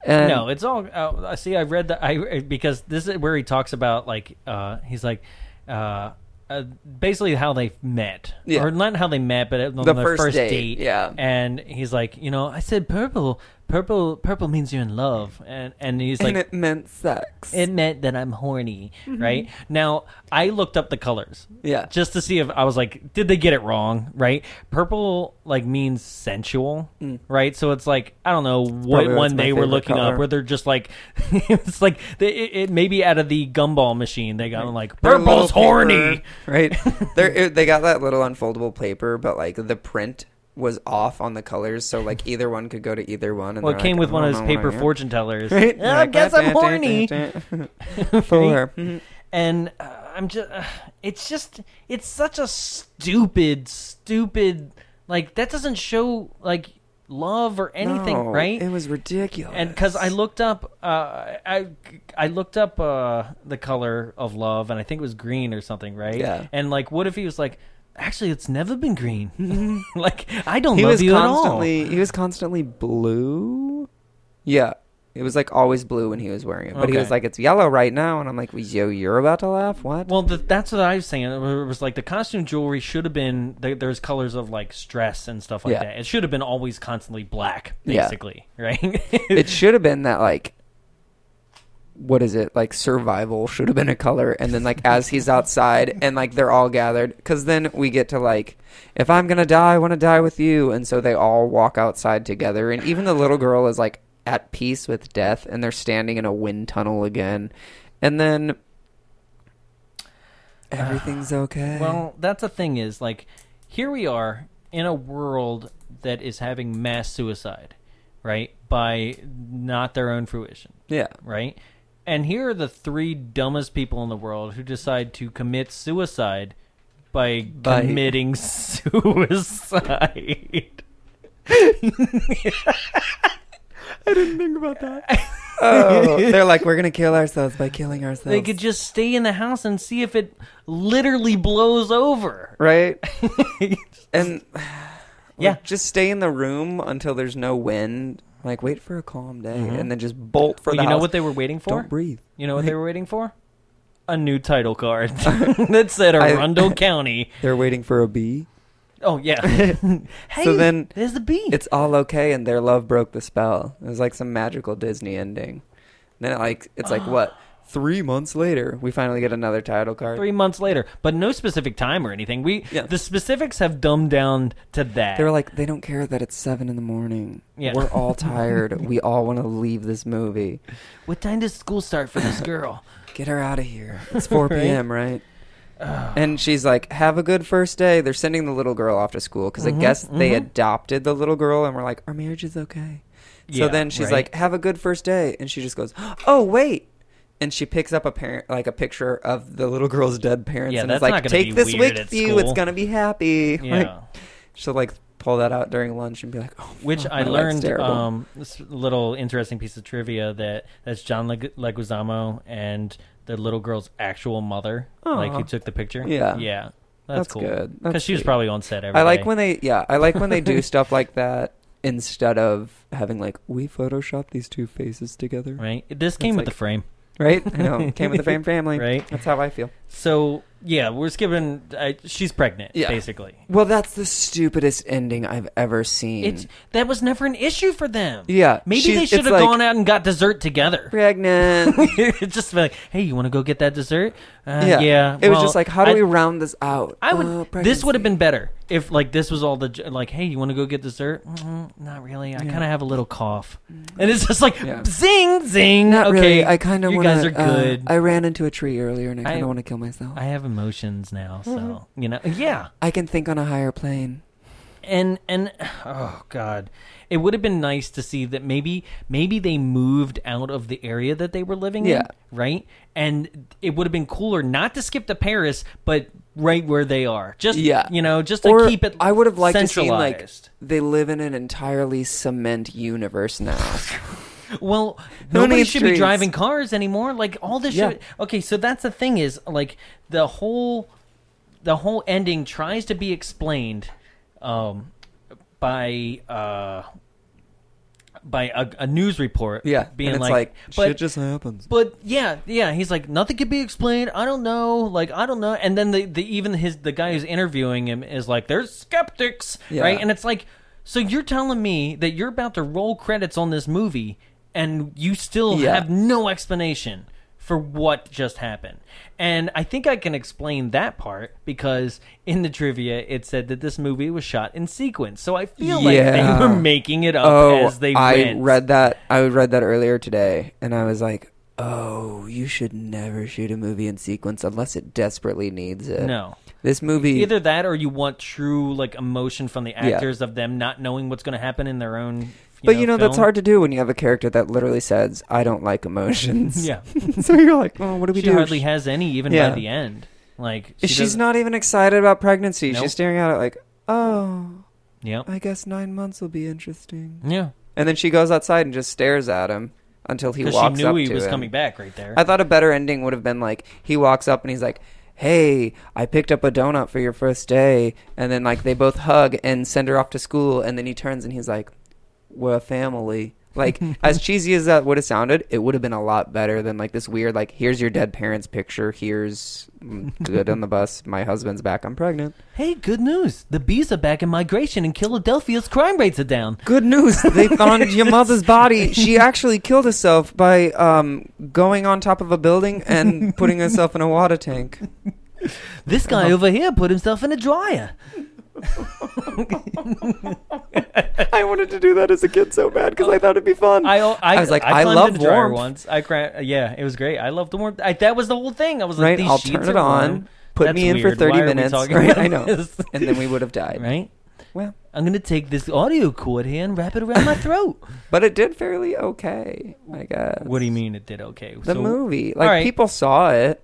Speaker 1: And
Speaker 8: no, it's all. Uh, I see. I read that. I uh, because this is where he talks about like uh, he's like, uh, uh, basically how they met,
Speaker 1: Yeah.
Speaker 8: or not how they met, but on
Speaker 1: The
Speaker 8: their
Speaker 1: first
Speaker 8: first
Speaker 1: date,
Speaker 8: date.
Speaker 1: yeah.
Speaker 8: And he's like, you know, I said purple, purple, purple means you're in love, and and he's like,
Speaker 1: and it meant sex.
Speaker 8: It meant that I'm horny, right? Now, I looked up the colors.
Speaker 1: Yeah.
Speaker 8: Just to see if I was like, did they get it wrong, right? Purple, like, means sensual, right? So Mm. it's like, I don't know what
Speaker 1: probably what's
Speaker 8: one
Speaker 1: my
Speaker 8: they were
Speaker 1: favorite
Speaker 8: looking
Speaker 1: color.
Speaker 8: up where they're just like, it's like, they, it, it maybe out of the gumball machine, they got like,
Speaker 1: Their little
Speaker 8: purple's horny.
Speaker 1: paper, right? They're, it- they got that little unfoldable paper, but like the print was off on the colors, so like either one could go to either one. And
Speaker 8: Well, it
Speaker 1: they're
Speaker 8: came
Speaker 1: like, "Oh,
Speaker 8: with
Speaker 1: "I
Speaker 8: one of
Speaker 1: don't
Speaker 8: those
Speaker 1: know
Speaker 8: paper
Speaker 1: what I am."
Speaker 8: fortune tellers.
Speaker 1: Right?
Speaker 8: "Oh, I
Speaker 1: Like,
Speaker 8: guess
Speaker 1: "Dun,
Speaker 8: I'm
Speaker 1: dun,
Speaker 8: horny.
Speaker 1: dun, dun, dun." Four. Mhm.
Speaker 8: and uh, I'm just, uh, it's just, it's such a stupid, stupid, like that doesn't show like love or anything,
Speaker 1: No,
Speaker 8: right?
Speaker 1: It was ridiculous.
Speaker 8: and because I looked up, uh, I I looked up uh, the color of love, and I think it was green or something, right?
Speaker 1: Yeah.
Speaker 8: And like, what if he was like, actually, it's never been green. like, I don't
Speaker 1: he
Speaker 8: love
Speaker 1: was
Speaker 8: you
Speaker 1: constantly he was constantly blue. Yeah. It was like always blue when he was wearing it, but he
Speaker 8: Okay.
Speaker 1: was like, "It's yellow right now," and I'm like, "Yo, you're about to laugh? What?"
Speaker 8: Well, th that's what I was saying. It was like the costume jewelry should have been there, there's colors of like stress and stuff like
Speaker 1: Yeah.
Speaker 8: that. It should have been always constantly black,
Speaker 1: Yeah.
Speaker 8: basically, right?
Speaker 1: it should have been that like what is it like survival should have been a color and then like as he's outside and like they're all gathered because then we get to like if i'm gonna die i want to die with you and so they all walk outside together and even the little girl is like at peace with death and they're standing in a wind tunnel again and then everything's okay
Speaker 8: well, that's the thing is like here we are in a world that is having mass suicide, right? By not their own fruition.
Speaker 1: yeah
Speaker 8: right? And here are the three dumbest people in the world who decide to commit suicide by,
Speaker 1: By-
Speaker 8: committing suicide.
Speaker 1: Oh, they're like, we're gonna kill ourselves by killing ourselves.
Speaker 8: they could just stay in the house and see if it literally blows over.
Speaker 1: right? and
Speaker 8: Yeah.
Speaker 1: just stay in the room until there's no wind. Like wait for a calm day, and then just bolt for
Speaker 8: Mm-hmm. Well,
Speaker 1: the
Speaker 8: you know
Speaker 1: house.
Speaker 8: what they were waiting for?
Speaker 1: Don't breathe.
Speaker 8: You know what they were waiting for? A new title card that said Arundel County.
Speaker 1: They're waiting for a bee.
Speaker 8: Oh yeah. hey,
Speaker 1: So then
Speaker 8: there's the bee.
Speaker 1: It's all okay, and their love broke the spell. It was like some magical Disney ending. Then it like it's like what three months later we finally get another title card.
Speaker 8: three months later, but no specific time or anything. We
Speaker 1: Yeah.
Speaker 8: the specifics have dumbed down to that.
Speaker 1: They were like, they don't care that it's seven in the morning.
Speaker 8: Yeah.
Speaker 1: We're all tired. we all want to leave this movie.
Speaker 8: what time does school start for this girl?
Speaker 1: Get her out of here. It's 4 p.m., right? And she's like, have a good first day. They're sending the little girl off to school because
Speaker 8: Mm-hmm,
Speaker 1: I guess they adopted the little girl and were like, our marriage is okay. So
Speaker 8: Yeah,
Speaker 1: then she's
Speaker 8: right.
Speaker 1: like, have a good first day. And she just goes, oh, wait. And she picks up a parent, like a picture of the little girl's dead parents,
Speaker 8: Yeah,
Speaker 1: and
Speaker 8: that's
Speaker 1: it's
Speaker 8: not
Speaker 1: like,
Speaker 8: gonna be
Speaker 1: "Take this
Speaker 8: weird
Speaker 1: with
Speaker 8: at
Speaker 1: you.
Speaker 8: school.
Speaker 1: It's gonna be happy."
Speaker 8: Yeah.
Speaker 1: Like, she'll like pull that out during lunch and be like, "Oh,
Speaker 8: Which
Speaker 1: fuck,
Speaker 8: I
Speaker 1: my life's
Speaker 8: learned
Speaker 1: terrible."
Speaker 8: um, this little interesting piece of trivia that that's John Leg- Leguizamo and the little girl's actual mother, like
Speaker 1: Aw.
Speaker 8: who took the picture.
Speaker 1: Yeah.
Speaker 8: yeah, that's,
Speaker 1: That's
Speaker 8: cool.
Speaker 1: good. That's
Speaker 8: Because she was
Speaker 1: sweet.
Speaker 8: probably on set every
Speaker 1: I like
Speaker 8: day.
Speaker 1: when they yeah, I like when they do stuff like that instead of having like we photoshopped these two faces together. Right?
Speaker 8: right. This came with
Speaker 1: like-
Speaker 8: the frame,
Speaker 1: I know. Came with the fame family.
Speaker 8: Right.
Speaker 1: That's how I feel.
Speaker 8: so yeah, we're skipping. I, she's pregnant,
Speaker 1: Yeah.
Speaker 8: basically.
Speaker 1: Well, that's the stupidest ending I've ever seen.
Speaker 8: It's that was never an issue for them.
Speaker 1: Yeah,
Speaker 8: maybe
Speaker 1: she's-
Speaker 8: they should
Speaker 1: it's
Speaker 8: have
Speaker 1: like-
Speaker 8: gone out and got dessert together.
Speaker 1: pregnant.
Speaker 8: just like, hey, you want to go get that dessert? Uh,
Speaker 1: yeah.
Speaker 8: yeah.
Speaker 1: It was
Speaker 8: well,
Speaker 1: just like how do
Speaker 8: I-
Speaker 1: we round this out?
Speaker 8: I would.
Speaker 1: Oh,
Speaker 8: this would
Speaker 1: pregnancy.
Speaker 8: have been better if like this was all the j- like. Hey, you want to go get dessert? Mm, not really. I kind of have a little cough, and it's just like
Speaker 1: Yeah.
Speaker 8: zing zing.
Speaker 1: Not
Speaker 8: okay,
Speaker 1: really. I kind of
Speaker 8: you
Speaker 1: want
Speaker 8: guys are good.
Speaker 1: I ran into a tree earlier and I
Speaker 8: I-
Speaker 1: kind of want to kill myself. Mm-hmm.
Speaker 8: I
Speaker 1: I,
Speaker 8: have emotions now, so you know. Yeah,
Speaker 1: can think on a higher plane.
Speaker 8: and and oh god, it would have been nice to see that maybe maybe they moved out of the area that they were living
Speaker 1: Yeah.
Speaker 8: in, right? And it would have been cooler not to skip to Paris, but right where they are. Just
Speaker 1: Yeah.
Speaker 8: you know, just to keep it.
Speaker 1: I would have liked to see like
Speaker 8: centralized.
Speaker 1: they live in an entirely cement universe now.
Speaker 8: Well,
Speaker 1: Who
Speaker 8: nobody
Speaker 1: needs
Speaker 8: should be
Speaker 1: trees?
Speaker 8: driving cars anymore. Like all this
Speaker 1: Yeah.
Speaker 8: shit. Okay, so that's the thing is like the whole the whole ending tries to be explained um by uh by a, a news report
Speaker 1: Yeah,
Speaker 8: being
Speaker 1: and it's
Speaker 8: like,
Speaker 1: like,
Speaker 8: but,
Speaker 1: "Shit just happens."
Speaker 8: but yeah yeah he's like nothing can be explained i don't know like i don't know and then the, the even his the guy who's interviewing him is like there's skeptics
Speaker 1: Yeah.
Speaker 8: right and it's like so you're telling me that you're about to roll credits on this movie and you still
Speaker 1: Yeah.
Speaker 8: have no explanation for what just happened and i think i can explain that part because in the trivia it said that this movie was shot in sequence so i feel like
Speaker 1: Yeah.
Speaker 8: they were making it up
Speaker 1: Oh,
Speaker 8: as they
Speaker 1: I
Speaker 8: went
Speaker 1: read that. I read that earlier today, and I was like, "Oh, you should never shoot a movie in sequence unless it desperately needs it."
Speaker 8: no
Speaker 1: this movie.
Speaker 8: either that or you want true like emotion from the actors of them not knowing what's going to happen in their own you
Speaker 1: but you know that's
Speaker 8: film.
Speaker 1: hard to do when you have a character that literally says, "I don't like emotions."
Speaker 8: yeah
Speaker 1: so you're like, "Oh, what do we
Speaker 8: she
Speaker 1: do?"
Speaker 8: hardly has any even
Speaker 1: Yeah.
Speaker 8: by the end like she
Speaker 1: She's
Speaker 8: doesn't-
Speaker 1: not even excited about pregnancy.
Speaker 8: Nope.
Speaker 1: She's staring at it like, "Oh,
Speaker 8: yeah
Speaker 1: I guess nine months will be interesting."
Speaker 8: yeah
Speaker 1: And then she goes outside and just stares at him until he
Speaker 8: because
Speaker 1: walks
Speaker 8: she
Speaker 1: up to
Speaker 8: knew he was
Speaker 1: him.
Speaker 8: coming back right there
Speaker 1: I thought a better ending would have been like he walks up and he's like, "Hey, I picked up a donut for your first day," and then like they both hug and send her off to school, and then he turns and he's like, "We're a family." Like as cheesy as that would have sounded, it would have been a lot better than like this weird like here's your dead parents picture, here's mm, good on the bus, my husband's back, I'm pregnant.
Speaker 8: hey good news the bees are back in migration and philadelphia's crime rates are down
Speaker 1: Good news, they found your mother's body. She actually killed herself by um, going on top of a building and putting herself in a water tank.
Speaker 8: this
Speaker 1: Uh-huh.
Speaker 8: guy over here put himself in a dryer
Speaker 1: I wanted to do that as a kid so bad because I thought it'd be fun.
Speaker 8: I, I,
Speaker 1: I was like, I,
Speaker 8: climbed
Speaker 1: love
Speaker 8: in a dryer
Speaker 1: warmth,
Speaker 8: once i cried yeah it was great i loved the warmth I, that was the whole thing i was like
Speaker 1: right?
Speaker 8: these
Speaker 1: I'll
Speaker 8: sheets
Speaker 1: turn it
Speaker 8: are
Speaker 1: on,
Speaker 8: warm.
Speaker 1: put
Speaker 8: That's
Speaker 1: me in
Speaker 8: weird.
Speaker 1: for thirty
Speaker 8: Why are we
Speaker 1: minutes,
Speaker 8: talking
Speaker 1: right?
Speaker 8: about
Speaker 1: I know,
Speaker 8: this?
Speaker 1: and then we would have died.
Speaker 8: right
Speaker 1: Well,
Speaker 8: I'm gonna take this audio cord here and wrap it around my throat.
Speaker 1: but it did fairly okay, I guess.
Speaker 8: what do you mean it did okay?
Speaker 1: The
Speaker 8: So-
Speaker 1: movie,
Speaker 8: all
Speaker 1: like
Speaker 8: right.
Speaker 1: people saw it.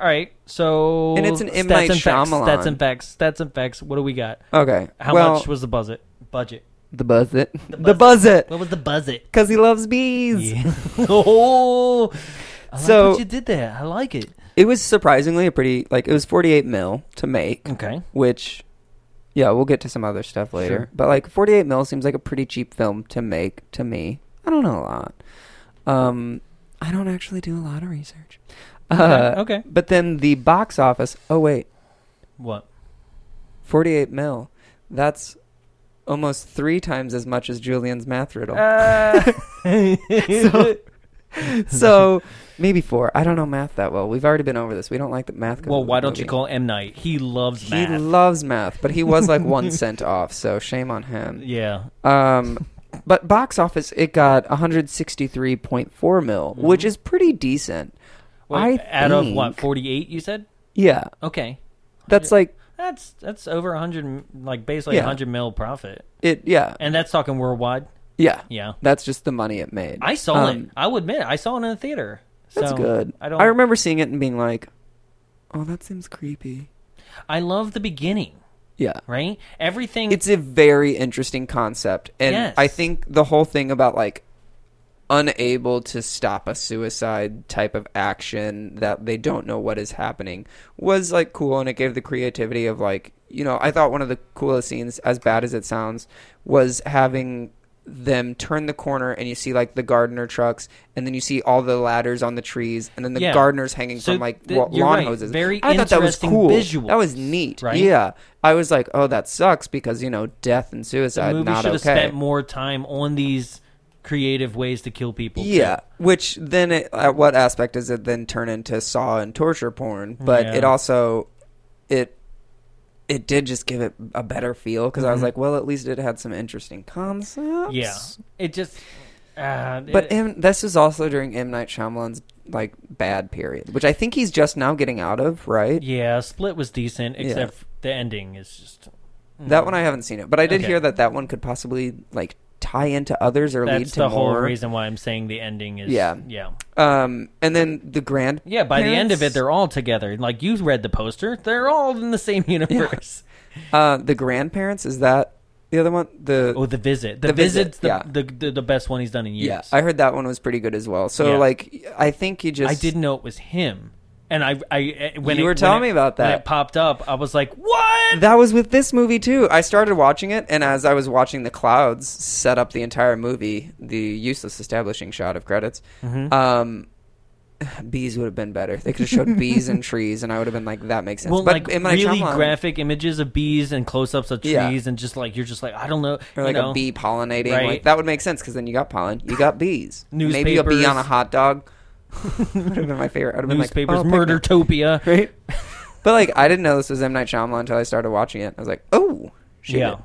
Speaker 8: All right, so
Speaker 1: And it's an M.
Speaker 8: stats
Speaker 1: Night
Speaker 8: and facts,
Speaker 1: Shyamalan.
Speaker 8: Stats and facts. Stats and facts. What do we got?
Speaker 1: Okay,
Speaker 8: How
Speaker 1: well,
Speaker 8: much was the budget? Budget.
Speaker 1: the buzz it? The buzz it,
Speaker 8: What was the budget?
Speaker 1: because he loves bees.
Speaker 8: oh, I like
Speaker 1: So-
Speaker 8: what you did there. I like it.
Speaker 1: It was surprisingly a pretty like it was forty eight mil to make.
Speaker 8: Okay.
Speaker 1: which yeah we'll get to some other stuff later
Speaker 8: Sure.
Speaker 1: but like 48 mil seems like a pretty cheap film to make to me i don't know a lot um i don't actually do a lot of research uh,
Speaker 8: okay.
Speaker 1: but then the box office oh wait
Speaker 8: What?
Speaker 1: 48 mil that's almost three times as much as julian's math riddle
Speaker 8: Uh. so,
Speaker 1: so maybe four i don't know math that well we've already been over this we don't like that math goes
Speaker 8: well,
Speaker 1: with
Speaker 8: why
Speaker 1: the
Speaker 8: don't you
Speaker 1: movie.
Speaker 8: call M Night? He loves
Speaker 1: he
Speaker 8: math.
Speaker 1: loves math but he was like one cent off so shame on him
Speaker 8: yeah.
Speaker 1: Um, but box office, it got 163.4 mil, which is pretty decent.
Speaker 8: Wait,
Speaker 1: I
Speaker 8: Mm-hmm. out of what?
Speaker 1: think-
Speaker 8: Forty-eight? You said?
Speaker 1: Yeah,
Speaker 8: Okay.
Speaker 1: that's like
Speaker 8: That's that's over hundred, like basically
Speaker 1: Yeah.
Speaker 8: hundred mil profit,
Speaker 1: it. Yeah,
Speaker 8: and that's talking worldwide.
Speaker 1: yeah,
Speaker 8: Yeah.
Speaker 1: That's just the money it made.
Speaker 8: I saw it.
Speaker 1: Um,
Speaker 8: I would admit, I saw it in the theater.
Speaker 1: That's
Speaker 8: so
Speaker 1: good.
Speaker 8: I don't.
Speaker 1: I remember seeing it and being like, "Oh, that seems creepy."
Speaker 8: I love the beginning.
Speaker 1: Yeah,
Speaker 8: Right. Everything.
Speaker 1: it's a very interesting concept, and
Speaker 8: Yes.
Speaker 1: I think the whole thing about like unable to stop a suicide type of action that they don't know what is happening was like cool and it gave the creativity of like you know i thought one of the coolest scenes as bad as it sounds was having them turn the corner and you see like the gardener trucks and then you see all the ladders on the trees and then the
Speaker 8: Yeah.
Speaker 1: gardeners hanging
Speaker 8: So
Speaker 1: from like
Speaker 8: th-
Speaker 1: wa-
Speaker 8: you're
Speaker 1: lawn
Speaker 8: right.
Speaker 1: hoses
Speaker 8: Very
Speaker 1: i thought that was
Speaker 8: interesting
Speaker 1: cool that
Speaker 8: visuals,
Speaker 1: was neat
Speaker 8: right?
Speaker 1: yeah i was like oh that sucks because you know death and suicide
Speaker 8: the movie
Speaker 1: uh, not
Speaker 8: should have
Speaker 1: okay
Speaker 8: spent more time on these creative ways to kill people. too.
Speaker 1: yeah, which then it, at what aspect does it then turn into saw and torture porn? But
Speaker 8: Yeah.
Speaker 1: it also it it did just give it a better feel because I was like, well, at least it had some interesting concepts.
Speaker 8: Mm-hmm. Yeah. It just. Uh,
Speaker 1: But
Speaker 8: it-
Speaker 1: M, this is also during M Night Shyamalan's like bad period, which I think he's just now getting out of. Right?
Speaker 8: yeah, Split was decent, except the ending is just.
Speaker 1: That one I haven't seen it, but I did
Speaker 8: Okay.
Speaker 1: hear that that one could possibly like tie into others or lead
Speaker 8: That's
Speaker 1: to
Speaker 8: the
Speaker 1: more.
Speaker 8: whole reason why I'm saying the ending is.
Speaker 1: Yeah.
Speaker 8: Yeah.
Speaker 1: Um, and then the grand.
Speaker 8: Yeah, by the end of it,
Speaker 1: parents-
Speaker 8: they're all together. Like you read the poster, they're all in the same universe.
Speaker 1: Uh, the grandparents is that the other one? The
Speaker 8: Oh, the visit. The,
Speaker 1: The Visit,
Speaker 8: visit's the,
Speaker 1: yeah.
Speaker 8: the, the the best one he's done in years.
Speaker 1: yeah, I heard that one was pretty good as well. So
Speaker 8: Yeah.
Speaker 1: like, I think he just
Speaker 8: I didn't know it was him. And I, I uh, when
Speaker 1: You
Speaker 8: it-
Speaker 1: were
Speaker 8: when
Speaker 1: telling
Speaker 8: it-
Speaker 1: me about
Speaker 8: when
Speaker 1: that.
Speaker 8: it popped up. I was like, "What?"
Speaker 1: That was with this movie too. I started watching it, and as I was watching the clouds set up the entire movie, the useless establishing shot of credits.
Speaker 8: Mm-hmm.
Speaker 1: Um, bees would have been better. They could have showed bees and trees, and I would have been like, that makes sense.
Speaker 8: Well,
Speaker 1: but
Speaker 8: like
Speaker 1: M. Night
Speaker 8: really
Speaker 1: Shyamalan-
Speaker 8: graphic images of bees and close-ups of trees,
Speaker 1: Yeah.
Speaker 8: and just like you're just like, I don't know,
Speaker 1: Or
Speaker 8: you
Speaker 1: like
Speaker 8: know.
Speaker 1: a bee pollinating,
Speaker 8: Right.
Speaker 1: like that would make sense because then you got pollen, you got bees, maybe a bee
Speaker 8: Newspapers.
Speaker 1: on a hot dog. would have been my favorite. I'd have been
Speaker 8: newspapers,
Speaker 1: like, oh, picnic.
Speaker 8: Murdertopia.
Speaker 1: right? but like, I didn't know this was M Night Shyamalan until I started watching it. I was like, oh, shit.
Speaker 8: Yeah.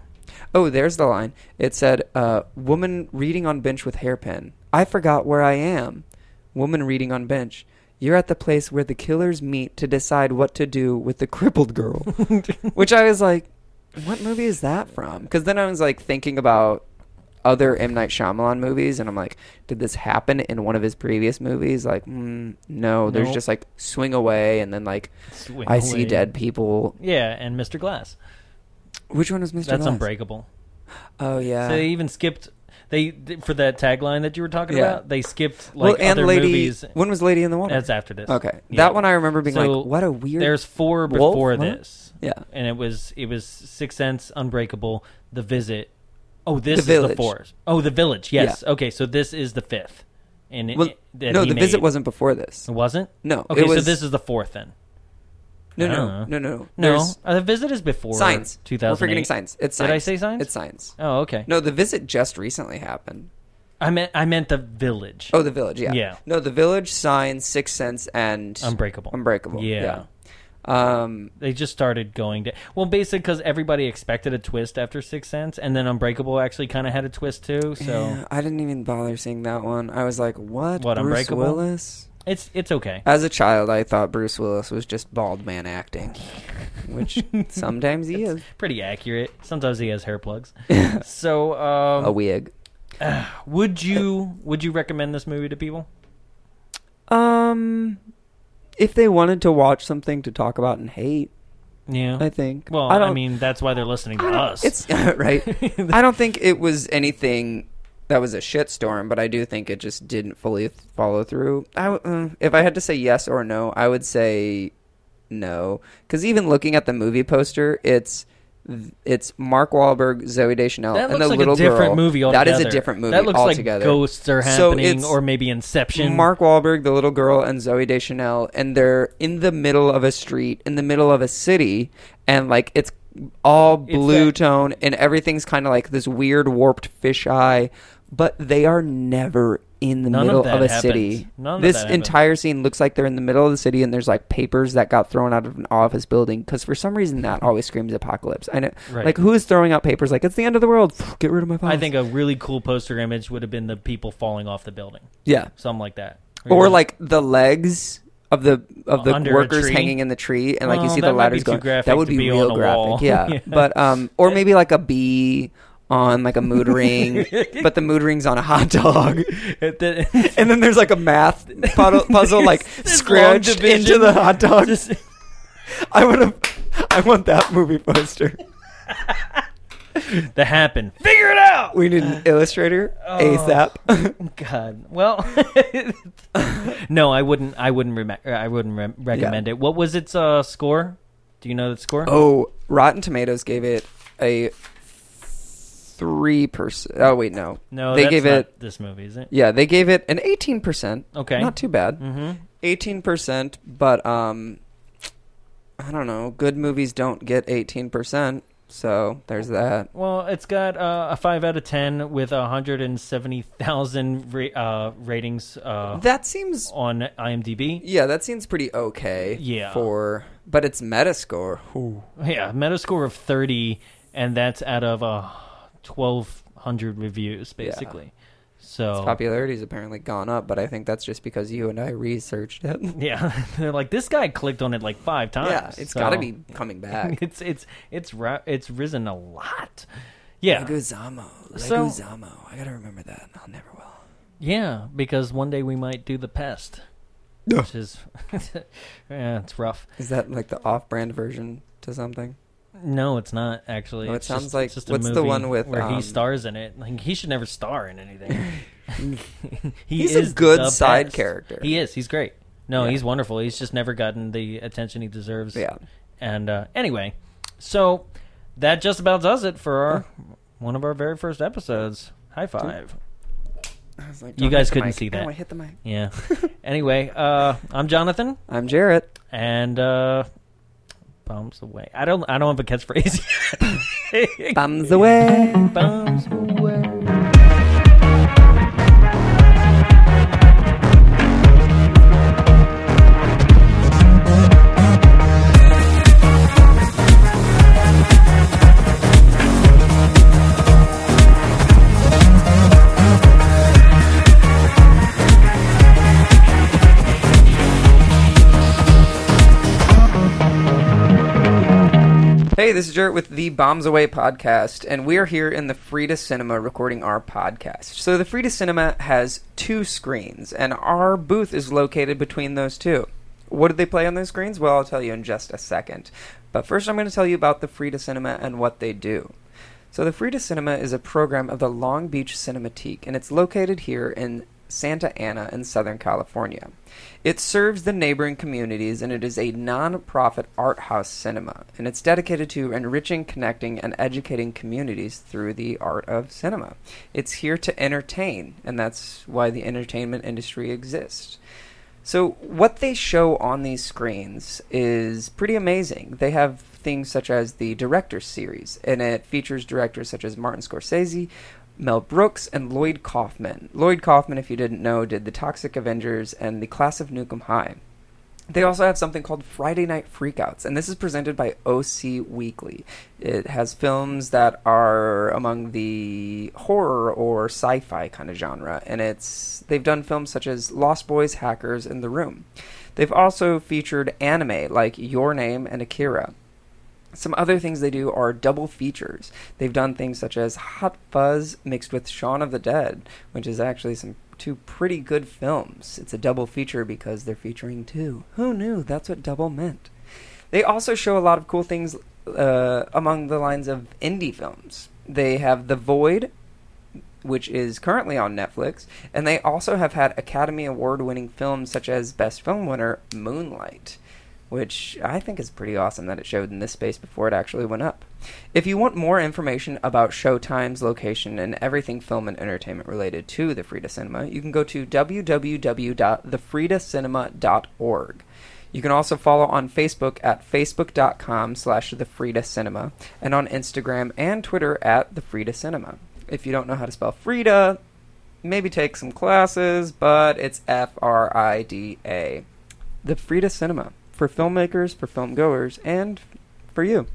Speaker 1: Oh, there's the line. It said, uh, "Woman reading on bench with hairpin." I forgot where I am. Woman reading on bench. You're at the place where the killers meet to decide what to do with the crippled girl. Which I was like, what movie is that from? Because then I was like thinking about other M Night Shyamalan movies, and I'm like, did this happen in one of his previous movies? Like, mm, no. There's
Speaker 8: Nope.
Speaker 1: just like swing away, and then like
Speaker 8: Swing
Speaker 1: I see
Speaker 8: Away.
Speaker 1: dead people.
Speaker 8: Yeah, and Mr. Glass.
Speaker 1: Which one was Mr.
Speaker 8: That's
Speaker 1: Glass?
Speaker 8: Unbreakable.
Speaker 1: Oh yeah.
Speaker 8: so they even skipped they th- for that tagline that you were talking
Speaker 1: Yeah.
Speaker 8: about. They skipped
Speaker 1: well,
Speaker 8: like
Speaker 1: and
Speaker 8: other
Speaker 1: Lady.
Speaker 8: movies.
Speaker 1: When was Lady in the Water?
Speaker 8: That's after this.
Speaker 1: Okay,
Speaker 8: Yeah.
Speaker 1: that one I remember being
Speaker 8: So
Speaker 1: like, "What a weird."
Speaker 8: There's four
Speaker 1: wolf,
Speaker 8: before
Speaker 1: huh?
Speaker 8: this.
Speaker 1: Yeah.
Speaker 8: and it was it was Six Sense, Unbreakable, The Visit. Oh, this is the
Speaker 1: Village.
Speaker 8: fourth. Oh, The Village. Yes. Okay, so this is the fifth. And it,
Speaker 1: Well,
Speaker 8: that
Speaker 1: no,
Speaker 8: he
Speaker 1: the visit
Speaker 8: made. Oh,
Speaker 1: wasn't before this.
Speaker 8: It wasn't.
Speaker 1: No, it
Speaker 8: Okay, so
Speaker 1: was-
Speaker 8: this is the fourth then.
Speaker 1: No,
Speaker 8: I don't
Speaker 1: no, no, no,
Speaker 8: know.
Speaker 1: no.
Speaker 8: uh-huh. No,
Speaker 1: There's
Speaker 8: uh, the visit is before
Speaker 1: signs.
Speaker 8: Two
Speaker 1: We're
Speaker 8: thousand.
Speaker 1: forgetting signs. It's
Speaker 8: Did
Speaker 1: signs.
Speaker 8: I say signs?
Speaker 1: It's signs.
Speaker 8: Oh, okay.
Speaker 1: No, the visit just recently happened.
Speaker 8: I meant I meant the village.
Speaker 1: Oh, the village. Yeah.
Speaker 8: Yeah.
Speaker 1: No, the village, signs, Sixth Sense, and
Speaker 8: Unbreakable.
Speaker 1: Unbreakable.
Speaker 8: Yeah.
Speaker 1: yeah. Um,
Speaker 8: They just started going to well, basically because everybody expected a twist after Six Sense, and then Unbreakable actually kind of had a twist too. So
Speaker 1: yeah, I didn't even bother seeing that one. I was like, "What?
Speaker 8: What,
Speaker 1: Bruce
Speaker 8: Unbreakable?
Speaker 1: Willis?"
Speaker 8: it's it's okay.
Speaker 1: As a child, I thought Bruce Willis was just bald man acting. which sometimes he is.
Speaker 8: Pretty accurate. Sometimes he has hair plugs. so, um,
Speaker 1: A wig.
Speaker 8: would you would you recommend this movie to people?
Speaker 1: Um, if they wanted to watch something to talk about and hate,
Speaker 8: Yeah.
Speaker 1: I think.
Speaker 8: well,
Speaker 1: I
Speaker 8: I,
Speaker 1: don't
Speaker 8: mean, that's why they're listening to us.
Speaker 1: It's right. I don't think it was anything that was a shitstorm, but I do think it just didn't fully th- follow through. I, w- uh, if I had to say yes or no, I would say no, because even looking at the movie poster, it's it's Mark Wahlberg, Zoe Deschanel,
Speaker 8: that
Speaker 1: and
Speaker 8: looks
Speaker 1: the
Speaker 8: like
Speaker 1: little
Speaker 8: a different
Speaker 1: girl.
Speaker 8: movie
Speaker 1: That
Speaker 8: altogether.
Speaker 1: is a different movie
Speaker 8: That looks
Speaker 1: altogether.
Speaker 8: like ghosts are
Speaker 1: So
Speaker 8: happening,
Speaker 1: it's-
Speaker 8: or maybe Inception.
Speaker 1: Mark Wahlberg, the little girl, and Zoe Deschanel, and they're in the middle of a street, in the middle of a city, and like it's all blue
Speaker 8: that-
Speaker 1: tone, and everything's kind of like this weird warped fisheye, but they are never in the
Speaker 8: None of
Speaker 1: middle
Speaker 8: that
Speaker 1: of, a
Speaker 8: happens.
Speaker 1: city.
Speaker 8: None of
Speaker 1: this
Speaker 8: that happens.
Speaker 1: entire scene looks like they're in the middle of the city, and there's like papers that got thrown out of an office building because for some reason that always screams apocalypse. I know,
Speaker 8: Right.
Speaker 1: like who is throwing out papers? Like it's the end of the world. Get rid of my files.
Speaker 8: I think a really cool poster image would have been the people falling off the building,
Speaker 1: yeah.
Speaker 8: something like that,
Speaker 1: or like the legs of the of the
Speaker 8: Under a
Speaker 1: workers
Speaker 8: tree?
Speaker 1: hanging in the tree, and like you
Speaker 8: Well,
Speaker 1: see the
Speaker 8: that might be
Speaker 1: ladders
Speaker 8: too
Speaker 1: going.
Speaker 8: graphic
Speaker 1: That would
Speaker 8: to
Speaker 1: be,
Speaker 8: be on
Speaker 1: real
Speaker 8: a
Speaker 1: graphic,
Speaker 8: wall.
Speaker 1: yeah.
Speaker 8: Yeah.
Speaker 1: But um, or maybe like a bee on like a mood ring, but the mood ring's on a hot dog, and then there's like a math puddle, puzzle like
Speaker 8: This long
Speaker 1: scratched into
Speaker 8: division.
Speaker 1: the hot dog.
Speaker 8: Just-
Speaker 1: I would have. I want that movie poster.
Speaker 8: that happened. Figure it out.
Speaker 1: We need an illustrator
Speaker 8: Oh.
Speaker 1: ASAP.
Speaker 8: God. Well, no, I wouldn't. I wouldn't. Rem- I wouldn't re- recommend it. What was its uh, score? Do you know the score?
Speaker 1: oh, Rotten Tomatoes gave it a three percent. Oh wait, no,
Speaker 8: no,
Speaker 1: they
Speaker 8: that's
Speaker 1: gave
Speaker 8: not
Speaker 1: it
Speaker 8: this movie, is it?
Speaker 1: Yeah, they gave it an 18%.
Speaker 8: Okay.
Speaker 1: Not too bad. Mm-hmm. 18%, but um I don't know, good movies don't get 18%, so there's that.
Speaker 8: Well, it's got uh, a five out of ten with hundred and seventy thousand ra- uh, ratings uh,
Speaker 1: That seems
Speaker 8: on IMDb.
Speaker 1: Yeah, that seems pretty okay
Speaker 8: Yeah.
Speaker 1: for but it's Metascore. Ooh.
Speaker 8: Yeah, Metascore of thirty, and that's out of uh, twelve hundred reviews, basically. So
Speaker 1: Popularity's apparently gone up, but I think that's just because you and I researched it.
Speaker 8: yeah, they're like this guy clicked on it like five times.
Speaker 1: yeah, it's
Speaker 8: so-
Speaker 1: got to be coming back.
Speaker 8: It's it's it's ra- it's risen a lot. Yeah,
Speaker 1: Leguzamo.
Speaker 8: So-
Speaker 1: Leguzamo. I got to remember that. I'll never will.
Speaker 8: yeah, because one day we might do the pest, which is yeah, it's rough.
Speaker 1: Is that like the off-brand version to something?
Speaker 8: No, it's not actually.
Speaker 1: No, it
Speaker 8: It's
Speaker 1: sounds
Speaker 8: just-
Speaker 1: like-
Speaker 8: it's just a
Speaker 1: what's the
Speaker 8: movie
Speaker 1: one with,
Speaker 8: where
Speaker 1: um,
Speaker 8: he stars in it? Like he should never star in anything. he
Speaker 1: He's a good
Speaker 8: the
Speaker 1: side
Speaker 8: best.
Speaker 1: character.
Speaker 8: He is. He's great. No,
Speaker 1: Yeah.
Speaker 8: he's wonderful. He's just never gotten the attention he deserves.
Speaker 1: Yeah.
Speaker 8: And uh, anyway, so that just about does it for our one of our very first episodes. High five.
Speaker 1: It's like,
Speaker 8: You
Speaker 1: don't hit
Speaker 8: guys
Speaker 1: the
Speaker 8: couldn't
Speaker 1: mic.
Speaker 8: see
Speaker 1: Ow,
Speaker 8: that.
Speaker 1: I hit the mic.
Speaker 8: Yeah. anyway, uh, I'm Jonathan,
Speaker 1: I'm Jarrett.
Speaker 8: and uh, bombs away. I don't. I don't have a catchphrase.
Speaker 1: Thumbs away.
Speaker 8: bombs away.
Speaker 1: Hey, this is Jarrett with the Bombs Away podcast, and we're here in the Frida Cinema recording our podcast. So, the Frida Cinema has two screens, and our booth is located between those two. What did they play on those screens? Well, I'll tell you in just a second. But first, I'm going to tell you about the Frida Cinema and what they do. So, the Frida Cinema is a program of the Long Beach Cinematique, and it's located here in Santa Ana in Southern California. It serves the neighboring communities, and it is a non-profit art house cinema, and it's dedicated to enriching, connecting, and educating communities through the art of cinema. It's here to entertain, and that's why the entertainment industry exists. So, what they show on these screens is pretty amazing. They have things such as the Directors Series, and it features directors such as Martin Scorsese, Mel Brooks, and Lloyd Kaufman. Lloyd Kaufman, if you didn't know, did The Toxic Avengers and The Class of Nukem High. They also have something called Friday Night Freakouts, and this is presented by OC Weekly. It has films that are among the horror or sci-fi kind of genre, and it's they've done films such as Lost Boys, Hackers, and The Room. They've also featured anime like Your Name and Akira. Some other things they do are double features. They've done things such as Hot Fuzz mixed with Shaun of the Dead, which is actually some two pretty good films. It's a double feature because they're featuring two. Who knew that's what double meant? They also show a lot of cool things uh, among the lines of indie films. They have The Void, which is currently on Netflix, and they also have had Academy Award winning films such as Best Film winner Moonlight, which I think is pretty awesome that it showed in this space before it actually went up. If you want more information about showtimes, location, and everything film and entertainment related to the Frida Cinema, you can go to www.thefridacinema.org. You can also follow on Facebook at facebook.com slash the Frida Cinema and on Instagram and Twitter at the Frida Cinema. If you don't know how to spell Frida, maybe take some classes, but it's F R I D A. The Frida Cinema for filmmakers, for film goers, and for you.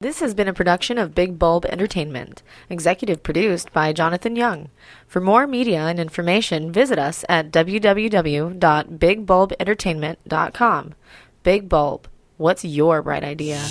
Speaker 9: This has been a production of Big Bulb Entertainment, executive produced by Jonathan Young. For more media and information, visit us at www.bigbulbentertainment.com. Big Bulb, what's your bright idea?